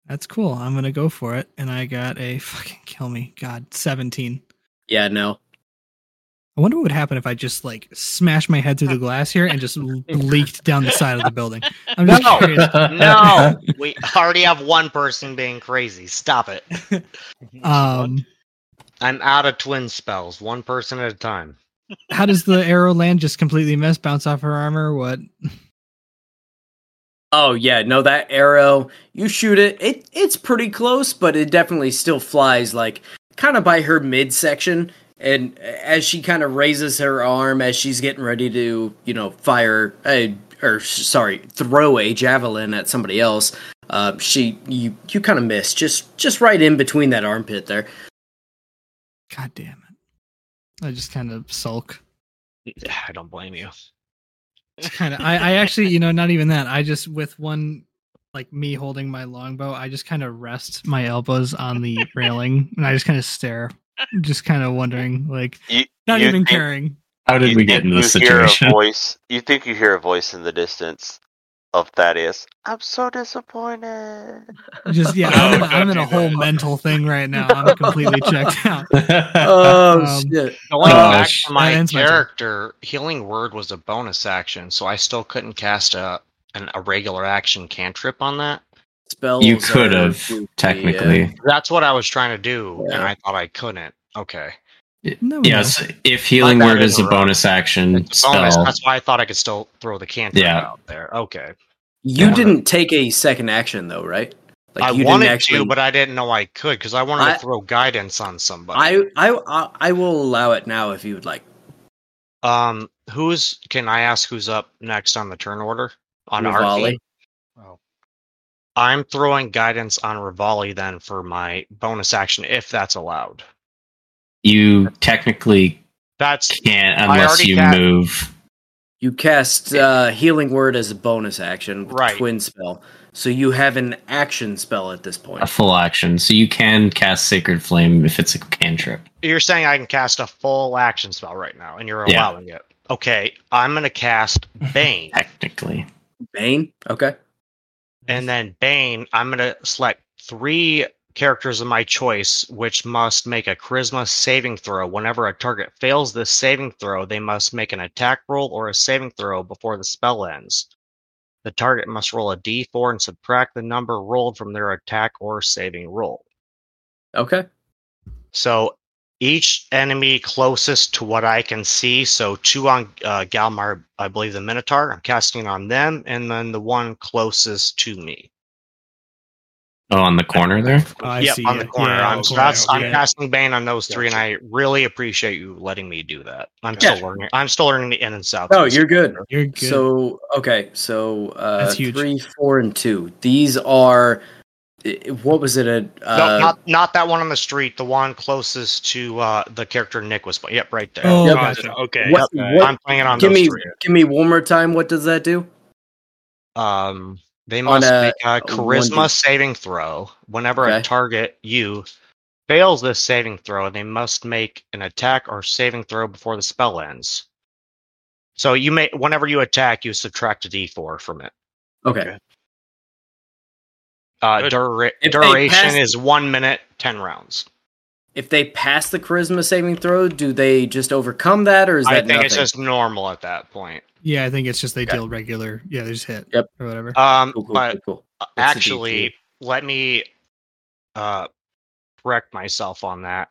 That's cool. I'm gonna go for it, and I got a fucking kill me. God, seventeen.
Yeah, no.
I wonder what would happen if I just like smashed my head through the glass here and just leaked down the side of the building. I'm just
No.
curious.
no, we already have one person being crazy. Stop it.
Um,
I'm out of twin spells, one person at a time.
how does the arrow land? Just completely miss, bounce off her armor? What?
Oh yeah, no. That arrow, you shoot it. It it's pretty close, but it definitely still flies like kind of by her midsection. And as she kind of raises her arm as she's getting ready to, you know, fire a or sorry, throw a javelin at somebody else, uh, she you you kind of miss just just right in between that armpit there.
God damn it! I just kind of sulk.
I don't blame you.
Kind of. I, I actually, you know, not even that. I just with one, like me holding my longbow, I just kind of rest my elbows on the railing, and I just kind of stare, just kind of wondering, like
You,
not
you
even
think-
caring.
How did
you
we get
think
into this
you hear a
situation?
voice, you think you hear a voice in the distance of Thaddeus. I'm so disappointed.
Just yeah,
Oh,
No,
I'm, in-
don't
I'm in
do
a whole
that.
mental thing right now. I'm completely checked out.
Oh
Um,
shit!
Going
Oh,
back
sh-
to my
that ends my turn.
character, healing word was a bonus action, so I still couldn't cast a an a regular action cantrip on that.
Spells.
You could
are-
have technically.
That's what I was trying to do, and
Yeah.
I thought I couldn't. Okay,
No, we
Yes, if healing
My bad,
word is a
interrupt.
bonus action
it's a bonus.
spell.
That's why I thought I could still throw the cantrip
Yeah.
out there. Okay,
You
Yeah.
didn't Hmm, take a second action though, right?
I
you
wanted to, but I didn't know I could because I wanted
I-
to throw guidance on somebody.
I, I I I will allow it now if you would like.
um, who's? Can I ask who's up next on the turn order on our
Rivali.
team? I'm throwing guidance on Rivali then for my bonus action if that's allowed.
You technically
That's
can't
I
unless
already
you
got-
move.
You cast uh, healing word as a bonus action with
Right.
twin spell, so you have an action spell at this point.
a full action, so you can cast Sacred Flame if it's a cantrip.
you're saying I can cast a full action spell right now, and you're
Yeah.
allowing it. Okay, I'm gonna cast Bane,
Technically,
Bane. Okay.
and then Bane, I'm gonna select three characters of my choice, which must make a Charisma saving throw. Whenever a target fails this saving throw, they must make an attack roll or a saving throw before the spell ends. The target must roll a d4 and subtract the number rolled from their attack or saving roll.
Okay.
So each enemy closest to what I can see. So two on uh, Galmar, I believe the Minotaur. I'm casting on them, and then the one closest to me.
Oh, on the corner there.
Oh, yep, on the corner.
Yeah,
I'm,
okay,
so that's, I'm
okay.
casting Bane on those three, and I really appreciate you letting me do that. I'm still learning. I'm still learning the in and south.
Oh, you're good.
You're
good.
So okay, so uh,
That's huge.
three, four, and two. These are i- what was it? A uh,
no, not not that one on the street. The one closest to uh, the character Nick was. Yep, right there.
Oh, Yep.
gotcha. Okay.
What,
Yep.
what-
I'm playing on
Give
those
me,
three.
give me one more time. What does that do?
Um, they
On
must
a-
make
a
a charisma
1D.
saving throw. Whenever a
Okay.
target you fails this saving throw, they must make an attack or saving throw before the spell ends. So you may, whenever you attack, you subtract a d4 from it.
Okay.
Uh, dura-
If they
duration
pass-
is one minute, ten rounds.
If they pass the charisma saving throw, do they just overcome that, or is
I
that
think
nothing?
it's just normal at that point.
Yeah, I think it's just they deal regular. Yeah, they just hit.
Yep.
Or whatever.
Um,
Cool, cool,
but
cool, cool.
It's a
actually, let me uh, correct myself on that.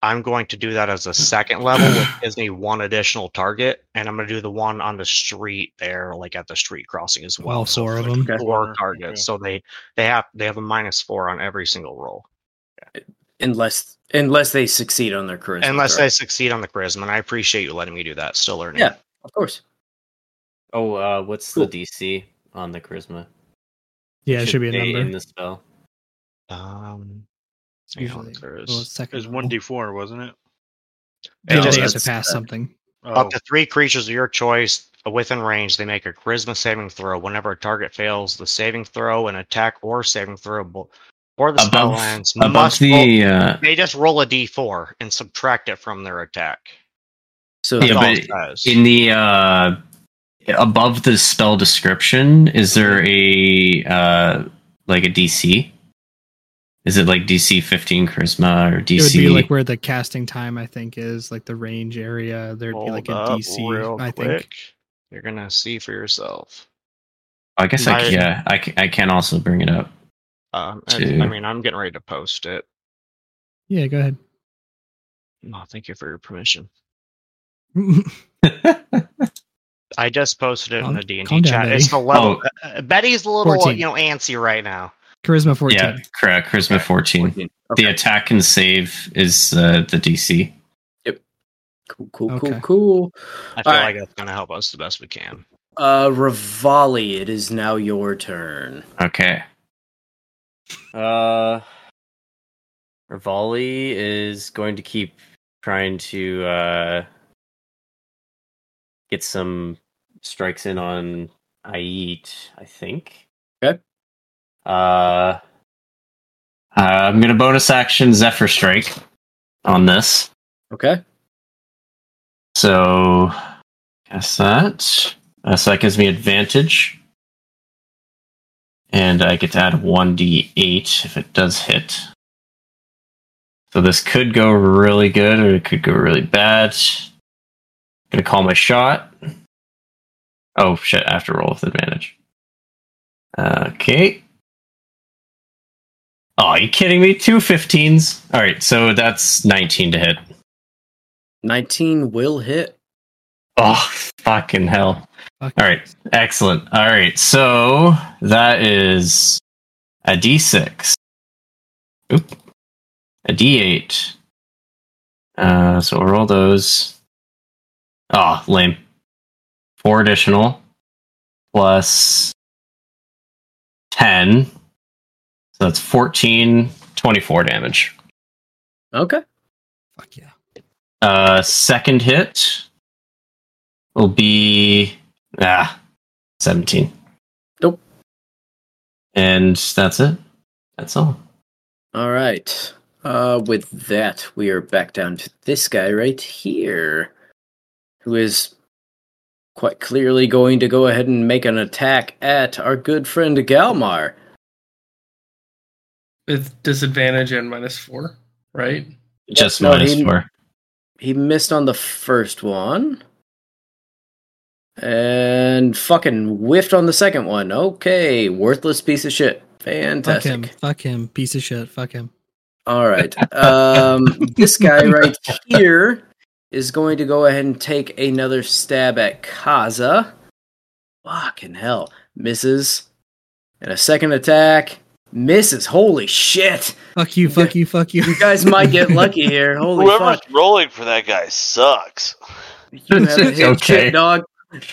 I'm going to do that as a second level, which gives me one additional target, and I'm going to do the one on the street there, like at the street crossing as well.
All
so
four of
it's like
them.
four targets. So they they have they have a minus four on every single roll,
unless unless they succeed on their charisma.
unless
throw.
they succeed on the charisma. And I appreciate you letting me do that. Still learning.
yeah, of course.
Oh, uh, what's the DC on the charisma?
Yeah, it should be a
they
number.
in the spell.
Um,
Usually, well, it's
It
second.
was one d four, wasn't it?
They
No,
just have to
that's-
pass something.
Up to three creatures of your choice uh, within range. They make a charisma saving throw. Whenever a target fails the saving throw, an attack or saving throw bo- or the spell
Above-
ends,
above
must
the,
roll-
uh,
they just roll a d4 and subtract it from their attack.
So
yeah,
That's all
but
it says.
in the uh, above the spell description, is there a
Mm-hmm.
uh, like a DC? Is it like DC 15 charisma
It
or
would
DC?
be like where the casting time I think is, like the range area. There'd be like a
Hold up real
DC. I think.
quick. You're gonna see for yourself.
I guess I
my-
can, yeah, I can, I can also bring it up.
Um, I,
Two.
I mean, I'm getting ready to post it.
Yeah, go ahead.
Oh, thank you for your permission. I just posted it
Calm-
in the D and
calm
D
down,
chat.
Betty.
It's the level.
Oh.
uh, uh, Betty's a little,
14.
you know, antsy right now.
Charisma fourteen.
Yeah, correct. Charisma 14. The attack and save is uh, the DC.
Cool, cool,
Okay.
cool, cool.
I feel
All
like that's gonna help us the best we can.
Uh, Rivali, it is now your turn.
Okay. Uh, Rivali is going to keep trying to uh, get some strikes in on Ait, I think.
Okay.
Uh, I'm going to bonus action Zephyr Strike on this.
Okay.
So, guess that. Uh, so that gives me advantage. And I get to add 1d8 if it does hit. So this could go really good or it could go really bad. Gonna call my shot. Oh shit, I have to roll with advantage. Okay. Oh, you kidding me? Two 15s. Alright, so that's 19 to hit.
19 will hit.
Oh, fucking hell. All right. Excellent. All right. So that is a D6. Oop. A D8. Uh, so we'll roll those. Ah, lame. Four additional plus 10. So that's 14, 24 damage.
Okay.
Uh, second hit will be ah, 17.
Nope.
And that's it. That's all.
All right. Uh, with that, we are back down to this guy right here, who is quite clearly going to go ahead and make an attack at our good friend Galmar.
With disadvantage and minus four, right?
Just
no,
minus
he-
four.
He missed on the first one. And fucking whiffed on the second one. Okay, worthless piece of shit.
Fuck
Fantastic.
him. Fuck him. Piece of shit. Fuck him.
All right. Um, this guy right here is going to go ahead and take another stab at Kaza. Fucking hell. Misses. And a second attack. Misses. Holy shit.
Fuck you, fuck you, fuck you.
You guys might get lucky here. Holy
Whoever's
fuck.
rolling for that guy sucks.
You have hit
Okay.
shit, dog.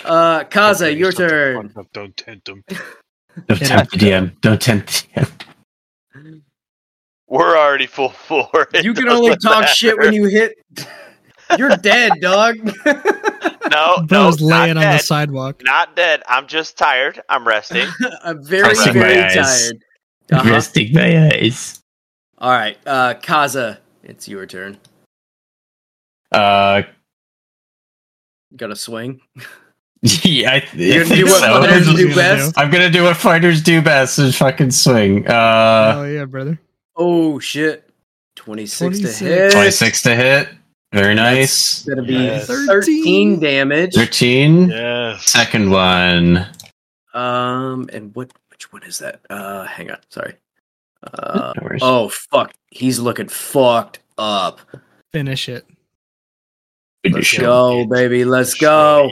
Uh, Kaza, your turn.
Don't tempt him.
Don't tempt the DM. Don't tempt the DM.
We're already full four.
You can only talk shit when you hit. You're dead, dog.
No, no,
Bro's laying on the
dead.
sidewalk.
not dead. I'm just tired. I'm resting.
I'm very,
Resting my
very
eyes.
tired. Uh-huh.
Resting my eyes.
All right, uh, Kaza, it's your turn.
Uh,
Got to swing.
yeah, I,
You're
I
gonna do
think
what
so.
fighters do best?
I'm gonna do what fighters do best and fucking swing. Uh,
oh yeah, brother.
Oh shit! Twenty six to
26.
hit.
26 to hit. Very nice.
Gonna be
Yes.
thirteen damage.
13.
Yes.
Second one.
Um, and what? Which one is that? Uh, hang on. Sorry. Uh,
No worries.
oh fuck! He's looking fucked up.
Finish it.
Let's go, baby. Let's go.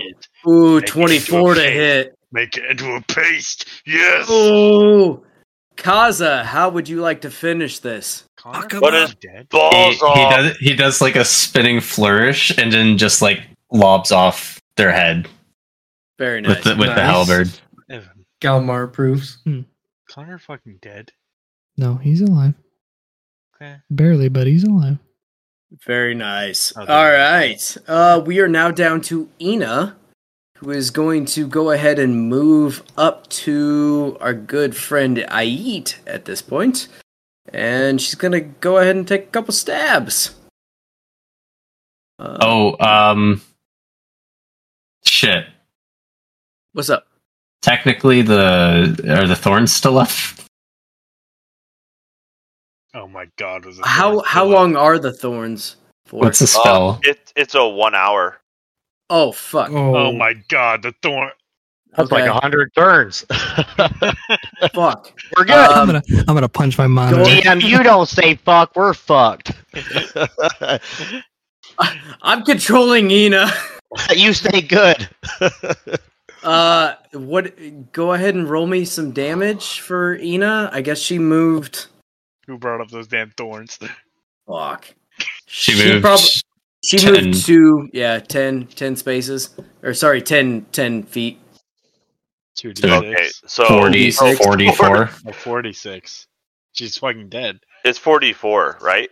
Ooh,
it
twenty four to
okay.
hit.
Make it into a paste. Yes.
Ooh, Kaza, how would you like to finish this?
Connor,
What is
dead?
He,
balls
he
off?
does he does like a spinning flourish and then just like lobs off their head
Very nice.
with the with the
Nice.
halberd.
Evan,
Galmar proves.
Hmm.
Connor fucking dead.
No, he's alive.
Okay.
Barely, but he's alive.
Very nice.
Okay.
All right. Uh, we are now down to Ina, who is going to go ahead and move up to our good friend Ait at this point, and she's gonna go ahead and take a couple stabs. Uh,
Oh, um shit.
what's up?
Technically the are the thorns still up?
Oh my god, was it
How
Thor's
how
still
long are the thorns for?
What's the
Oh,
spell?
it, it's a one hour.
oh fuck!
up? Oh my god, the thorn.
That's
like a hundred turns.
fuck.
We're good.
Um,
I'm gonna I'm gonna punch my monitor.
Damn, you don't say fuck. We're fucked.
I'm controlling E. Ina.
you say good.
Uh, what? Go ahead and roll me some damage for Ina. I guess she moved.
Who brought up those damn thorns?
Fuck.
She moved.
prob- she
10.
moved two. Yeah, 10, 10 spaces. Or sorry, 10, 10 feet.
Two
So-
Okay, so
40,
Oh,
44.
Like forty-six. She's fucking dead.
it's forty-four, right?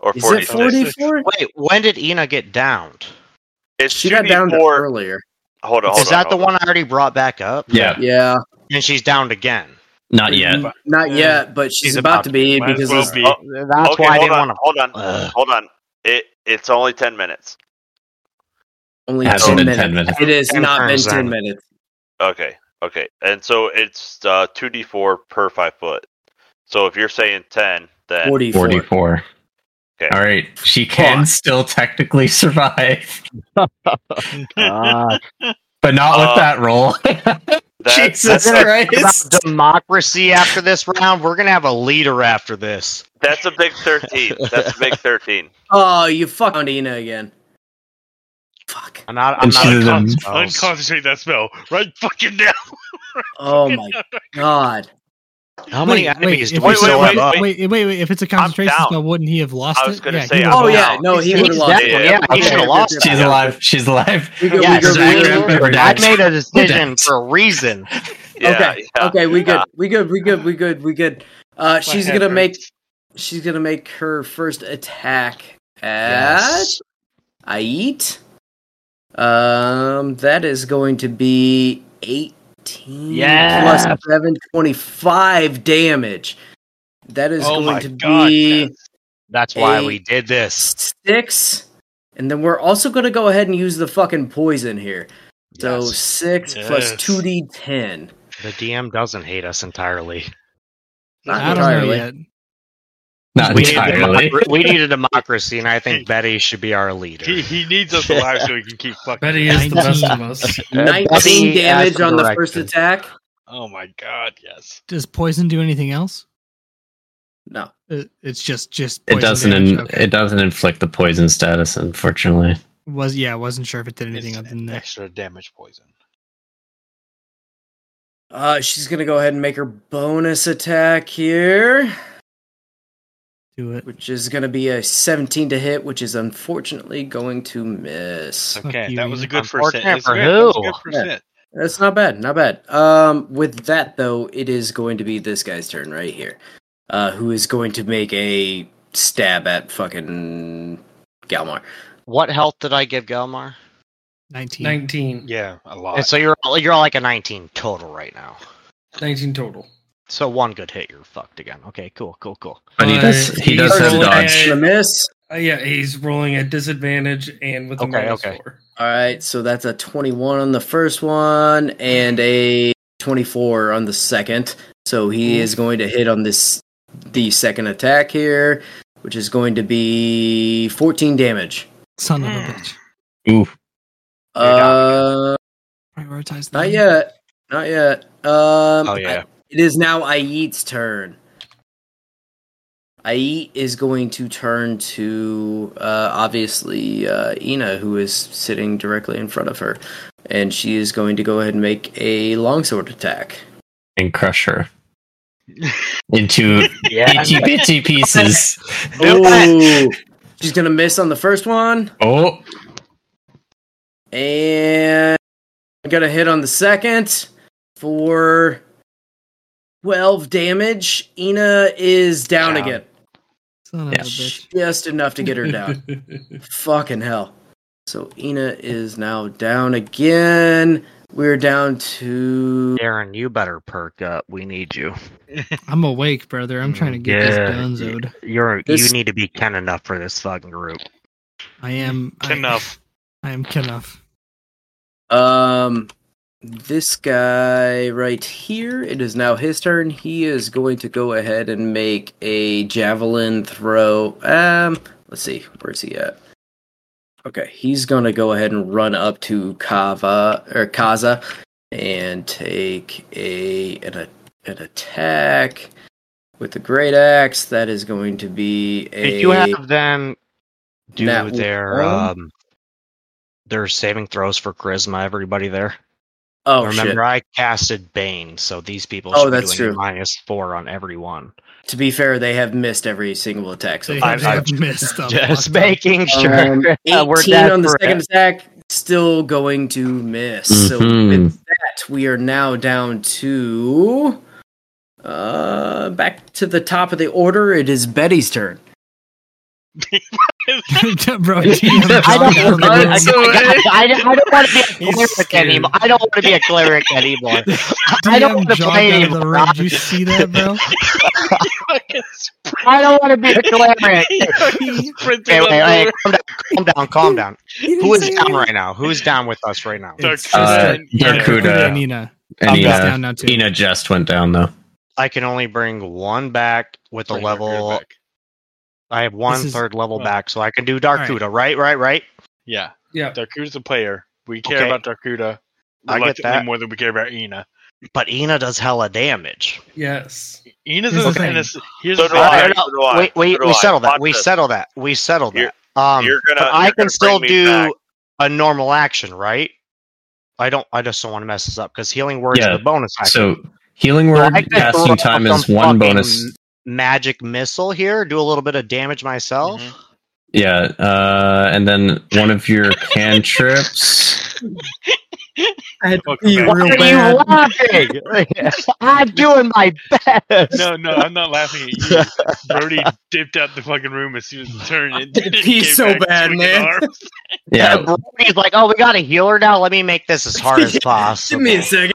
Or
Is it
forty-six?
forty four?
Wait, when did Ina get downed?
It's
She got down to
2d4
earlier.
Hold on, hold
Is that
on,
the
hold
one I already brought back up?
Yeah,
Yeah,
And she's downed again.
not yet.
N- not
Yeah.
yet, but she's, about, to be
Might as
because
well
it's-
be.
Oh,
That's
okay,
why I
hold
didn't
on,
want to.
hold on,
Ugh.
hold on. It it's only ten minutes.
only
Hasn't
10
been
minutes.
10 minutes.
It has
Ten
not been
turns
ten
then.
minutes.
Okay, okay, and so it's uh two d four per five foot. So if you're saying ten, then
Forty four.
44.
Okay.
All right. She can
Fuck.
still technically survive,
Ah,
but not with
Uh,
that roll.
that,
Jesus
that's-
Christ.
about democracy after this round. We're gonna have a leader after this.
that's a big thirteen. That's a big thirteen.
Oh, you fucked on Ina again. Fuck.
I'm not. I'm
And
not.
she's
a
an-
cunt, so-
Unconcentrate that spell right fucking now.
Oh my god.
How many
Wait,
enemies
wait,
do
if
we
it's-
still
wait,
have? up?
Wait, wait, wait, wait! If it's a concentration
down.
spell, wouldn't he have lost
I was
it?
gonna
Yeah,
say,
he
I'm
would've
Oh
lost
yeah,
down.
no, he
He's
would have lost.
dead.
it.
Yeah, he
Okay.
should have lost.
She's
that.
alive. She's alive.
We good, we
Yeah,
good, we
exactly.
good.
We're
exactly. I
dead.
made a decision
dead.
for a reason.
Yeah,
okay.
yeah,
okay, we good.
yeah.
We good. We good. We good. We good. Uh, she's
head
gonna
hurts.
make. She's gonna make her first attack at
Yes.
Ait. Um, that is going to be eighteen
Yeah.
plus seven, 25 damage. That is
Oh my
going to
god.
be
yes.
That's why
Eight.
we did this.
six, and then we're also gonna go ahead and use the fucking poison here. So
Yes.
six plus
Yes.
two d ten.
The DM doesn't hate us entirely.
Not
I don't know
entirely.
yet.
Not
We need,
entirely.
democ- we need a democracy, and I think Betty should be our leader.
He, he needs us alive so he can keep fucking.
Betty is the best of
19.
us.
Uh, Betty
19
as
damage on the
directed.
first attack.
Oh my god, yes.
Does poison do anything else?
No,
It- it's just just
It
poison
doesn't.
damage.
In,
Okay.
It doesn't inflict the poison status, unfortunately.
was yeah. I wasn't sure if it did anything other than that.
Extra damage poison.
Uh, she's gonna go ahead and make her bonus attack here.
Do it.
Which is gonna be a 17 to hit, which is unfortunately going to miss.
Okay, that was a good first hit. That's
Unfortunate
good. That was a good
who?
first
Yeah.
hit.
That's not bad, not bad. Um, with that though, it is going to be this guy's turn right here, uh, who is going to make a stab at fucking Galmar.
What health did I give Galmar?
19.
19.
Yeah, a lot.
And so you're you're like a 19 total right now.
19 total.
So one good hit, you're fucked again. Okay, cool, cool, cool.
But he does- he does have
rolling
dodge.
at-
miss.
Uh, yeah, he's rolling at disadvantage and with a
Okay,
minus
okay.
four.
All right, so that's a 21 on the first one and a 24 on the second. So he is going to hit on this the second attack here, which is going to be 14 damage.
Son of a bitch.
Ooh.
Uh,
Prioritize.
Not yet. Not yet. Um,
Oh, yeah.
I- it is now Ayit's turn. Ayit is going to turn to uh, obviously uh, Ina, who is sitting directly in front of her, and she is going to go ahead and make a longsword attack.
And crush her into
Yeah.
itty bitty pieces.
Ooh, she's gonna miss on the first one,
Oh,
and I'm gonna hit on the second for twelve damage. Ina is down
Down.
again.
Son of a bitch.
just enough to get her down. Fucking hell. So Ina is now down again. We're down to
Darren, you better perk up. We need you.
I'm awake, brother. I'm trying to get this this
y-
donezoed.
You're
This-
you need to be Ken enough for this fucking group.
I am enough. I, am enough.
um this guy right here. It is now his turn. He is going to go ahead and make a javelin throw. Um, let's see, where's he at? Okay, he's gonna go ahead and run up to Kava or Kaza and take a an, a- an attack with the great axe. That is going to be a.
Did you have them do
Nat
their
one?
um their saving throws for charisma? Everybody there.
Oh,
remember
shit.
I casted Bane, so these people.
Oh,
should
that's
be doing a
true.
Minus four on every one.
To be fair, they have missed every single attack. So
They
far.
have- they have
missed a
Just making sure.
Um,
Yeah, we're
18
dead
on the
for
second
it.
attack, still going to miss. So
Mhm.
with that, we are now down to uh back to the top of the order. It is Betty's turn.
Bro,
I don't,
John,
I,
I don't know.
I, I don't want to be a cleric anymore. I don't want to be a cleric anymore. I don't
DM
want to
John
play
out of the
anymore.
room. Did you see that, bro?
I don't want to be a cleric.
okay,
wait,
up there.
wait, calm down, calm down, calm down.
didn't
Who is
say
down
anything.
right now? Who's down with us right now?
It's
uh,
yeah, Barracuda
Barracuda.
and Ina.
And
I'm
Ina,
down now, too.
Ina just went down though.
I can only bring one back with a
Bring Barracuda
level.
back.
I have one
This is-
third level
Well,
back, so I can do Darkuda. uh, Right, right, right.
Yeah,
yeah.
Darkuda's a player. We care
Okay.
about Darkuda
I get
reluctantly
that.
more than we care about Ina.
But Ina does hella damage.
Yes.
Ina's
Here's the
in
thing.
this. Here's
So
the
do
thing.
I.
No, no,
so do I,
wait, wait,
so do
we
I.
settle that.
Watch
We
this.
settle that. We settle that. um,
you're gonna-
but I
you're
can
gonna
still
bring me
do
back.
a normal action, right? I don't. I just don't want to mess this up because healing word
Yeah,
is the bonus action.
So healing
So
word
I can throw
casting
up
time
some
is one
fucking
bonus.
Magic missile here. Do a little bit of damage myself.
Mm-hmm.
Yeah, uh, and then one of your cantrips.
I had to
Welcome back.
Why are you laughing? I'm doing my best.
No, no, I'm not laughing at you. Brody dipped out the fucking room as soon as the turn. And
He's
came
so
back
bad,
swinging
man.
arms.
And Brody's like, oh, we got a healer now. Let me make this as hard as
Give
possible.
me a second.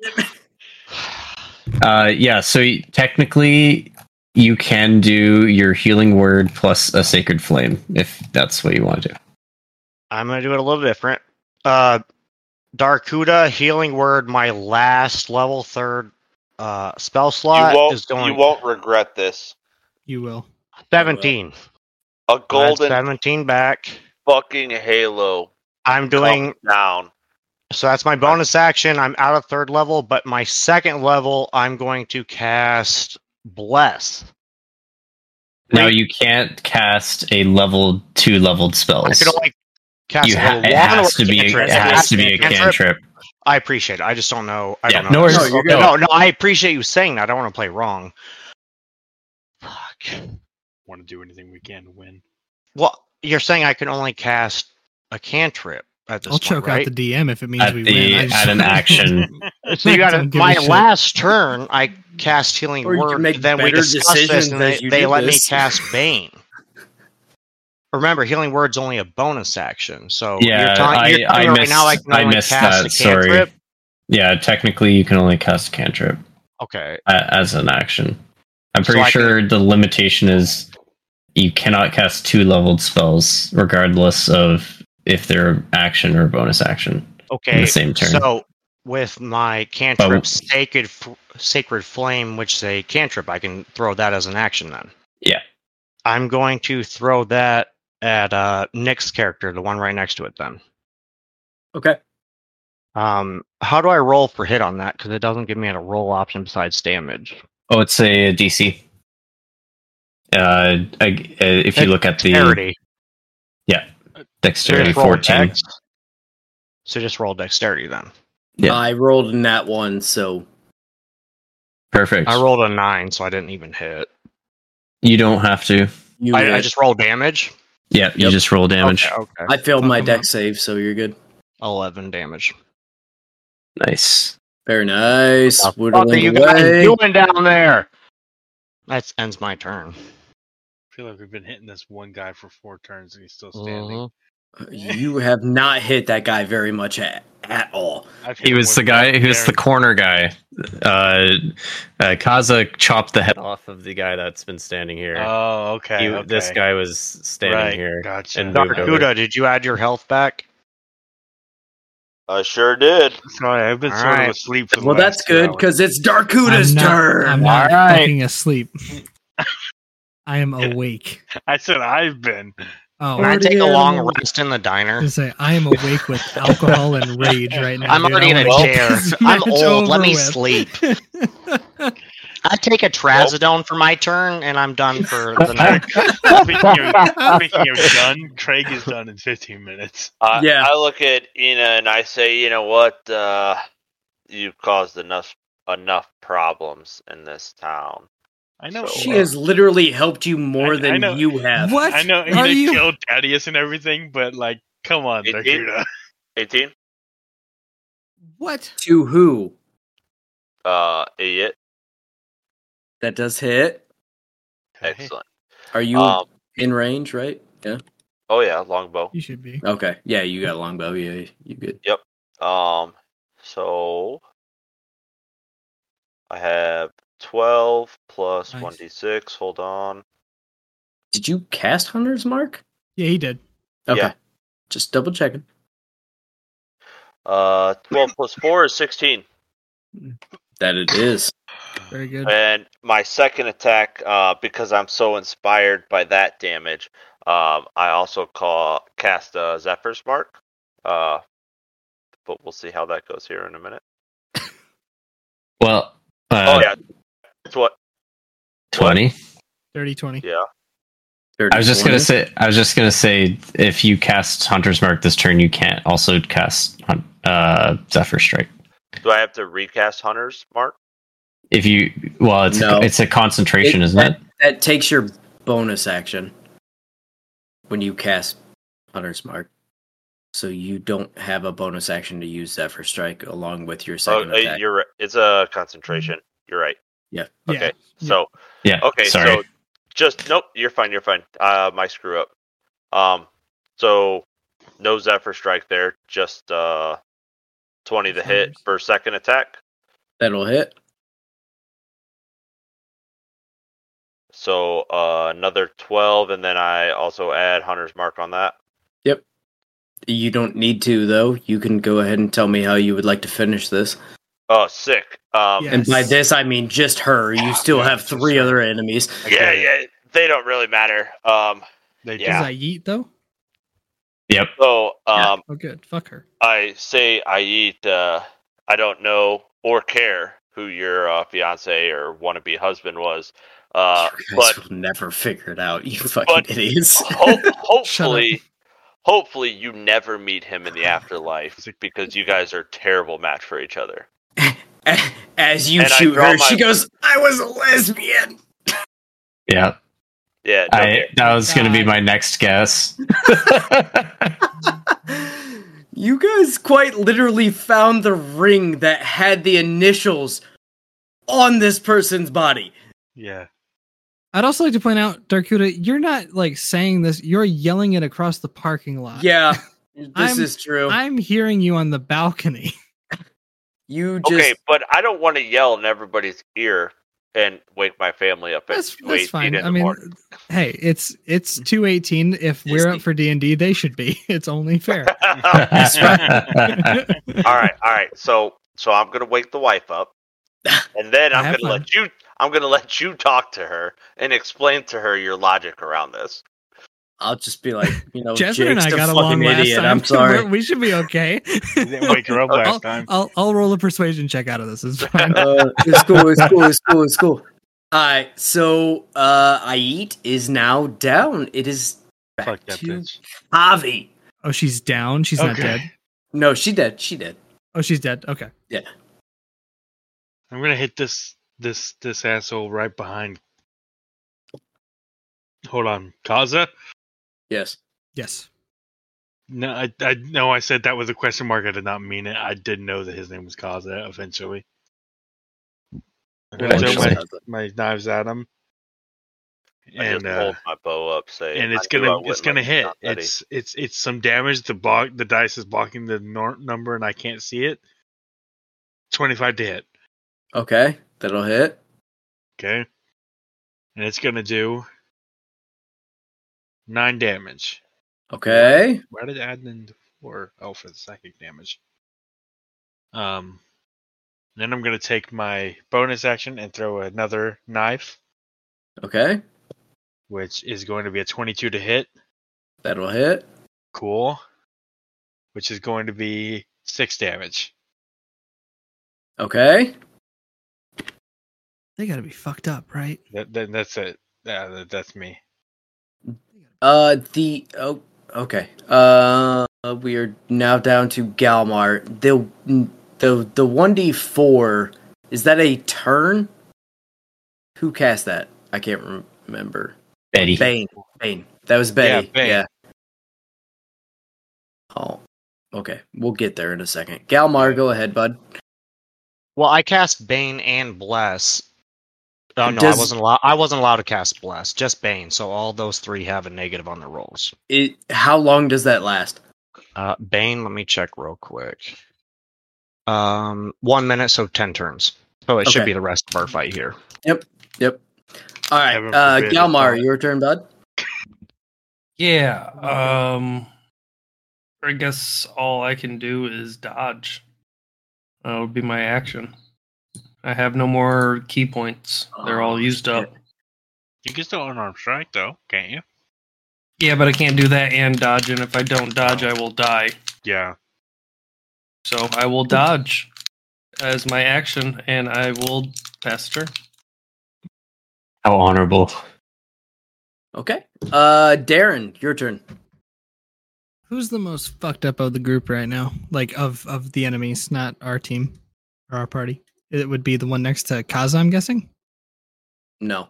Uh, yeah, so y- technically you can do your healing word plus a sacred flame if that's what you want to do.
I'm gonna do it a little different. Uh, Darkuda healing word. My last level third uh spell slot
you won't.
is going
You won't regret this.
You will.
seventeen.
A
I had
golden
seventeen back.
fucking halo
I'm doing
comes down.
so. That's my bonus action. I'm out of third level, but my second level, I'm going to cast bless.
No, you can't cast a level two leveled spell.
I can only cast
you
a
ha-
level one
it
or
has
a
to be
cantrip.
it has to be a cantrip.
I appreciate it. I just don't know. I
Yeah,
don't know.
no
this.
worries. No, you're
no,
good.
no, no, I appreciate you saying that. I don't want to play wrong. Fuck.
Want to do anything we can to win.
Well, you're saying I can only cast a cantrip at this
I'll
point,
choke
right?
out the DM if it means
At
we
the-
win. I just-
at an action.
so you
Don't
got
give a
my
shit.
last turn. I cast healing
Or you can
word.
make
then we
better
discuss this,
decisions
and they,
as you
they
do
let
this.
me cast bane. Remember, healing word's only a bonus action. So
Yeah,
you're telling you're telling
I, I
me
missed,
right now I can
I
only
missed
cast
that.
a cantrip.
Uh, Sorry. Yeah, technically you can only cast a cantrip
Okay.
a- as an action. I'm
So
pretty
I can-
sure the limitation is you cannot cast two leveled spells, regardless of if they're action or bonus action.
Okay.
In the same turn.
So with my cantrip, sacred F- sacred flame, which is a cantrip, I can throw that as an action. Then
yeah.
I'm going to throw that at uh, Nick's character, the one right next to it. Then.
Okay.
Um, how do I roll for hit on that? Because it doesn't give me a roll option besides damage.
Oh, it's a DC. Uh, I, uh, if you look at the
Dexterity.
yeah, dexterity
Just roll
fourteen.
dex. So just roll dexterity then.
I rolled in that one, so
Perfect.
I rolled a nine, so I didn't even hit.
You don't have to.
you
I, I just rolled damage.
Yeah, you just roll damage.
Okay, okay. Um,
I failed my deck save, so you're good.
Eleven damage.
Nice.
Very nice. Wood
What are you guys
away.
doing down there? That ends my turn.
I feel like we've been hitting this one guy for four turns and he's still
Mm.
standing.
You have not hit that guy very much at, at all.
I've hit
He
him
was
with
the guy. He was
Darren.
the corner guy. Uh, uh, Kaza chopped the head off of the guy that's been standing here.
Oh, okay.
He-
okay.
This guy was standing
Right,
here.
gotcha.
And moved
Dr.
over.
Duda, did you add your health back?
I sure did.
Sorry, I've been
All
sort
right.
of asleep for the
Well, that's
last two
good
hours.
because it's Darkuda's
I'm not,
turn.
I'm not
All right.
fucking asleep. I am awake.
I said I've been.
Oh,
Can I take a
yeah.
long rest in the diner?
I say I am awake with alcohol and rage right now.
I'm
dude.
already in
I
a
wanna get
chair.
this
I'm
match
old. Let
over
me
with.
sleep. I take a trazodone for my turn, and I'm done for the night.
Speaking of, speaking of done, Craig is done in 15 minutes.
I,
Yeah.
I look at Ina and I say, you know what? Uh, you've caused enough enough problems in this town.
I know.
She has literally helped you more
I- I
than
know-
you have.
What?
I know
Are
Ina
you-
killed Thaddeus and everything, but like, come on,
It did.
Dakota.
18?
What?
To who?
Uh, idiot.
That does hit.
Excellent.
Are you
Um,
in range, right? Yeah.
oh, yeah, longbow.
You should be.
Okay. Yeah, you got longbow. Yeah, you good.
Um, so I have 12 plus
Nice.
1d6. Hold on.
Did you cast Hunter's Mark?
Yeah, he did.
Okay.
Yeah.
Just double checking.
Uh, 12 plus 4 is 16.
That it is.
Very good.
And my second attack, uh, because I'm so inspired by that damage, um, I also call cast uh, Zephyr's Mark. Uh, but we'll see how that goes here in a minute.
Well,
oh yeah, that's what.
20.
30 20.
Yeah.
I was just gonna
30,
say. I was just gonna say. If you cast Hunter's Mark this turn, you can't also cast Hun- uh, Zephyr Strike.
Do I have to recast Hunter's Mark?
If you well, it's
No.
a, it's a concentration,
It-
is isn't it?
That takes your bonus action when you cast Hunter's Mark. So you don't have a bonus action to use Zephyr Strike along with your
Oh,
second
uh,
attack.
you're right. It's a concentration. You're right.
Yeah.
Yeah.
Okay. So
Yeah.
okay.
Sorry.
So just nope. You're fine. You're fine. Uh, my screw up. Um. So no Zephyr Strike there. Just uh, twenty to hit for second attack.
That'll hit.
So uh, another twelve, and then I also add Hunter's Mark on that.
You don't need to though. You can go ahead and tell me how you would like to finish this.
Oh, sick. Um.
Yeah.
Yeah.
And by
Yes.
this I mean just her. You still
yeah,
have
just
three
her.
other enemies.
Yeah. They don't really matter. Um.
They
Yeah.
Does I eat though?
Yep.
So um.
Oh, good. Fuck her.
I say I eat. Uh, I don't know or care who your uh, fiance or wannabe husband was. Uh,
You guys
but
will never figure it out, you fucking
but
idiots.
ho- hopefully, hopefully you never meet him in the afterlife because you guys are a terrible match for each other.
As you
And I
shoot
draw
her,
my-
she goes, I was a lesbian.
Yeah.
Yeah.
I, That was going to be my next guess.
You guys quite literally found the ring that had the initials on this person's body.
Yeah.
I'd also like to point out, Darkuda, you're not like saying this, you're yelling it across the parking lot.
Yeah, this
I'm-
is true.
I'm hearing you on the balcony.
you
okay, but I don't want to yell in everybody's ear and wake my family up at
That's,
two
that's
eighteen
fine.
in
I
the
mean,
morning.
hey, it's
Hmm.
it's 218. If we're up for D&D, they should be. It's only fair. That's right.
all right, all right. So, so I'm gonna wake the wife up, and then I'm
Have
gonna let you. I'm gonna let you talk to her and explain to her your logic around this.
I'll just be like, you know,
Jasmine and I
Jake's a
got
fucking
along last
idiot.
time.
I'm sorry.
We're- we should be okay.
wake her up last
I'll,
time.
I'll, I'll roll a persuasion check out of this. It's fine.
uh, it's cool. It's cool. It's cool. It's cool. All right. So uh, Ait is now down. It is back to Javi.
Oh, she's down. She's not
Okay.
dead.
No, she dead. She dead.
Oh, she's dead. Okay.
Yeah.
I'm gonna hit this this this asshole right behind. Hold on, Kaza.
Yes.
Yes.
No, I I know I said that was a question mark. I did not mean it. I did know that his name was Kaza. Eventually, I'm gonna throw my,
Eventually.
my knives at him,
I just
and uh,
hold my bow up, say,
and it's
I knew I
gonna
wouldn't
it's
let
gonna
you
hit.
stop, buddy.
It's it's it's some damage. The block the dice is blocking the nor- number, and I can't see it. Twenty five to hit.
Okay. That'll hit.
Okay, and it's gonna do nine damage.
Okay.
Why did I add in the four? Oh, for the psychic damage. Um, then I'm gonna take my bonus action and throw another knife,
Okay.
which is going to be a 22 to hit.
That'll hit.
Cool. Which is going to be six damage.
Okay.
They got to be fucked up, right?
That, that that's it. Yeah, that, that's me.
Uh, the oh, okay. Uh, we are now down to Galmar. The the the one d four is that a turn? Who cast that? I can't rem- remember.
Betty.
Bane. Bane. That was Betty.
Yeah,
Yeah.
Bane.
Oh, okay. We'll get there in a second. Galmar, go ahead, bud.
Well, I cast Bane and Bless. Oh no,
Does-
I wasn't allowed. I wasn't allowed to cast Bless, just Bane. So all those three have a negative on their rolls.
It, how long does that last?
Uh, Bane, let me check real quick. Um, one minute, so ten turns. So it should
Okay.
be the rest of our fight here.
Yep. Yep. All right,
Heaven
uh,
forbid.
Galmar, your turn, bud.
Yeah. Um I guess all I can do is dodge. That would be my action. I have no more key points. They're
Oh,
all used up.
You can still unarmed strike though, can't you?
Yeah, but I can't do that and dodge, and if I don't dodge, I will die.
Yeah.
So I will dodge as my action, and I will pester.
How honorable.
Okay. Uh, Darren, your turn.
Who's the most fucked up of the group right now? Like of of the enemies, not our team or our party. It would be the one next to Kaza, I'm guessing.
No,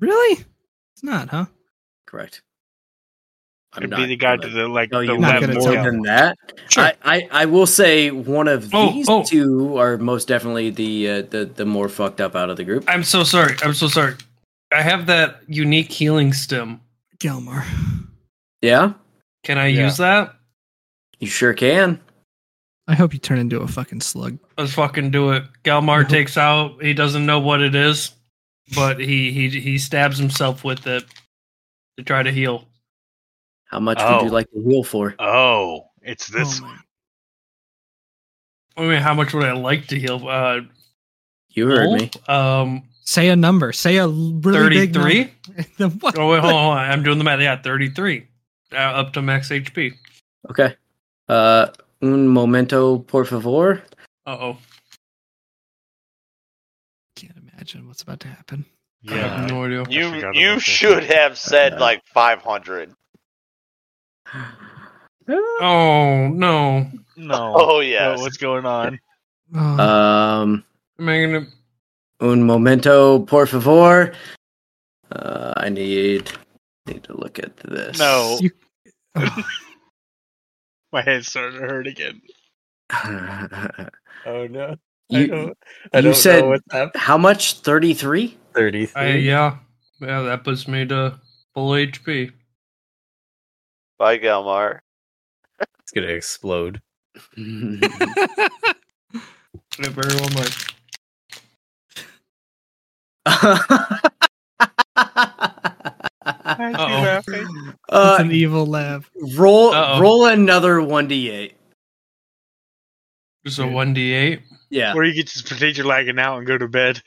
Really? It's not, huh?
correct.
It'd be the guy to the like
No,
the
you're
left
not going to tell
more-
them that. I, I, I will say one of
Oh,
these two are most definitely the uh, the the more fucked up out of the group.
I'm so sorry. I'm so sorry. I have that unique healing stem.
Gelmar.
Yeah,
Can I
Yeah.
use that?
you sure can.
I hope you turn into a fucking slug.
Let's fucking do it. Galmar takes out. He doesn't know what it is, but he he he stabs himself with it to try to heal.
How much would
Oh.
you like to heal for?
Oh, it's this.
I mean, how much would I like to heal? Uh,
You heard
full?
me.
Um,
Say a number. Say a l- really big
thirty-three.
number. what?
Oh wait, hold on, hold on. I'm doing the math. Yeah, thirty-three, uh, up to max HP.
Okay. Uh, un momento, por favor.
Uh oh.
Can't imagine what's about to happen.
Yeah.
have no idea.
You you should have
Uh,
said like 500.
Ah.
Oh no.
No.
Oh yes.
what's going on?
Um,
Am I gonna?
un momento, por favor. Uh, I need need to look at this.
No. My head's starting to hurt again.
Oh no.
You-
I
you
don't
said
know what's up.
how much? Thirty three.
Thirty
I, yeah, yeah. That puts me to full HP.
Bye, Galmar.
It's gonna explode.
It very well might.
laughing?
It's
Uh,
an evil laugh.
Roll
Uh-oh.
roll another one d eight.
Just a one d eight.
Yeah.
Where you get to pretend you're lagging out and go to bed.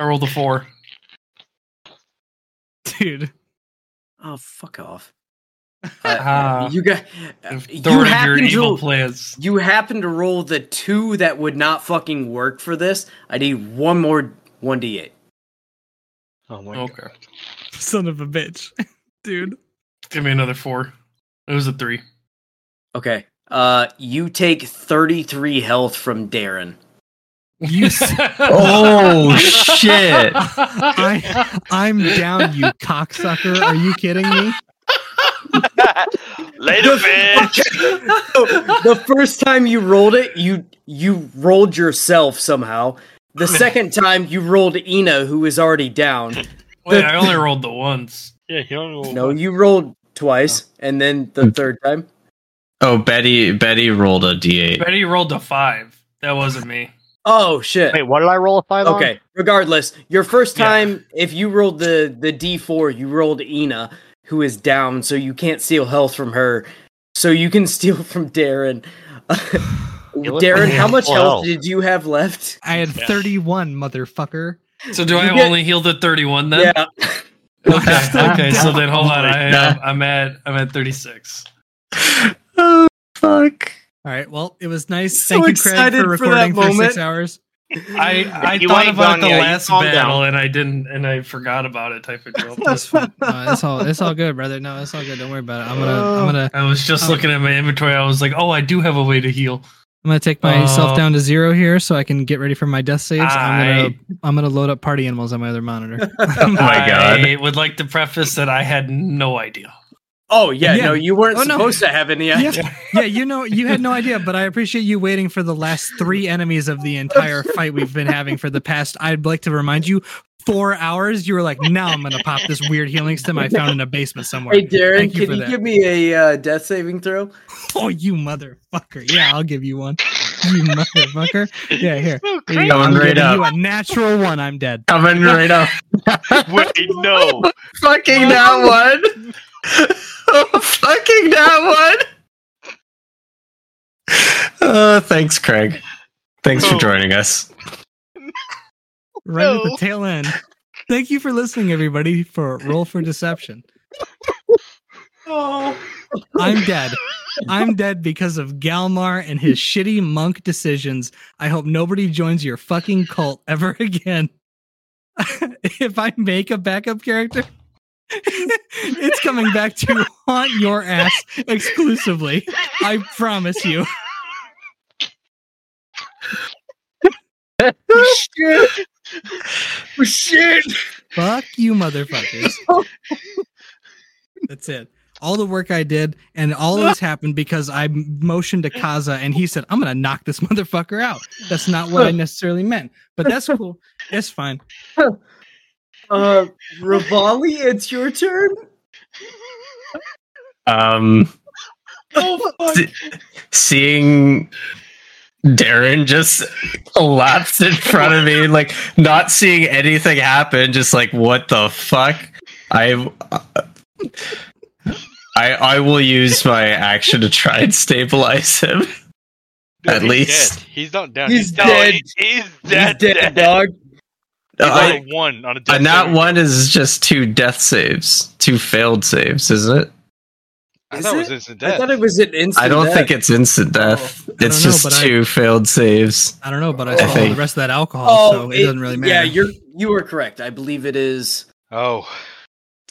I rolled a four.
Dude.
Oh fuck off.
Ah.
Uh, you got you
thwarted your
happen
evil
to
plans.
you happen to roll the two that would not fucking work for this. I need one more one d eight.
Oh my
Okay.
Son of a bitch. Dude.
Give me another four. It was a three.
Okay. Uh, you take thirty three health from Darren.
You s-
Oh shit!
I, I'm down, you cocksucker. Are you kidding me?
Later, bitch.
the first time you rolled it, you you rolled yourself somehow. The second time you rolled Ina, who is already down.
Wait, I only rolled the ones.
Yeah, he only rolled.
No, you rolled twice, and then the third time.
Hmm. Oh, Betty Betty rolled a d8.
Betty rolled a five. That wasn't me.
Oh shit!
Wait, what did I roll a five on?
Okay. Regardless, your first time, if you rolled the the D four, you rolled Ina, who is down, so you can't steal health from her. So you can steal from Darren.
look
Darren,
like
how
you
much
have full
health
health.
did you have left?
I had 31, motherfucker.
So do I
You get-
only heal the thirty-one then?
Yeah.
Okay. okay. So then, hold on.
Oh my
I,
God.
am I'm at I'm at thirty-six.
Oh fuck!
All right. Well, it was nice.
So
Thank you, Craig,
excited
for
for
recording
that
for, six
moment.
hours.
I I
You
thought
ain't
about
done
the
yet. You
last
calm
battle
down.
and I didn't and I forgot about it. Type of deal. That's fine.
No, it's all it's all good, brother. No, it's all good. Don't worry about it. I'm
Oh.
gonna I'm gonna
I was just looking at my inventory. I was like, oh, I do have a way to heal.
I'm gonna take myself
Uh,
down to zero here so I can get ready for my death saves. I... am
I-
gonna I'm gonna load up party animals on my other monitor.
Oh
my God.
I would like to preface that I had no idea.
Oh yeah,
Yeah.
no, you weren't
Oh, no.
supposed to have any.
Yeah. yeah, you know, you had no idea, but I appreciate you waiting for the last three enemies of the entire fight we've been having for the past. I'd like to remind you, four hours. You were like, now I'm gonna pop this weird healing stem I found in a basement somewhere.
Hey Darren,
Thank you
can
for
you
that.
give me a uh, death saving throw?
Oh, you motherfucker! Yeah, I'll give you one. You motherfucker! Yeah, here. Here you go. I'm
Coming right
giving
up.
you a natural one. I'm dead.
Coming right up.
Wait, no.
fucking that one. oh, fucking that one. Uh, thanks, Craig. Thanks for joining us.
Right at the tail end. Thank you for listening, everybody. For roll for deception.
Oh.
I'm dead. I'm dead because of Galmar and his shitty monk decisions. I hope nobody joins your fucking cult ever again. if I make a backup character, it's coming back to haunt your ass exclusively. I promise you.
Shit. Shit. Oh,
Fuck you, motherfuckers. That's it. All the work I did and all of this happened because I motioned to Kaza and he said, I'm going to knock this motherfucker out. That's not what I necessarily meant, but that's cool. It's fine.
Uh, Rivali, it's your turn.
Um,
Oh
se- seeing Darren just collapse in front of me, like not seeing anything happen, just like what the fuck. I, I, I will use my action to try and stabilize him.
No,
At
he's
least.
dead. he's not down.
He's dead.
He's, he's dead. dead.
dog.
He's
Uh, I-
on
uh,
a one on a death.
And that
saving-
one is just two death saves, two failed saves, isn't it?
I
Is
thought it
it?
was instant
I
death.
thought it was an instant.
I don't
death.
think it's instant death.
don't
it's
know,
just
but Oh, I-
two failed saves.
I don't know, but I
I
saw
think-
the rest of that alcohol,
Oh,
so it, doesn't really matter.
Yeah, you're you were correct. I believe it is.
Oh,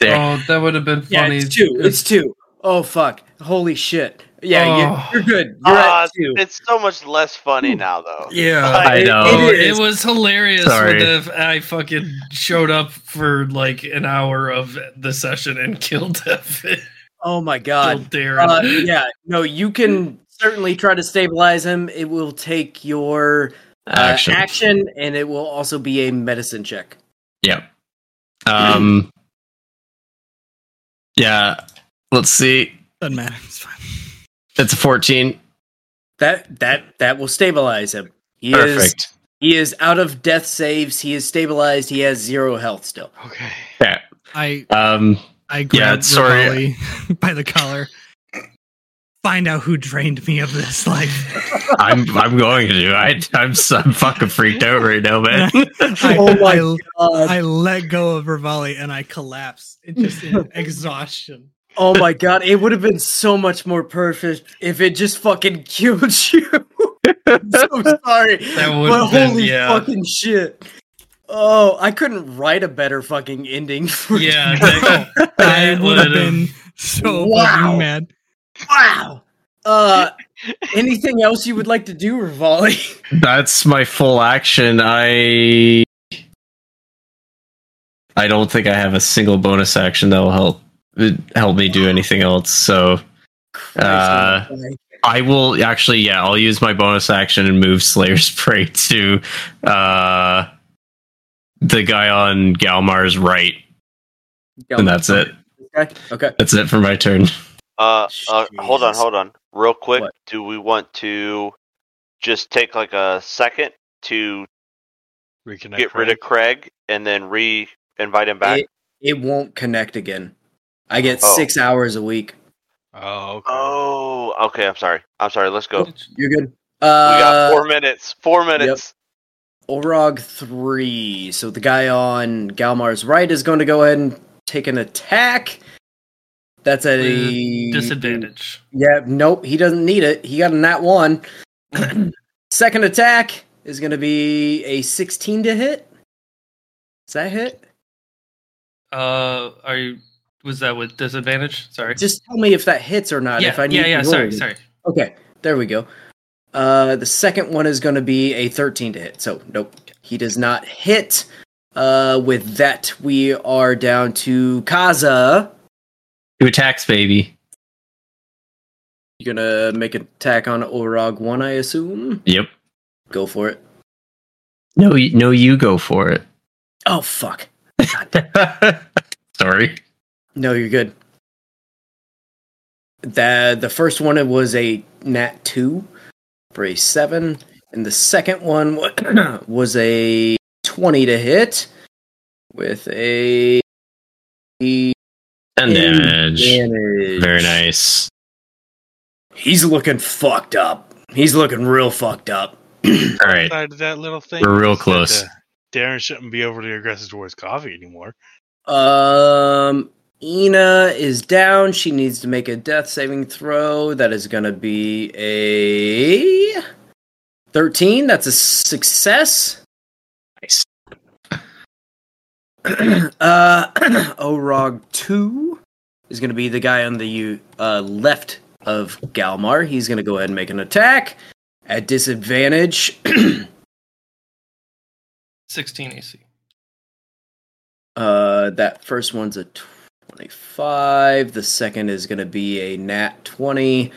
Oh, that would have been
yeah,
funny.
it's two. It's two. Oh fuck! Holy shit! Yeah,
Oh.
you're, you're good. You're
Ah,
at two.
It's so much less funny now, though.
Yeah,
I It- know. it
It,
is.
was hilarious
Sorry.
when the, I fucking showed up for like an hour of the session and killed Evan.
Oh my god!
Killed Darren.
Uh, yeah, no, you can certainly try to stabilize him. It will take your uh,
Action.
action. and it will also be a medicine check.
Yep. Um. Yeah. Let's see.
doesn't matter. It's fine.
It's a fourteen.
That that that will stabilize him. He Is,
Perfect.
he is out of death saves. He is stabilized. He has zero health still.
Okay.
Yeah.
I
Um.
I
Yeah.
grabbed
Sorry.
Rivali by the collar. Find out who drained me of this life.
I'm. I'm going to. I. I'm. s- I'm fucking freaked out right now, man.
I,
Oh my
I,
God.
I let go of Rivali and I collapsed. It just in exhaustion.
Oh my god! It would have been so much more perfect if it just fucking killed you. I'm so sorry,
That would
but
have been-
holy
yeah.
fucking shit! Oh, I couldn't write a better fucking ending. For
Yeah, that,
I
that
would
would
have
have.
been so
Wow.
fucking mad.
Wow. Uh, anything else you would like to do, Rivali?
That's my full action. I. I don't think I have a single bonus action that will help help me do anything else. So. Uh, I will actually, yeah, I'll use my bonus action and move Slayer's Prey to uh, the guy on Galmar's right, and that's it.
Okay. Okay.
That's it for my turn.
Uh, uh, hold on,
Jesus.
hold on, real quick.
What?
Do we want to just take like a second to
Reconnect.
get rid of Craig and then re-invite him back?
It, it won't connect again. I get
Oh.
six hours a week.
Oh, okay.
Oh, okay. I'm sorry. I'm sorry. Let's go. We
You're good.
got
Uh,
four minutes. Four minutes.
Orog three. So the guy on Galmar's right is going to go ahead and take an attack. That's a
With disadvantage.
Yeah, nope, he doesn't need it. He got a nat one. Second attack is going to be a 16 to hit. Does that hit?
Uh, are you? Was that with disadvantage? Sorry.
Just tell me if that hits or not.
yeah,
if I need
yeah,
to
yeah.
roll
Sorry,
it.
sorry.
Okay, there we go. Uh, the second one is going to be a 13 to hit. So, nope, he does not hit. Uh, with that, we are down to Kaza.
Two attacks, baby.
You're going to make an attack on Orog 1, I assume.
Yep.
Go for it.
No, y- no, you go for it.
Oh, fuck.
Sorry.
No, you're good. The the first one it was a nat two for a seven, and the second one wa- was a twenty to hit with a
And damage.
advantage.
Very nice.
He's looking fucked up. He's looking real fucked up.
All right.
Side of that little thing.
We're real
is that,
close.
uh, Darren shouldn't be overly aggressive towards coffee anymore.
Um, Ina is down. She needs to make a death saving throw. That is going to be a 13. That's a success.
Nice.
uh, Orog 2 is going to be the guy on the uh, left of Galmar. He's going to go ahead and make an attack at disadvantage.
Sixteen AC.
Uh, that first one's a 25. The second is going to be a nat 20.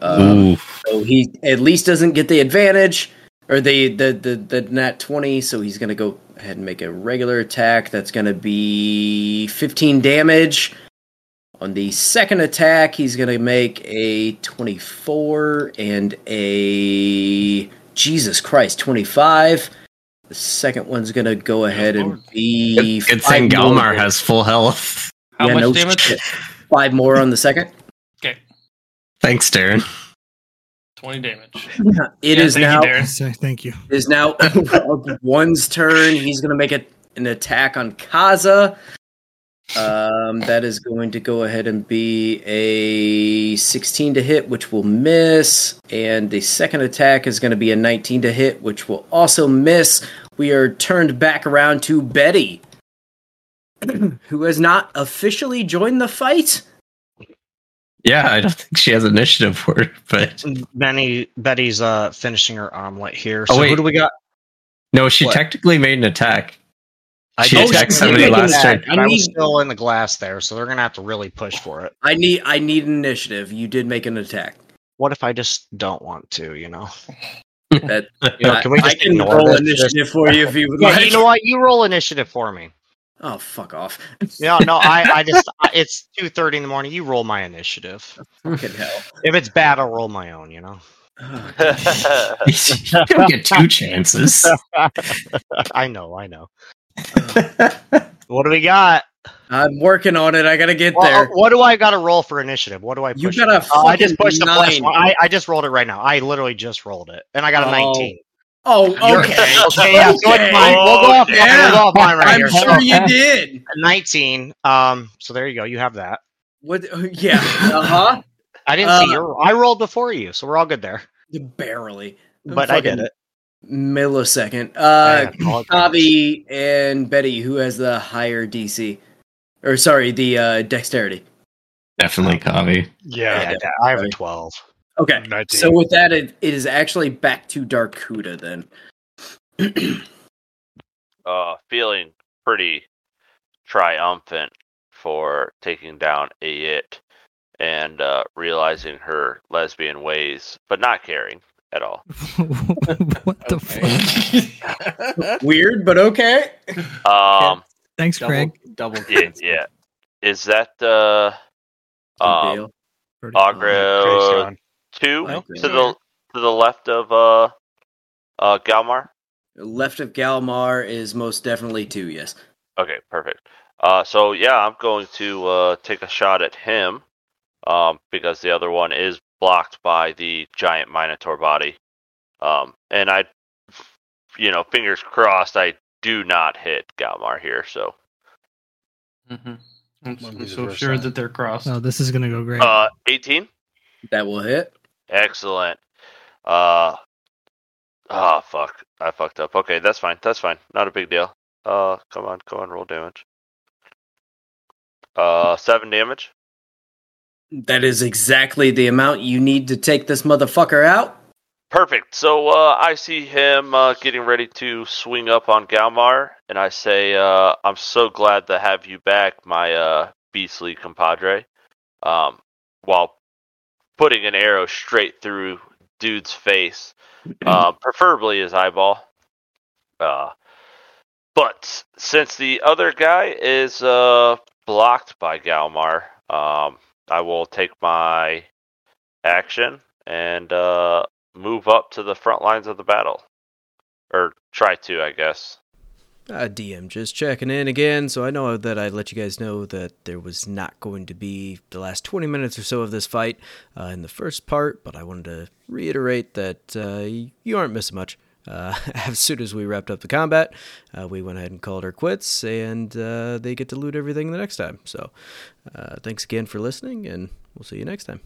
Um,
Ooh.
so he at least doesn't get the advantage or the the the, the nat 20, so he's going to go ahead and make a regular attack. That's going to be 15 damage. On the second attack, he's going to make a 24 and a Jesus Christ, 25. The second one's going to go ahead and be
Good
five
thing
more
Galmar has full health.
How
yeah,
much
no
damage?
shit. Five more on the second.
Okay,
Thanks, Darren.
twenty damage.
It
Yeah,
is
thank you,
now
Darren.
So, thank you.
it is now one's turn. He's gonna make it an attack on Kaza. Um, that is going to go ahead and be a 16 to hit, which will miss. And the second attack is going to be a 19 to hit, which will also miss. We are turned back around to Betty, who has not officially joined the fight.
Yeah, I don't think she has initiative for it, but
Benny Betty's uh finishing her omelet here.
Oh,
So
wait.
who do we got?
no, she
What?
technically made an attack.
I
She
guess-
attacked somebody last turn.
I was still in the glass there, so they're gonna have to really push for it.
I need I need initiative. You did make an attack.
What if I just don't want to? You know.
That
You know, can we
I
just
can
ignore
roll
this?
initiative for you if you would
Yeah,
like.
You know what? You roll initiative for me.
Oh, fuck off!
No, no, I, I just I- it's two thirty in the morning. You roll my initiative.
Fucking hell.
If it's bad, I'll roll my own. You know.
you don't get two chances.
I know. I know. what do we got?
I'm working on it. I gotta get
Well,
there.
uh, What do I got to roll for initiative? What do I push?
You got a
for? Oh, I just
fucking
pushed the plus
nine.
one. I, I just rolled it right now. I literally just rolled it, and I got a
Oh.
nineteen.
Oh,
You're-
okay.
okay, yeah, so it's mine. We'll go offline.
Yeah.
We'll go offline right
I'm
here.
sure
So-
you did.
Nineteen. Um. So there you go. You have that.
What? Yeah. Uh huh.
I didn't see
Uh,
your. I rolled before you, so we're all good there.
Barely.
But I did
Fucking
it.
Millisecond.
I
Uh, Javi and Betty, who has the higher DC? Or sorry, the uh, dexterity.
Definitely Kavi.
Yeah, I- I have a twelve.
Okay. So with that, it, it is actually back to Darkuda then.
uh, feeling pretty triumphant for taking down a it and uh, realizing her lesbian ways, but not caring at all.
what the fuck?
Weird, but okay.
Um,
Thanks, Craig.
Double.
yeah, yeah. Is that uh, um, Agra two
Like
to
that.
the to the left of uh, uh, Galmar?
Left of Galmar is most definitely two. Yes.
Okay, perfect. Uh, so yeah, I'm going to uh, take a shot at him um, because the other one is blocked by the giant minotaur body, um, and I, you know, fingers crossed, I do not hit Galmar here. So
Mm-hmm. I'm,
Might
I'm
be the
so
first
sure
time.
that they're crossed.
Oh, this is gonna go great.
uh, 18.
That will hit.
Excellent. Uh ah fuck. I fucked up. Okay, that's fine. That's fine. Not a big deal. Uh come on, come on, roll damage. Uh seven damage.
That is exactly the amount you need to take this motherfucker out.
Perfect. So uh I see him uh getting ready to swing up on Galmar and I say uh I'm so glad to have you back, my uh beastly compadre. Um while putting an arrow straight through dude's face. Uh, preferably his eyeball. Uh, but since the other guy is uh, blocked by Galmar, um, I will take my action and uh, move up to the front lines of the battle. Or try to, I guess.
Uh, DM, just checking in again. So I know that I let you guys know that there was not going to be the last 20 minutes or so of this fight uh, in the first part, but I wanted to reiterate that uh, you aren't missing much. Uh, as soon as we wrapped up the combat, uh, we went ahead and called our quits, and uh, they get to loot everything the next time. So uh, thanks again for listening, and we'll see you next time.